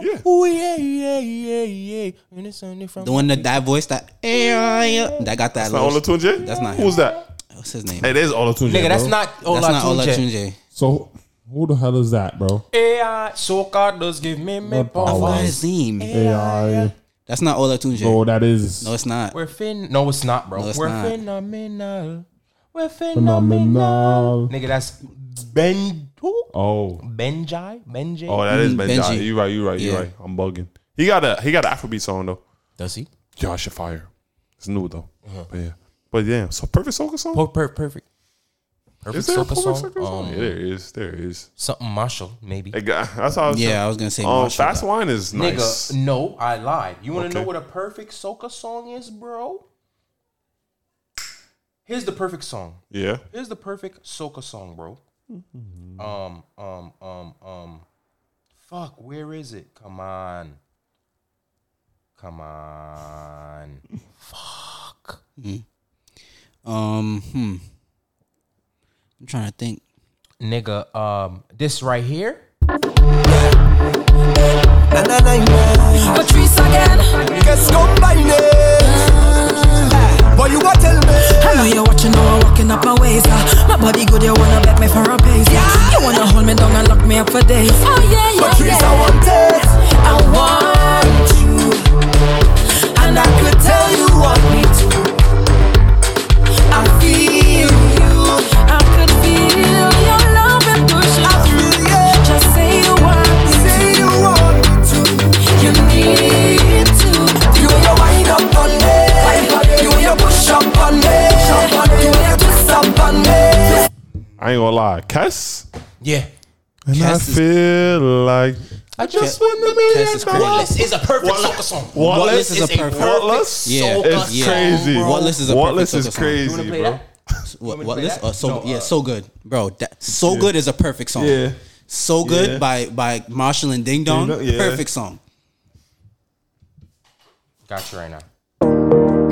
D: Yeah.
B: Ooh, yeah, yeah, yeah, yeah. And it's only from
C: The one that that voice that eh, ah, yeah, that got that.
D: That's not
C: little-
D: Olatunje?
C: That's not him.
D: Who's that?
C: What's his name?
D: It is Olatunje.
B: nigga. That's
D: bro.
B: not Hola,
C: that's not
B: Tunje.
C: Olatunji.
D: So, who the hell is that, bro?
B: AI soca does give me me powers.
C: Azim.
D: AI.
C: That's not Olatunji.
D: Oh, that is.
C: No, it's not.
B: We're fin. No, it's not, bro.
C: No, it's
B: We're
C: not.
B: phenomenal. We're phenomenal.
D: Phenomenal.
B: Nigga, that's Ben. Who?
D: Oh.
B: Benjai. Benjai.
D: Oh, that is
C: Mm,
D: Benji.
C: Benji.
D: You right, you right, you
C: Yeah.
D: right. I'm bugging. He got a he got an Afrobeat song though.
B: Does he?
D: Y'all should fire. Uh-huh. It's new though. But yeah. But yeah, so perfect soca song?
B: Per- per- perfect.
D: is
B: Perfect
D: there a
B: soca
D: perfect
B: song.
D: soca song?
B: Um,
D: yeah, there is. There is.
B: Something Marshall, maybe.
D: It got- that's how.
C: Yeah, I was gonna say
D: Oh,
C: Marshall,
D: fast
C: but-
D: wine is nice.
B: Nigga, no, I lied. You want to
D: Okay.
B: know what a perfect soca song is, bro? Here's the perfect song.
D: Yeah.
B: Here's the perfect soca song, bro. Um, um, um, um. Fuck, where is it? Come on. Come on. Fuck.
C: Um, hmm. I'm trying to think.
B: Nigga, um, this right here.
L: Patrice again. Guess combined. Boy, you gotta tell me. Ah. Hello, you're watching how I'm walking up my ways. ah. My body good, you wanna bet me for a pace. Yeah. You wanna hold me down and lock me up for days. Oh, yeah, yeah. Patrice, I want it. I want you. And I could tell you want me to. I feel you. I could feel your love and push I feel you. Just say you want me to. Say you want me to. You need to. You and your wine up on me.
D: I ain't gonna lie, Cass.
B: Yeah.
D: And
B: Cass
D: I
B: is-
D: feel like
B: I just want to be
C: Cass is
B: that
C: crazy.
B: Wallace is a perfect soca song.
C: Wallace is a perfect-
D: Wallace.
C: Yeah,
D: it's
C: yeah.
D: crazy.
C: Wallace is a
D: Wallace
C: perfect
D: is
C: soca song. You
D: crazy,
C: wanna play
D: bro.
C: that? What,
B: play
C: Wallace?
B: that?
C: Uh, so
B: No,
C: yeah, so good, bro. That so
D: Yeah.
C: good is a perfect song.
D: Yeah.
C: So good
D: Yeah.
C: by by Marshall and Ding Dong.
D: Ding Dong, yeah.
C: Perfect song.
B: Got you right now.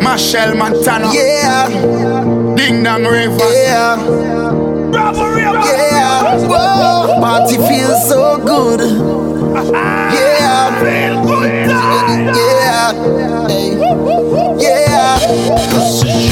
M: Marshall Montana. Yeah. Ding Dong River. Yeah. Yeah. Whoa. Party feels so good. Yeah. Yeah. Hey. Yeah.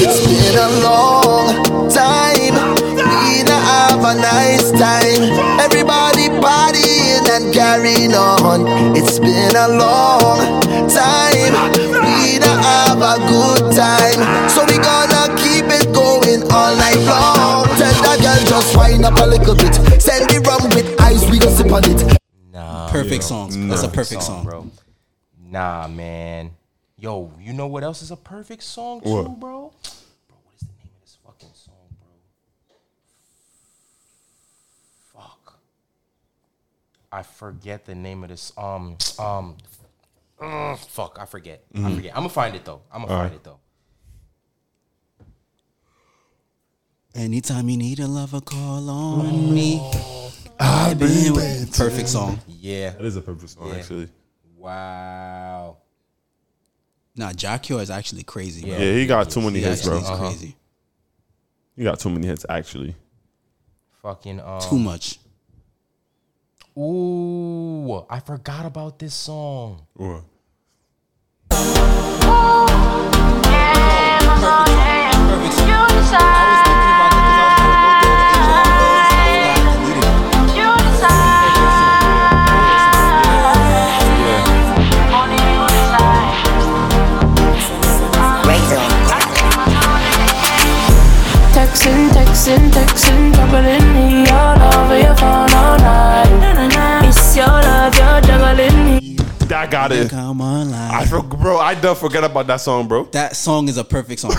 M: It's been a long time. We to have a nice time. Everybody partying and carrying on. It's been a long time. We to have a good time. So we gonna keep it going all night long. Tell that girl just wind up a little bit. Send it rum with ice, we gonna sip on it.
C: perfect
B: yeah.
C: songs. That's a perfect song.
B: bro. Nah, man. Yo, you know what else is a perfect song too,
C: What?
B: bro? Bro, what is the name of this fucking song, bro? Fuck. I forget the name of this. Um, um. mm, fuck, I forget. I
C: Mm-hmm.
D: Mhm.
B: forget. I'm gonna find it though. I'm gonna
D: All
B: find
D: right.
B: it though.
C: Anytime you need a lover, call on me. I've been with. Perfect song.
B: Yeah, that
D: is a perfect song
B: Yeah.
D: actually.
B: Wow.
C: Nah, Jacure is actually crazy.
D: Yeah,
C: Bro.
D: he got too many
C: He
D: hits, bro.
C: actually is Crazy.
D: He got too many hits actually.
B: Fucking um,
C: Too much.
B: Ooh, I forgot about this song.
D: What?
N: Texting, texting, texting, juggling me all over your phone all night. It's your love, you're juggling me.
D: I got it.
C: Come on,
D: I for, bro. I done forget about that song, bro.
C: That song is a perfect song.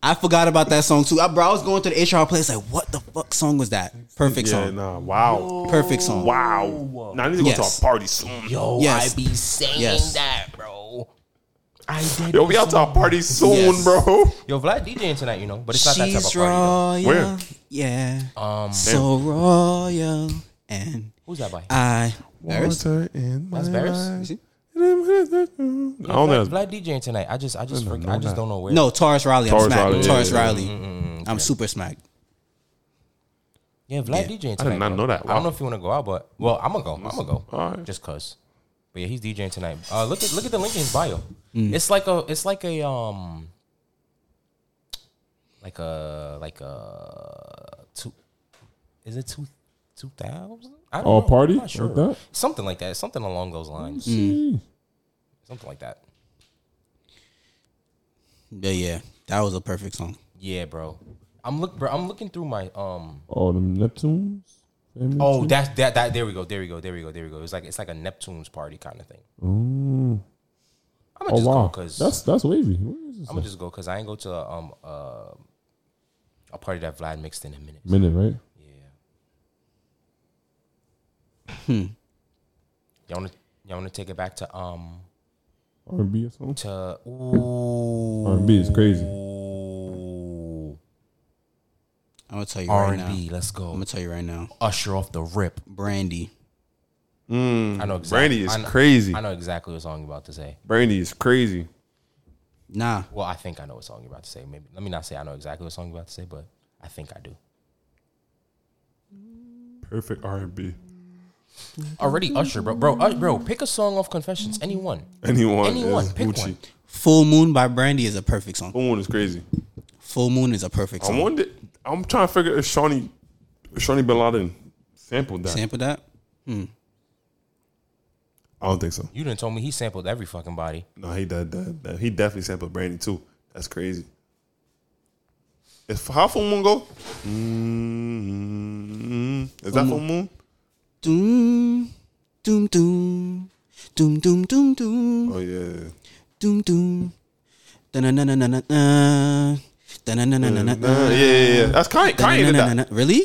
C: I forgot about that song too. I, bro, I was going to the HR place like, what the fuck song was that? Perfect
D: Yeah,
C: song.
D: Nah, wow.
C: Perfect song.
D: Wow. Now I need to go
C: Yes.
D: to a party soon.
C: Yo, Yes. I be
B: saying
C: Yes.
B: that, bro. I did.
D: Yo, we out to a party soon,
B: Yes.
D: bro.
B: Yo, Vlad DJing tonight, you know, but it's not that type
C: She's
B: of party.
C: royal.
B: though.
C: Yeah.
B: Um,
C: so royal. And
B: Who's that by?
C: I.
D: Water in
B: That's
D: my
B: Barris?
D: life.
B: Is he?
D: I don't know.
B: Vlad, Vlad DJing tonight. I just, I just, forg- I just don't know where.
C: No, Taurus Riley. I'm
D: Taurus
C: smacked.
D: Riley, yeah,
C: Taurus
D: yeah, yeah.
C: Riley. I'm super smacked.
B: Yeah, Vlad DJing
D: I
B: tonight.
D: did not
B: bro.
D: know that.
B: I
D: Wow.
B: don't know if you want to go out, but well, I'm gonna go. I'm gonna go. Just cause. But yeah, he's DJing tonight. Uh, look at look at the link in his bio.
C: Mm.
B: It's like a, it's like a um, like a like a two. Is it two two thousand? I don't
D: Oh,
B: know.
D: party?
B: I'm not sure.
D: Like that?
B: Something like that. Something along those lines.
D: Mm.
B: Something like that.
C: But yeah, that was a perfect song.
B: Yeah, bro. I'm look, bro. I'm looking through my um.
D: Oh, them Neptunes. Them
B: Oh,
D: Neptunes?
B: that's that. That there we go. There we go. There we go. There we go. It's like it's like a Neptune's party kind of thing.
D: Mm.
B: I'ma
D: oh
B: just go
D: wow,
B: 'cause-
D: that's that's wavy. Where
B: I'm
D: is this
B: gonna
D: at?
B: just go because I ain't go to um uh, a party that Vlad mixed in a minute.
D: Minute, right?
B: Y'all wanna y'all wanna take it back to um
D: R and B or something.
B: to ooh
D: R and B is crazy.
C: I'm gonna tell you right now.
B: R&B, let's go.
C: I'm gonna tell you right now.
B: Usher off the rip.
C: Brandy.
D: Mm.
B: I know exactly.
D: Brandy
B: I
D: is
B: know-
D: crazy.
B: I know exactly what song you're about to say.
D: Brandy is crazy.
C: Nah.
B: Well, I think I know what song you're about to say. Maybe let me not say I know exactly what song you're about to say, but I think I do.
D: Perfect R and B.
B: Already Usher, bro, bro, Ush- bro. Pick a song off Confessions. Anyone.
D: Anyone
B: Anyone.
D: is
B: Pick
D: Gucci.
B: one.
C: Full Moon by Brandy is a perfect song. Full
D: Moon is crazy.
C: Full Moon is a perfect
D: I
C: song.
D: wonder. I'm trying to figure if Shawnee, if Shawnee Bin Laden sampled that.
C: Sample that. Hmm.
D: I don't think so.
B: You didn't told me he sampled every fucking body.
D: No, he did that, that. He definitely sampled Brandy too. That's crazy. Is how full moon go? mm Is that full moon?
C: Doom, doom, doom, doom, doom, doom, doom.
D: Oh yeah.
C: Doom, doom. Da-na-na-na-na-na. Da-na-na-na-na-na.
D: Yeah, yeah, yeah. That's Kanye. Kanye did that.
C: Da-na-na-na-na-na. Really?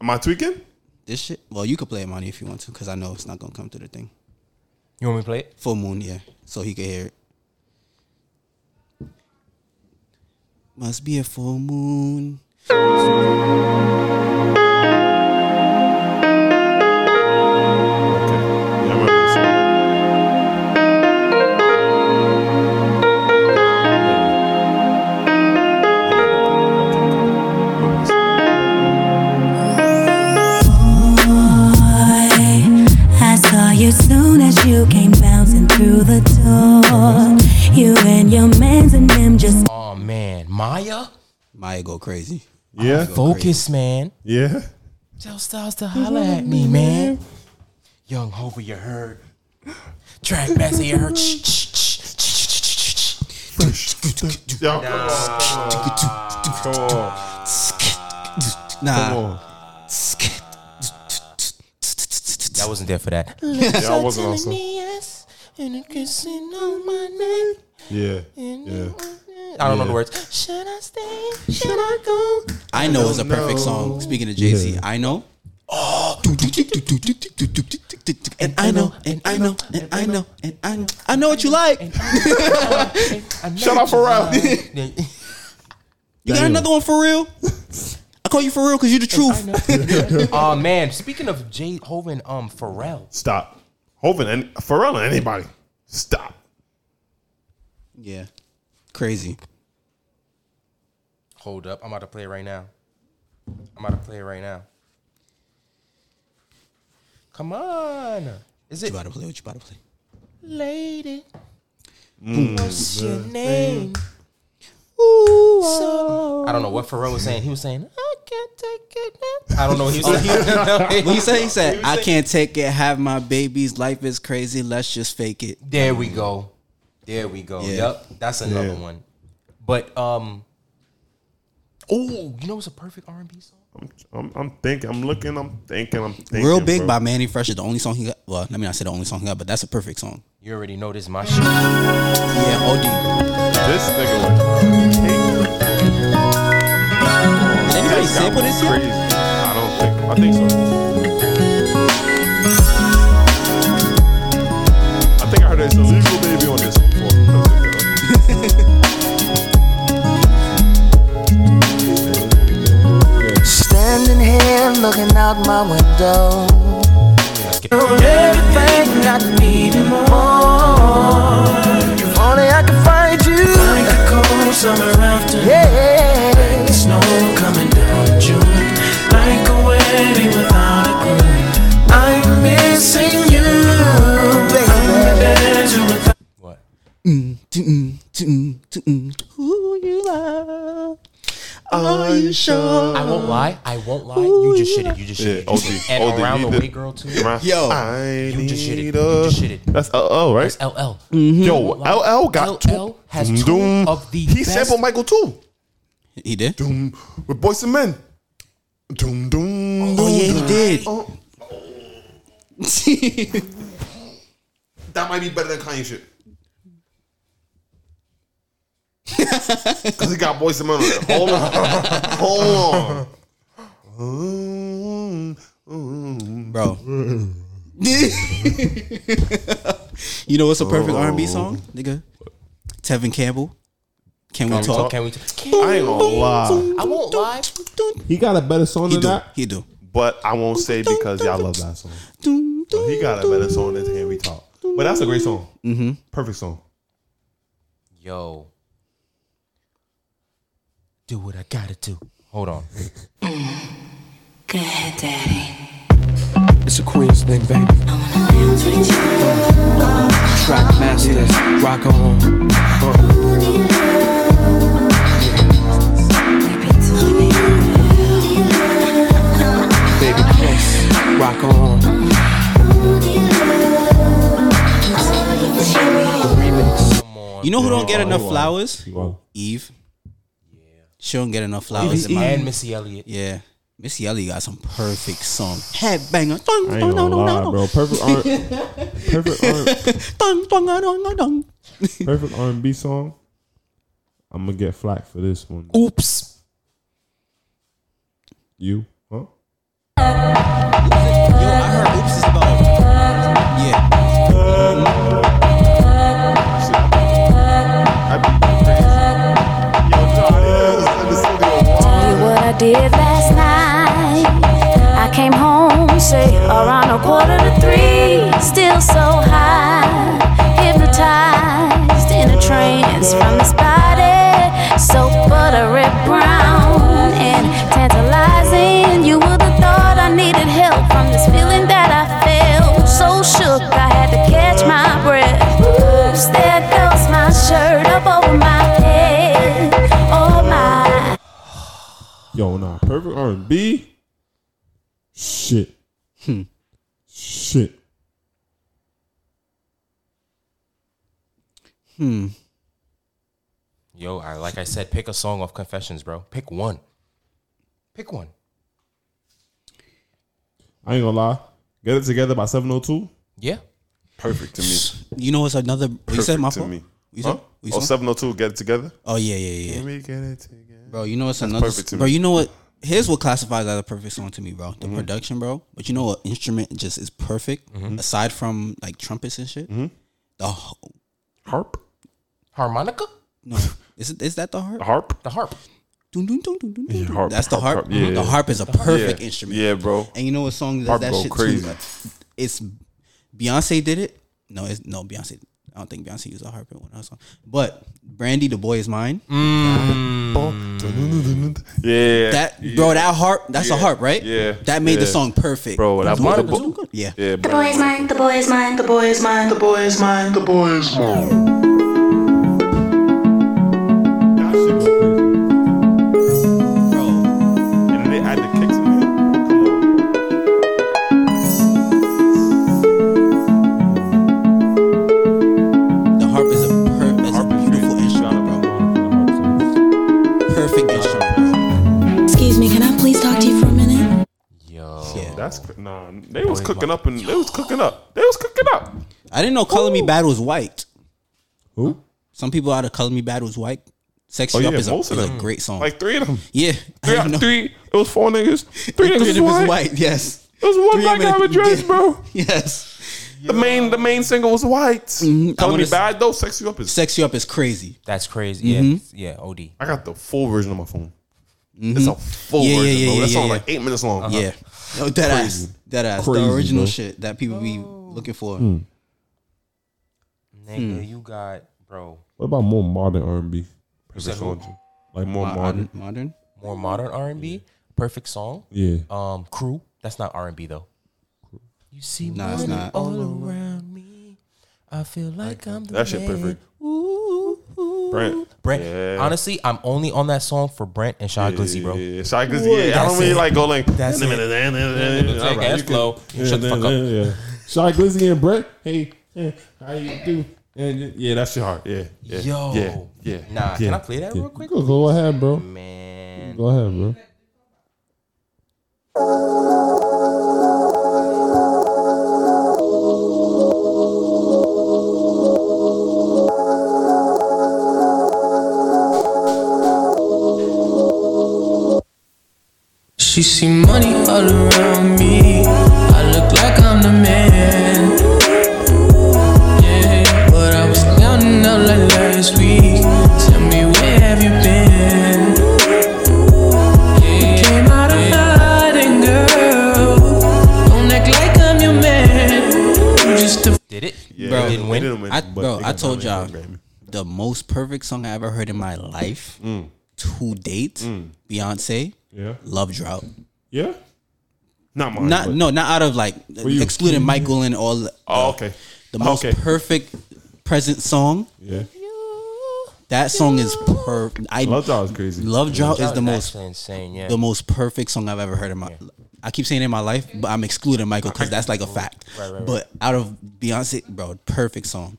D: Am I tweaking?
C: This shit. Well, you could play Imani if you want to, because I know it's not gonna come to the thing.
B: You want me to play it?
C: Full moon, yeah. So he could hear it. Must be a full moon.
O: I saw you soon as you came bouncing through the door. You and your mans and them just.
B: Oh man, Maya.
C: Maya go crazy.
D: Yeah.
B: Focus, man.
D: Yeah.
B: Tell Styles to holler at me, man.
D: Mm-hmm.
B: Young Hova, you heard. Track Bass, you heard. Shh, shh,
D: Yo,
B: Come
C: Nah.
D: on.
B: I wasn't there for that.
D: Yeah, I wasn't also.
K: Yes, and a kissing on my neck.
D: Yeah. Yeah.
B: I don't know the words.
K: Should I stay? Should I go?
C: I know is a perfect song. Speaking of Jay Z, I know. And I know, and I know, and I know, and I know, I know what you like.
D: Shut up, Pharrell.
C: You got
B: Damn.
C: another one for real? I call you for real because you the truth.
B: Oh man, speaking of Jay Hovind, um, Pharrell.
D: Stop. Hovind and Pharrell and anybody. Stop.
C: Yeah. Crazy.
B: Hold up, I'm about to play it right now. I'm about to play it right now. Come on. Is it?
C: You about to play what you about to play?
K: Lady,
B: Mm.
K: what's your
B: Mm.
K: name? Ooh, so
B: I don't know what Pharrell was saying. He was saying,
K: I can't take it now.
B: I don't know what
C: Oh,
B: he was saying.
C: What he said? He said,
B: was
C: "I
B: saying-
C: can't take it. Have my babies. Life is crazy. Let's just fake it."
B: There we go. There we go.
C: Yeah.
B: Yep. That's another
C: Yeah.
B: one. But um Oh, you know what's a perfect R and B song?
D: I'm, I'm thinking. I'm looking. I'm thinking. I'm thinking.
C: Real big
D: bro.
C: by Manny Fresh is the only song he got. Well, let me not say the only song he got, but that's a perfect song.
B: You already know this is my shit. Yeah,
C: OD.
D: This nigga went.
C: Did anybody sample this yet?
D: I don't think. I think so. I think I heard it's a legal baby on this one before.
P: Standing here looking out my window. You're everything I need and more. If only I could find you. Like a cold summer afternoon. Yeah. Like the snow coming down in June. Like a wedding without a groom. I'm missing you. Baby. I'm the dancer without
C: Mm, mm, mm, mm.
P: who you love.
C: Are you sure?
B: I won't lie. I won't lie. You just shitted. You just
D: Yeah,
B: shitted. You
D: OG.
B: shitted. And
D: OG,
B: around
D: you
B: the
D: did-
B: way, girl, too.
D: Around-
B: Yo,
D: I
B: you just shitted.
D: need
B: You just
D: a-
B: shitted.
D: That's LL, right?
B: That's LL.
C: Mm-hmm.
D: Yo, LL got two.
B: has two of the
D: He
B: best-
D: sampled Michael too.
C: He did.
D: Doom with Boys and Men. Doom doom.
C: Oh
D: doom,
C: yeah, he
D: doom.
C: did.
D: Oh, that might be better than Kanye shit. Cause he got Boys and Men on it. Hold on, hold on. Mm-hmm.
C: Bro. you know what's a perfect
D: Oh.
C: R&B song, nigga? Tevin Campbell. Can, we, talk?
B: Can we?
D: I ain't gonna lie.
B: I won't lie.
D: He got a better song
C: He
D: than
C: do.
D: that.
C: He do.
D: But I won't say because y'all love that song. But he got a better song than Can We Talk. But that's a great song.
C: Mm-hmm.
D: Perfect song.
B: Yo. Do what I gotta do. Hold on.
O: Good daddy.
Q: It's a Queens thing, baby. Track masters, rock on. Baby, please, rock on.
C: You know who don't get enough
B: Wow.
C: flowers? Eve. Yeah. She don't get enough flowers. in my-
B: and Missy Elliott.
C: Yeah. Missy Elliott got some perfect song. Headbanger.
D: I ain't gonna lie, bro. Perfect R- perfect R- Perfect R and B song. I'm gonna get flack for this one.
B: Oops.
D: You? Huh?
N: did last night. I came home, say, around a quarter to three. Still so high, hypnotized in a trance from this body. So buttery brown and tantalizing. You would have thought I needed help from this feeling that I felt. So shook, I had to catch my breath. Oops, there goes my shirt up over my head. Oh, my.
D: Yo, nah, perfect R and B. Shit. Shit.
C: Hmm.
B: Yo, I like I said, pick a song off Confessions, bro. Pick one. Pick one.
D: I ain't gonna lie. Get it together by seven oh two.
B: Yeah.
D: Perfect to me.
C: You know what's another? you said
D: Perfect
C: my
D: to
C: fault.
D: me.
C: You
D: Huh?
C: said, you
D: Oh,
C: said-
D: 702, get it together.
C: Oh yeah, yeah, yeah.
D: Let me get it
C: Bro, you know what's
D: That's
C: another?
D: perfect to
C: bro,
D: me. Mm-hmm.
C: you know what? Here's what classifies as a perfect song to me, bro. The production, bro. But you know what instrument just is perfect
D: Mm-hmm.
C: aside from like trumpets and shit. The ho-
D: harp,
B: harmonica.
C: No, is it, is that the harp? The
D: harp.
B: The harp.
C: Dun, dun, dun, dun, dun, dun.
D: Yeah, harp,
C: That's the harp. Mm-hmm. The
D: harp, harp. Yeah, yeah.
C: harp is a
D: The harp.
C: perfect
D: Yeah.
C: instrument.
D: Yeah, bro.
C: And you know what song does
D: Harp
C: that
D: go
C: shit
D: crazy.
C: too? Like, It's Beyonce did it. No, it's no Beyonce. I don't think Beyonce used a harp in one of her songs. But Brandy, the boy is mine.
D: Yeah.
C: That bro, that harp. That's a
D: Yeah.
C: harp, right?
D: Yeah.
C: That made the
D: Yeah.
C: song perfect,
D: Bro, that
C: Dun,
D: the
C: dun,
D: bo-
C: dun, dun. Yeah.
D: Yeah,
N: The boy is mine, the boy is mine, the boy is mine, the boy is mine, the boy is mine.
D: And then they add the kicks in there.
C: The harp is a per- that's a beautiful instrument, bro. Perfect instrument.
O: Excuse me, can I please talk to you for a minute?
D: Yeah. That's cr- nah. They was cooking up and they was cooking up. They was cooking up.
C: I didn't know Color Me Bad was white.
D: Who?
C: Some people out of Color Me Bad was white. Sex
D: Oh,
C: You Up
D: yeah,
C: is, a,
D: most of
C: is a
D: them.
C: great song.
D: Like three of them.
C: Yeah.
D: Three, out- three. It was four niggas. Three
C: Three
D: niggas was
C: of them is
D: white.
C: white, yes.
D: It was one
C: Three
D: black
C: of them
D: guy with
C: is-
D: dreads,
C: yeah.
D: bro.
C: Yes.
D: The main the main single was white. Telling
C: wanna
D: me
C: s-
D: bad though. Sex you up is.
C: Sex You Up is crazy.
B: That's crazy.
D: Mm-hmm.
C: Mhm.
B: Yeah. Yeah. Od.
D: I got the full version on my phone.
C: Mhm.
D: It's a full
C: Yeah, yeah,
D: version,
C: yeah,
D: bro.
C: yeah, yeah,
D: That song
C: yeah. Uh-huh.
D: like eight minutes long.
C: Yeah. No, that
D: Uh, Crazy.
C: ass. That ass.
D: Crazy,
C: the original
D: bro.
C: shit that people be looking for.
D: Hmm.
B: Nigga,
C: Hmm.
B: you got bro.
D: What about more modern R and B?
B: said who?
D: Like more
C: Mo-
D: modern.
C: Modern.
B: More modern R and B. Perfect song.
D: Yeah.
B: Um, crew. That's not R and B though. You see
C: Nah, it's
B: money
C: not.
B: all around me. I feel like I'm the
D: That shit
B: man.
D: perfect.
B: Ooh, ooh.
D: Brent.
B: Brent.
D: Yeah.
B: Honestly, I'm only on that song for Brent and Shy Glizzy, bro.
D: Yeah, Shy Glizzy, yeah, I
B: That's
D: don't really
B: it.
D: like go like.
B: That's it.
D: Take
B: Take ass flow. Shut the fuck up.
D: Shy Glizzy and Brett. Hey, eh, how you do? And, eh, Yeah, that's your heart. Yeah, yeah,
B: Yo.
D: yeah, yeah.
B: Nah,
D: yeah,
B: can I play that
D: yeah.
B: real quick?
D: Go, go ahead, bro.
B: Man.
D: Go ahead, bro.
P: She see money all around me. I look like I'm the man. Yeah, but I was counting up like last week. Tell me where have you been? You came out of hiding, girl. Don't act like I'm your man. You just a
B: Did it?
C: bro,
B: didn't win.
C: I, bro, I told y'all the most perfect song I ever heard in my life to date, Beyonce,
D: Mm. Yeah.
C: Love Drought.
D: Yeah, not mine.
C: not
D: but-
C: no, not out of like
D: Were you-
C: excluding Michael and all.
D: Oh, okay.
C: The most
D: Okay.
C: perfect present song.
D: Yeah.
C: That song is per. I
D: Love Drought is crazy.
C: Love Drought
B: Drought
C: is the
B: is
C: most
B: actually insane, yeah.
C: The most perfect song I've ever heard in my. I keep saying in my life, but I'm excluding Michael because that's like a fact.
B: Right, right, right.
C: But out of Beyonce, bro, perfect song.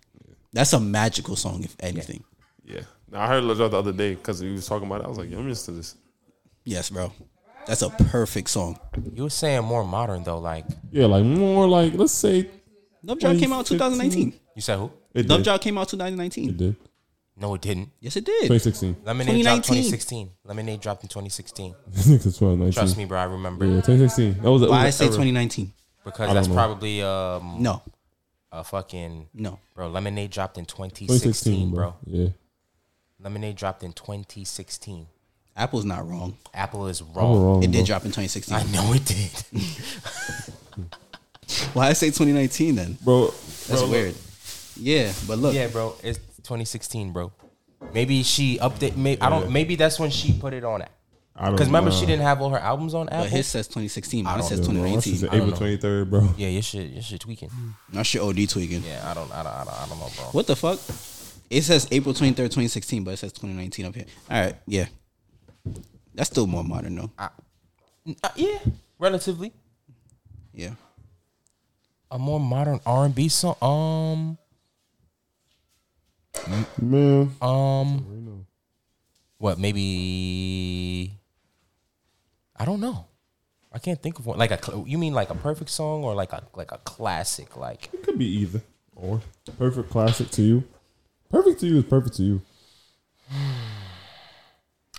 C: That's a magical song, if anything.
D: Yeah, Nah, I heard Love Drought the other day because he was talking about it. I was like, yeah, I'm used to this.
C: Yes, bro. That's a perfect song.
B: You were saying more modern though, like
D: Yeah, like more like let's say
C: Love Drought came out 2019.
B: you said who?
D: It
C: Love
D: did.
C: Drought came out 2019.
D: It did.
B: No, it didn't.
C: Yes, it did.
D: 2016.
B: Lemonade dropped
C: 2019.
B: 2016. Lemonade dropped in 2016.
D: This nigga's 2019.
B: Trust me, bro. I remember.
D: Yeah, 2016. That was. that
C: Why I
D: was
C: say
D: an era.
C: 2019?
D: I
B: Because
D: don't
B: that's
D: know.
B: probably um
C: No.
B: a fucking
C: No.
B: bro. Lemonade dropped in 2016,
D: 2016,
B: bro.
D: Yeah.
B: Lemonade dropped in 2016.
C: Apple's not wrong.
B: Apple is wrong. wrong,
C: it did
B: Oh, bro.
C: drop in 2016.
B: I know it did.
C: Why I say 2019 then,
D: bro?
C: That's
B: bro, look.
C: weird. Yeah, but look.
B: Yeah, bro. It's 2016, bro. Maybe she update. Maybe I don't. Maybe that's when she put it on.
D: I don't
B: Because remember,
D: know.
B: she didn't have all her albums on Apple.
C: But his says 2016.
B: I
C: Mine
B: don't
C: says
B: know, bro.
C: 2019.
D: This is
C: I don't
D: April
C: know.
D: 23rd, bro.
B: Yeah, your shit, your shit tweaking.
C: Not shit OD tweaking.
B: Yeah, I don't, I don't, I don't, I don't know, bro.
C: What the fuck? It says April 23rd, 2016, but it says 2019 up here. All right, yeah. That's still more modern though.
B: Ah. Uh, yeah, relatively.
C: Yeah.
B: A more modern R and B song. Um.
D: Man.
B: Um. What? Maybe. I don't know. I can't think of one. Like a, cl- you mean like a perfect song or like a like a classic? Like
D: It could be either or. Perfect classic to you. Perfect to you is perfect to you.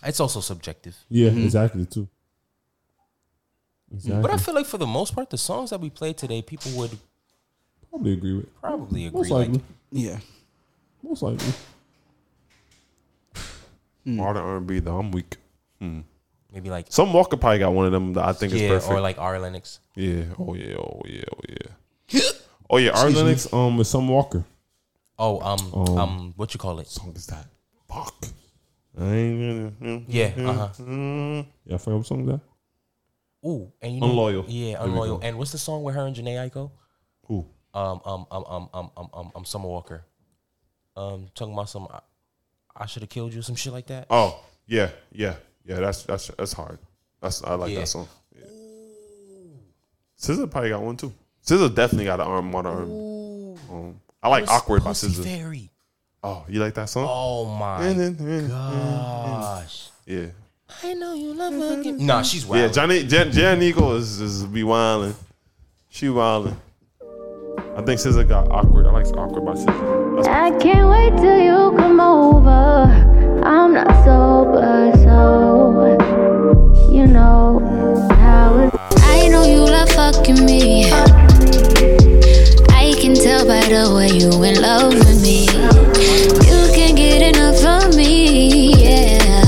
B: it's also subjective.
D: Yeah, exactly too. Exactly.
B: But I feel like for the most part, the songs that we played today, people would
D: probably agree with.
B: probably agree.
D: Most
B: like,
D: likely.
C: yeah.
D: Most likely. Modern R&B though, I'm weak. Hmm.
B: Maybe like
D: some Walker probably got one of them that I think
B: yeah,
D: is perfect.
B: or like R. Lennox.
D: yeah, oh yeah, oh yeah, oh yeah. oh yeah, R.
B: Excuse me.
D: Lennox um with some Walker.
B: Oh, um,
D: Um,
B: um, what you call it?
D: Song is that? Fuck. I ain't gonna.
B: Yeah. Uh huh.
D: Yeah, I forgot what song that.
B: Ooh, and you know,
D: Unloyal.
B: Yeah,
D: There we
B: unloyal.
D: go.
B: And what's the song with her and Janae Aiko?
D: Who?
B: Um, um, um, um, um, um, um, um Summer Walker. Um, talking about some, I, I should have killed you, some shit like that.
D: Oh yeah, yeah, yeah. That's that's that's hard. That's I like
B: Yeah.
D: that song. Yeah. SZA probably got one too. SZA definitely got an arm, modern arm. Um, I like
B: Puss-
D: awkward by
B: Pussy
D: SZA.
B: Fairy.
D: Oh, you like that song?
B: Oh
D: Mm-hmm,
B: my gosh.
D: Yeah.
R: I know you love fucking.
B: Nah, she's
D: Mm-hmm. Yeah,
B: wild.
D: Johnny Jan, Jan Eagle is, is be wildin'. She wildin'. I think SZA got awkward. I like awkward by SZA.
N: I can't wait till you come over. I'm not sober, so you know how it. I know you love fucking me. I can tell by the way you in love with me. You can't get enough of me, yeah.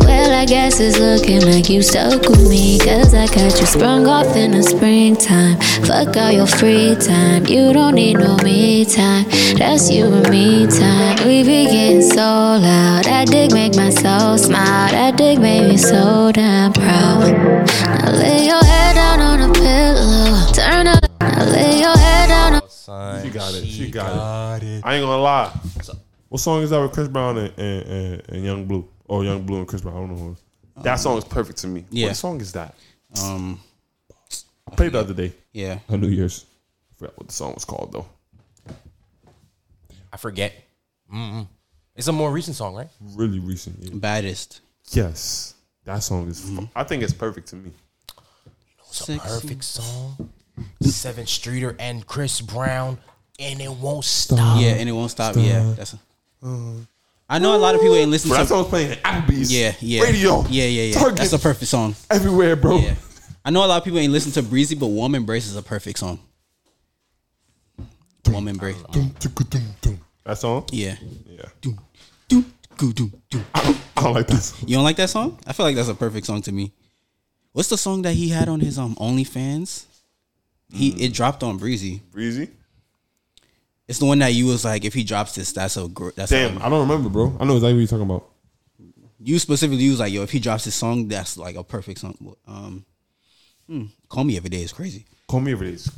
N: Well, I guess it's looking like you stuck with me. Cause I got you sprung off in the springtime. Fuck all your free time. You don't need no me time. That's you and me time. We be getting so loud. That dick make my soul smile. That dick make me so damn proud. Now lay your head down on a pillow. Turn up. Now lay your head down on
B: Son,
D: She got it. She got, it. I ain't gonna lie. What song is that with Chris Brown and, and, and, and Young Blue? Oh, Young Blue and Chris Brown. I don't know who. it is. That song is perfect to me.
C: Yeah.
D: What song is that?
C: Um,
D: I played it the other day.
C: Yeah.
D: On New Year's. I forgot what the song was called though.
B: I forget. Mm-mm. It's a more recent song, right?
D: Really recent. yeah.
C: Baddest.
D: Yes, that song is. fu- I think it's perfect to me.
B: It's a perfect song. Seven Streeter and Chris Brown, and it won't stop.
C: Yeah, and it won't Uh-huh. stop. Yeah, that's. I know a lot of people ain't listening.
D: Bro,
C: to
D: that song's playing at Applebee's.
C: Yeah, yeah.
D: Radio.
C: Yeah, yeah, yeah.
D: Target.
C: That's a perfect song.
D: Everywhere, bro.
C: Yeah. I know a lot of people ain't listen to Breezy, but Warm Embrace is a perfect song. Warm Embrace.
D: That song.
C: Yeah.
D: Yeah.
C: Goo doo doo.
D: I don't like that. Song.
C: You don't like that song? I feel like that's a perfect song to me. What's the song that he had on his um OnlyFans? He it dropped on Breezy.
D: Breezy.
C: It's the one that you was like, if he drops this, that's a gr- that's
D: Damn,
C: A,
D: I don't remember, bro. I know exactly what you're talking about.
C: you specifically you was like, yo, if he drops this song, that's like a perfect song. Um, hmm, call me every day is crazy.
D: Call me every day. is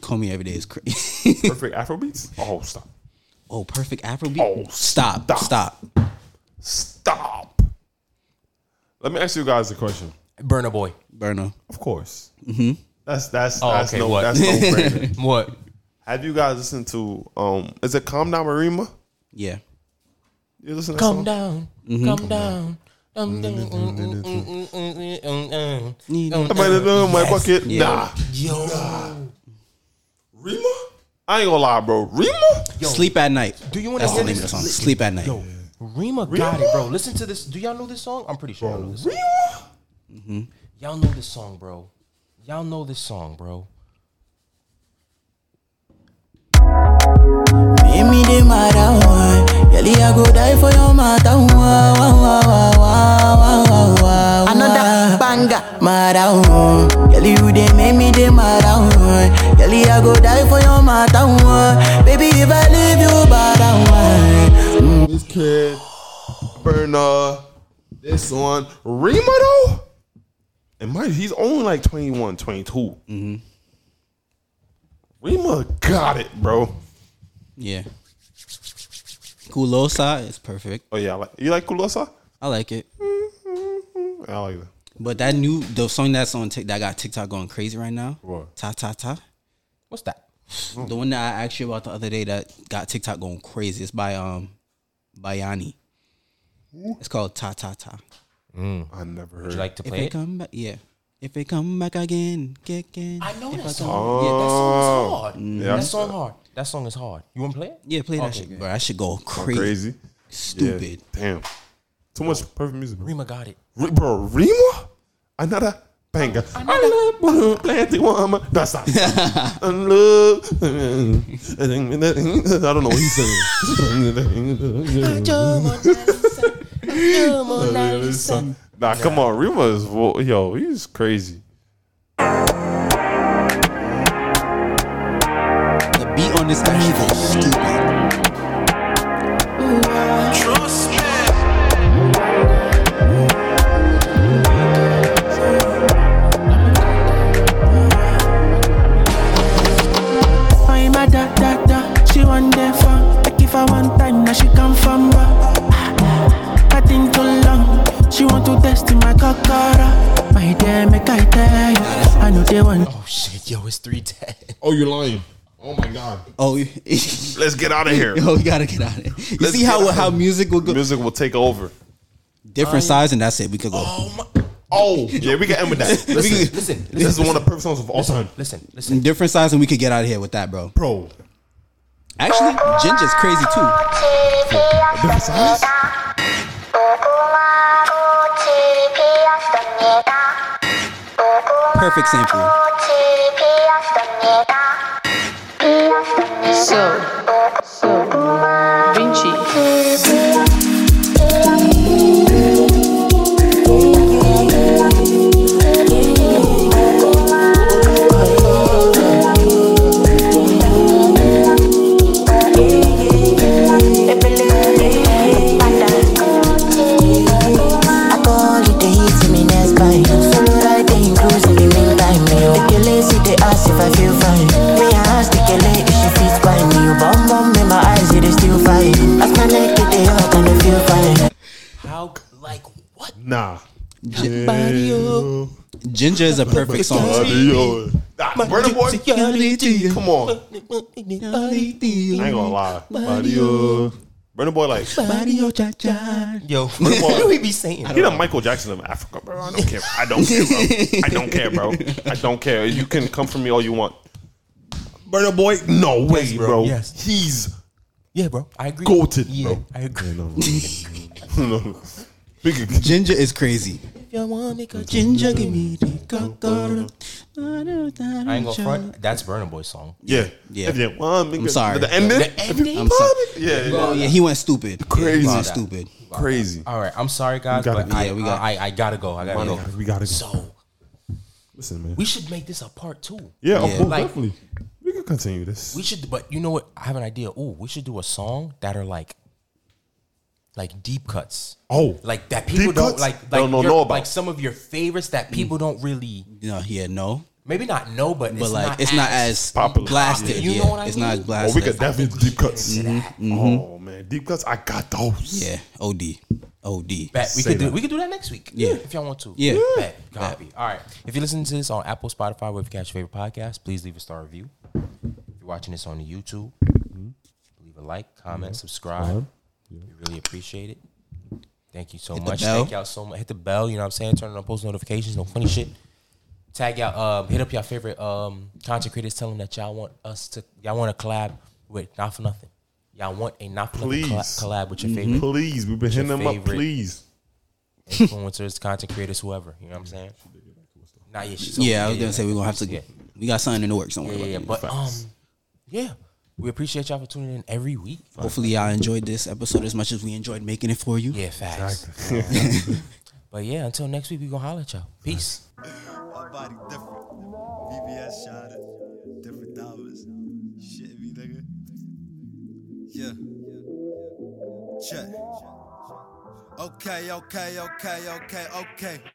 C: Call me every day is crazy.
D: Perfect Afrobeats. Oh, stop.
C: oh, perfect Afrobeat. Oh, stop, stop,
D: Stop. Let me ask you guys a question.
B: Burner Boy.
C: Burner.
D: Of course.
C: Mm-hmm.
D: That's that's
B: Oh,
D: that's
B: okay,
D: no
B: what?
D: that's no brainer.
B: What?
D: Have you guys listened to um? Is it Calm Down Marima?
C: Yeah.
D: You listen to that
B: Come
D: song?
B: down, come down. Dum, dum, mm, mm, mm, mm, mm, mm, mm, mm, mm,
D: I might have done my
B: Yes.
D: bucket.
B: Yo.
D: Nah.
B: Yo.
D: Rima? I ain't gonna lie, bro. Rima?
C: Sleep at night.
B: Do you wanna
C: That's
B: hear
C: the name of the
B: this?
C: song. Sleep at night.
B: Yo, Rima got it, bro. Listen to this. Do y'all know this song? I'm pretty sure y'all know this. Song. Y'all know this song, bro. Y'all know this song, bro.
S: Give me the matter one. Girl, I go die for your matter one. Wow, wow, wow, wow, wow,
P: down. oh. Girl, you they make me they mad down. oh. Girl, I go die for your matter. oh. Baby, if I leave you, bad out.
D: This kid, Burna, this one, Rima though. And mind you, he's only like 21, 22. Mm-hmm. Rima got it, bro.
C: Yeah. Kulosa is perfect.
D: Oh yeah, I like, you like Kulosa?
C: I like it.
D: I like it.
C: But that new the song that's on Tik that got TikTok going crazy right now.
D: What?
C: Ta ta ta.
B: What's that?
C: The one that I asked you about the other day that got TikTok going crazy. It's by um Bayani. It's called Ta Ta Ta.
D: I never heard.
B: Would you like to
C: If
B: play
C: it
B: it?
C: come back, yeah. If it come back again, kicking.
B: I know
C: If
B: that
C: come-
B: song. Yeah, that song is hard.
C: Mm.
B: That song hard. That song is hard. You want to play it?
C: Yeah, play that shit, bro. That should go crazy.
D: crazy.
C: Stupid.
D: Yeah, Damn. Too much perfect music. Bro.
B: Rima got it.
D: Re- bro, Rima? Another banger. I love planting woman. That's not. I love. I don't know what he's saying. nah, come on. Rima is, vo- yo, he's crazy.
C: The beat on this actually goes stupid.
P: Trust me.
T: I'm a da da da. She want there for like if I want time now she come from her. I think too long. She want to test in my cocara. My dear, make I tell you, I know they want.
B: Oh shit, yo, it's three ten.
D: Oh, you're lying. Oh my god.
C: Oh, you-
D: Let's get out of here.
C: Yo, we gotta get out of here. You see how how music will go?
D: Music will take over.
C: different size, and that's it. We could go.
D: Oh, yeah, we can end with that. Listen,
C: listen,
D: this is one of the perfect songs of all time.
B: Listen,
C: Different size, and we could get out of here with that, bro.
D: Bro.
C: Actually, Ginger's crazy too.
D: Different size?
C: Perfect sample.
U: So, so, Vinci.
P: I call it the heat to me next time. Follow right the includes in the meantime. Me, oh. The girl see the ass if I feel fine. Me, I ask the girl if she feels fine. Me, oh, bum bum in my eyes, it is still fine. As my neck get the hot and I feel fine.
B: How like
D: Nah.
C: Mario. Ginger is a perfect song.
D: Mario. Nah, Burna Boy. Come on. I ain't gonna lie. Mario. Burna Boy, like,
C: Mario cha cha.
B: Yo,
D: Burna Boy.
B: what do we be saying?
D: He the Michael Jackson of Africa, bro. I don't care. I don't care, bro. I don't care, bro. I don't care. You can come for me all you want. Burna Boy, no way,
B: Yes,
D: bro.
B: bro. Yes.
D: He's
B: Yeah, bro. I agree.
D: goated,
B: Yeah,
D: bro.
B: I agree.
D: No.
C: Ginger is crazy.
K: If you want me, go
C: Ginger, give me the cocoa.
B: I ain't gonna front. That's Burna Boy's song.
D: Yeah,
C: Yeah.
D: If you want me,
C: I'm
D: go-
C: sorry.
D: The ending?
B: The
D: If you
B: ending?
C: I'm
D: want
C: sorry.
D: me- Yeah, yeah.
C: Oh, yeah, he went stupid. Yeah, he
D: Crazy.
C: went stupid.
D: Crazy.
B: All right, I'm sorry guys,
D: gotta
B: but
D: go.
B: I,
D: Yeah, we
B: we
D: got-
B: got, I, I gotta go. I gotta
D: Money.
B: go.
D: We gotta go.
B: So
D: Listen, man.
B: we should make this a part two.
D: yeah, of course,
B: like
D: definitely. We can continue this.
B: we should. But you know what? I have an idea. Ooh, we should do a song that are like, like deep cuts.
D: Oh.
B: like that people
D: Deep
B: don't
D: cuts? Mm.
B: like. Like
D: Don't know-
B: your-
D: know about.
B: like some of your favorites that people don't really.
C: No, yeah, no.
B: Maybe not know, but
C: But
B: it's
C: like,
B: not
C: it's
B: as,
C: not as
D: Popular.
C: blasted.
B: You
C: yeah.
B: know what I
C: It's not as
B: mean?
D: Oh, we
C: blasted.
D: could definitely deep cuts.
C: Mhm.
B: Mm-hmm.
D: Oh man, deep cuts. I got those.
C: yeah, OD. OD.
B: Bet. We
D: Say
B: could do
D: that.
B: we could do that next week.
C: Yeah.
B: If y'all want to.
C: Yeah.
B: Bet. Copy. All right. If you're listening to this on Apple, Spotify, wherever you catch your favorite podcast, please leave a star review. If you're watching this on the YouTube, leave a like, comment, subscribe. We really appreciate it. Thank you so
C: Hit the
B: much.
C: bell.
B: Thank y'all so much. Hit the bell, you know what I'm saying? Turn on post notifications, no funny shit. Tag y'all, um, hit up your favorite um, content creators, tell them that y'all want us to, y'all want to collab with Not For Nothing. Y'all want a Not For Nothing colla-
D: Please
B: collab with your favorite
D: Please, we've been
B: Your
D: hitting them up.
B: favorite.
D: Please.
B: influencers, content creators, whoever. You know what I'm saying? Not yet. she's over.
C: yeah, I was gonna say we're gonna have to.
B: Yeah,
C: We got something in the works. Don't
B: yeah,
C: worry
B: yeah. yeah.
C: about it.
B: But um, yeah, we appreciate y'all for tuning in every week.
C: Hopefully, y'all enjoyed this episode as much as we enjoyed making it for you.
B: Yeah, facts. but yeah, until next week, we gonna holler at y'all. Peace.
A: Everybody different. VVS shot it. Different dollars. Shit, me nigga. Yeah. Check. Okay, okay, okay, okay, okay.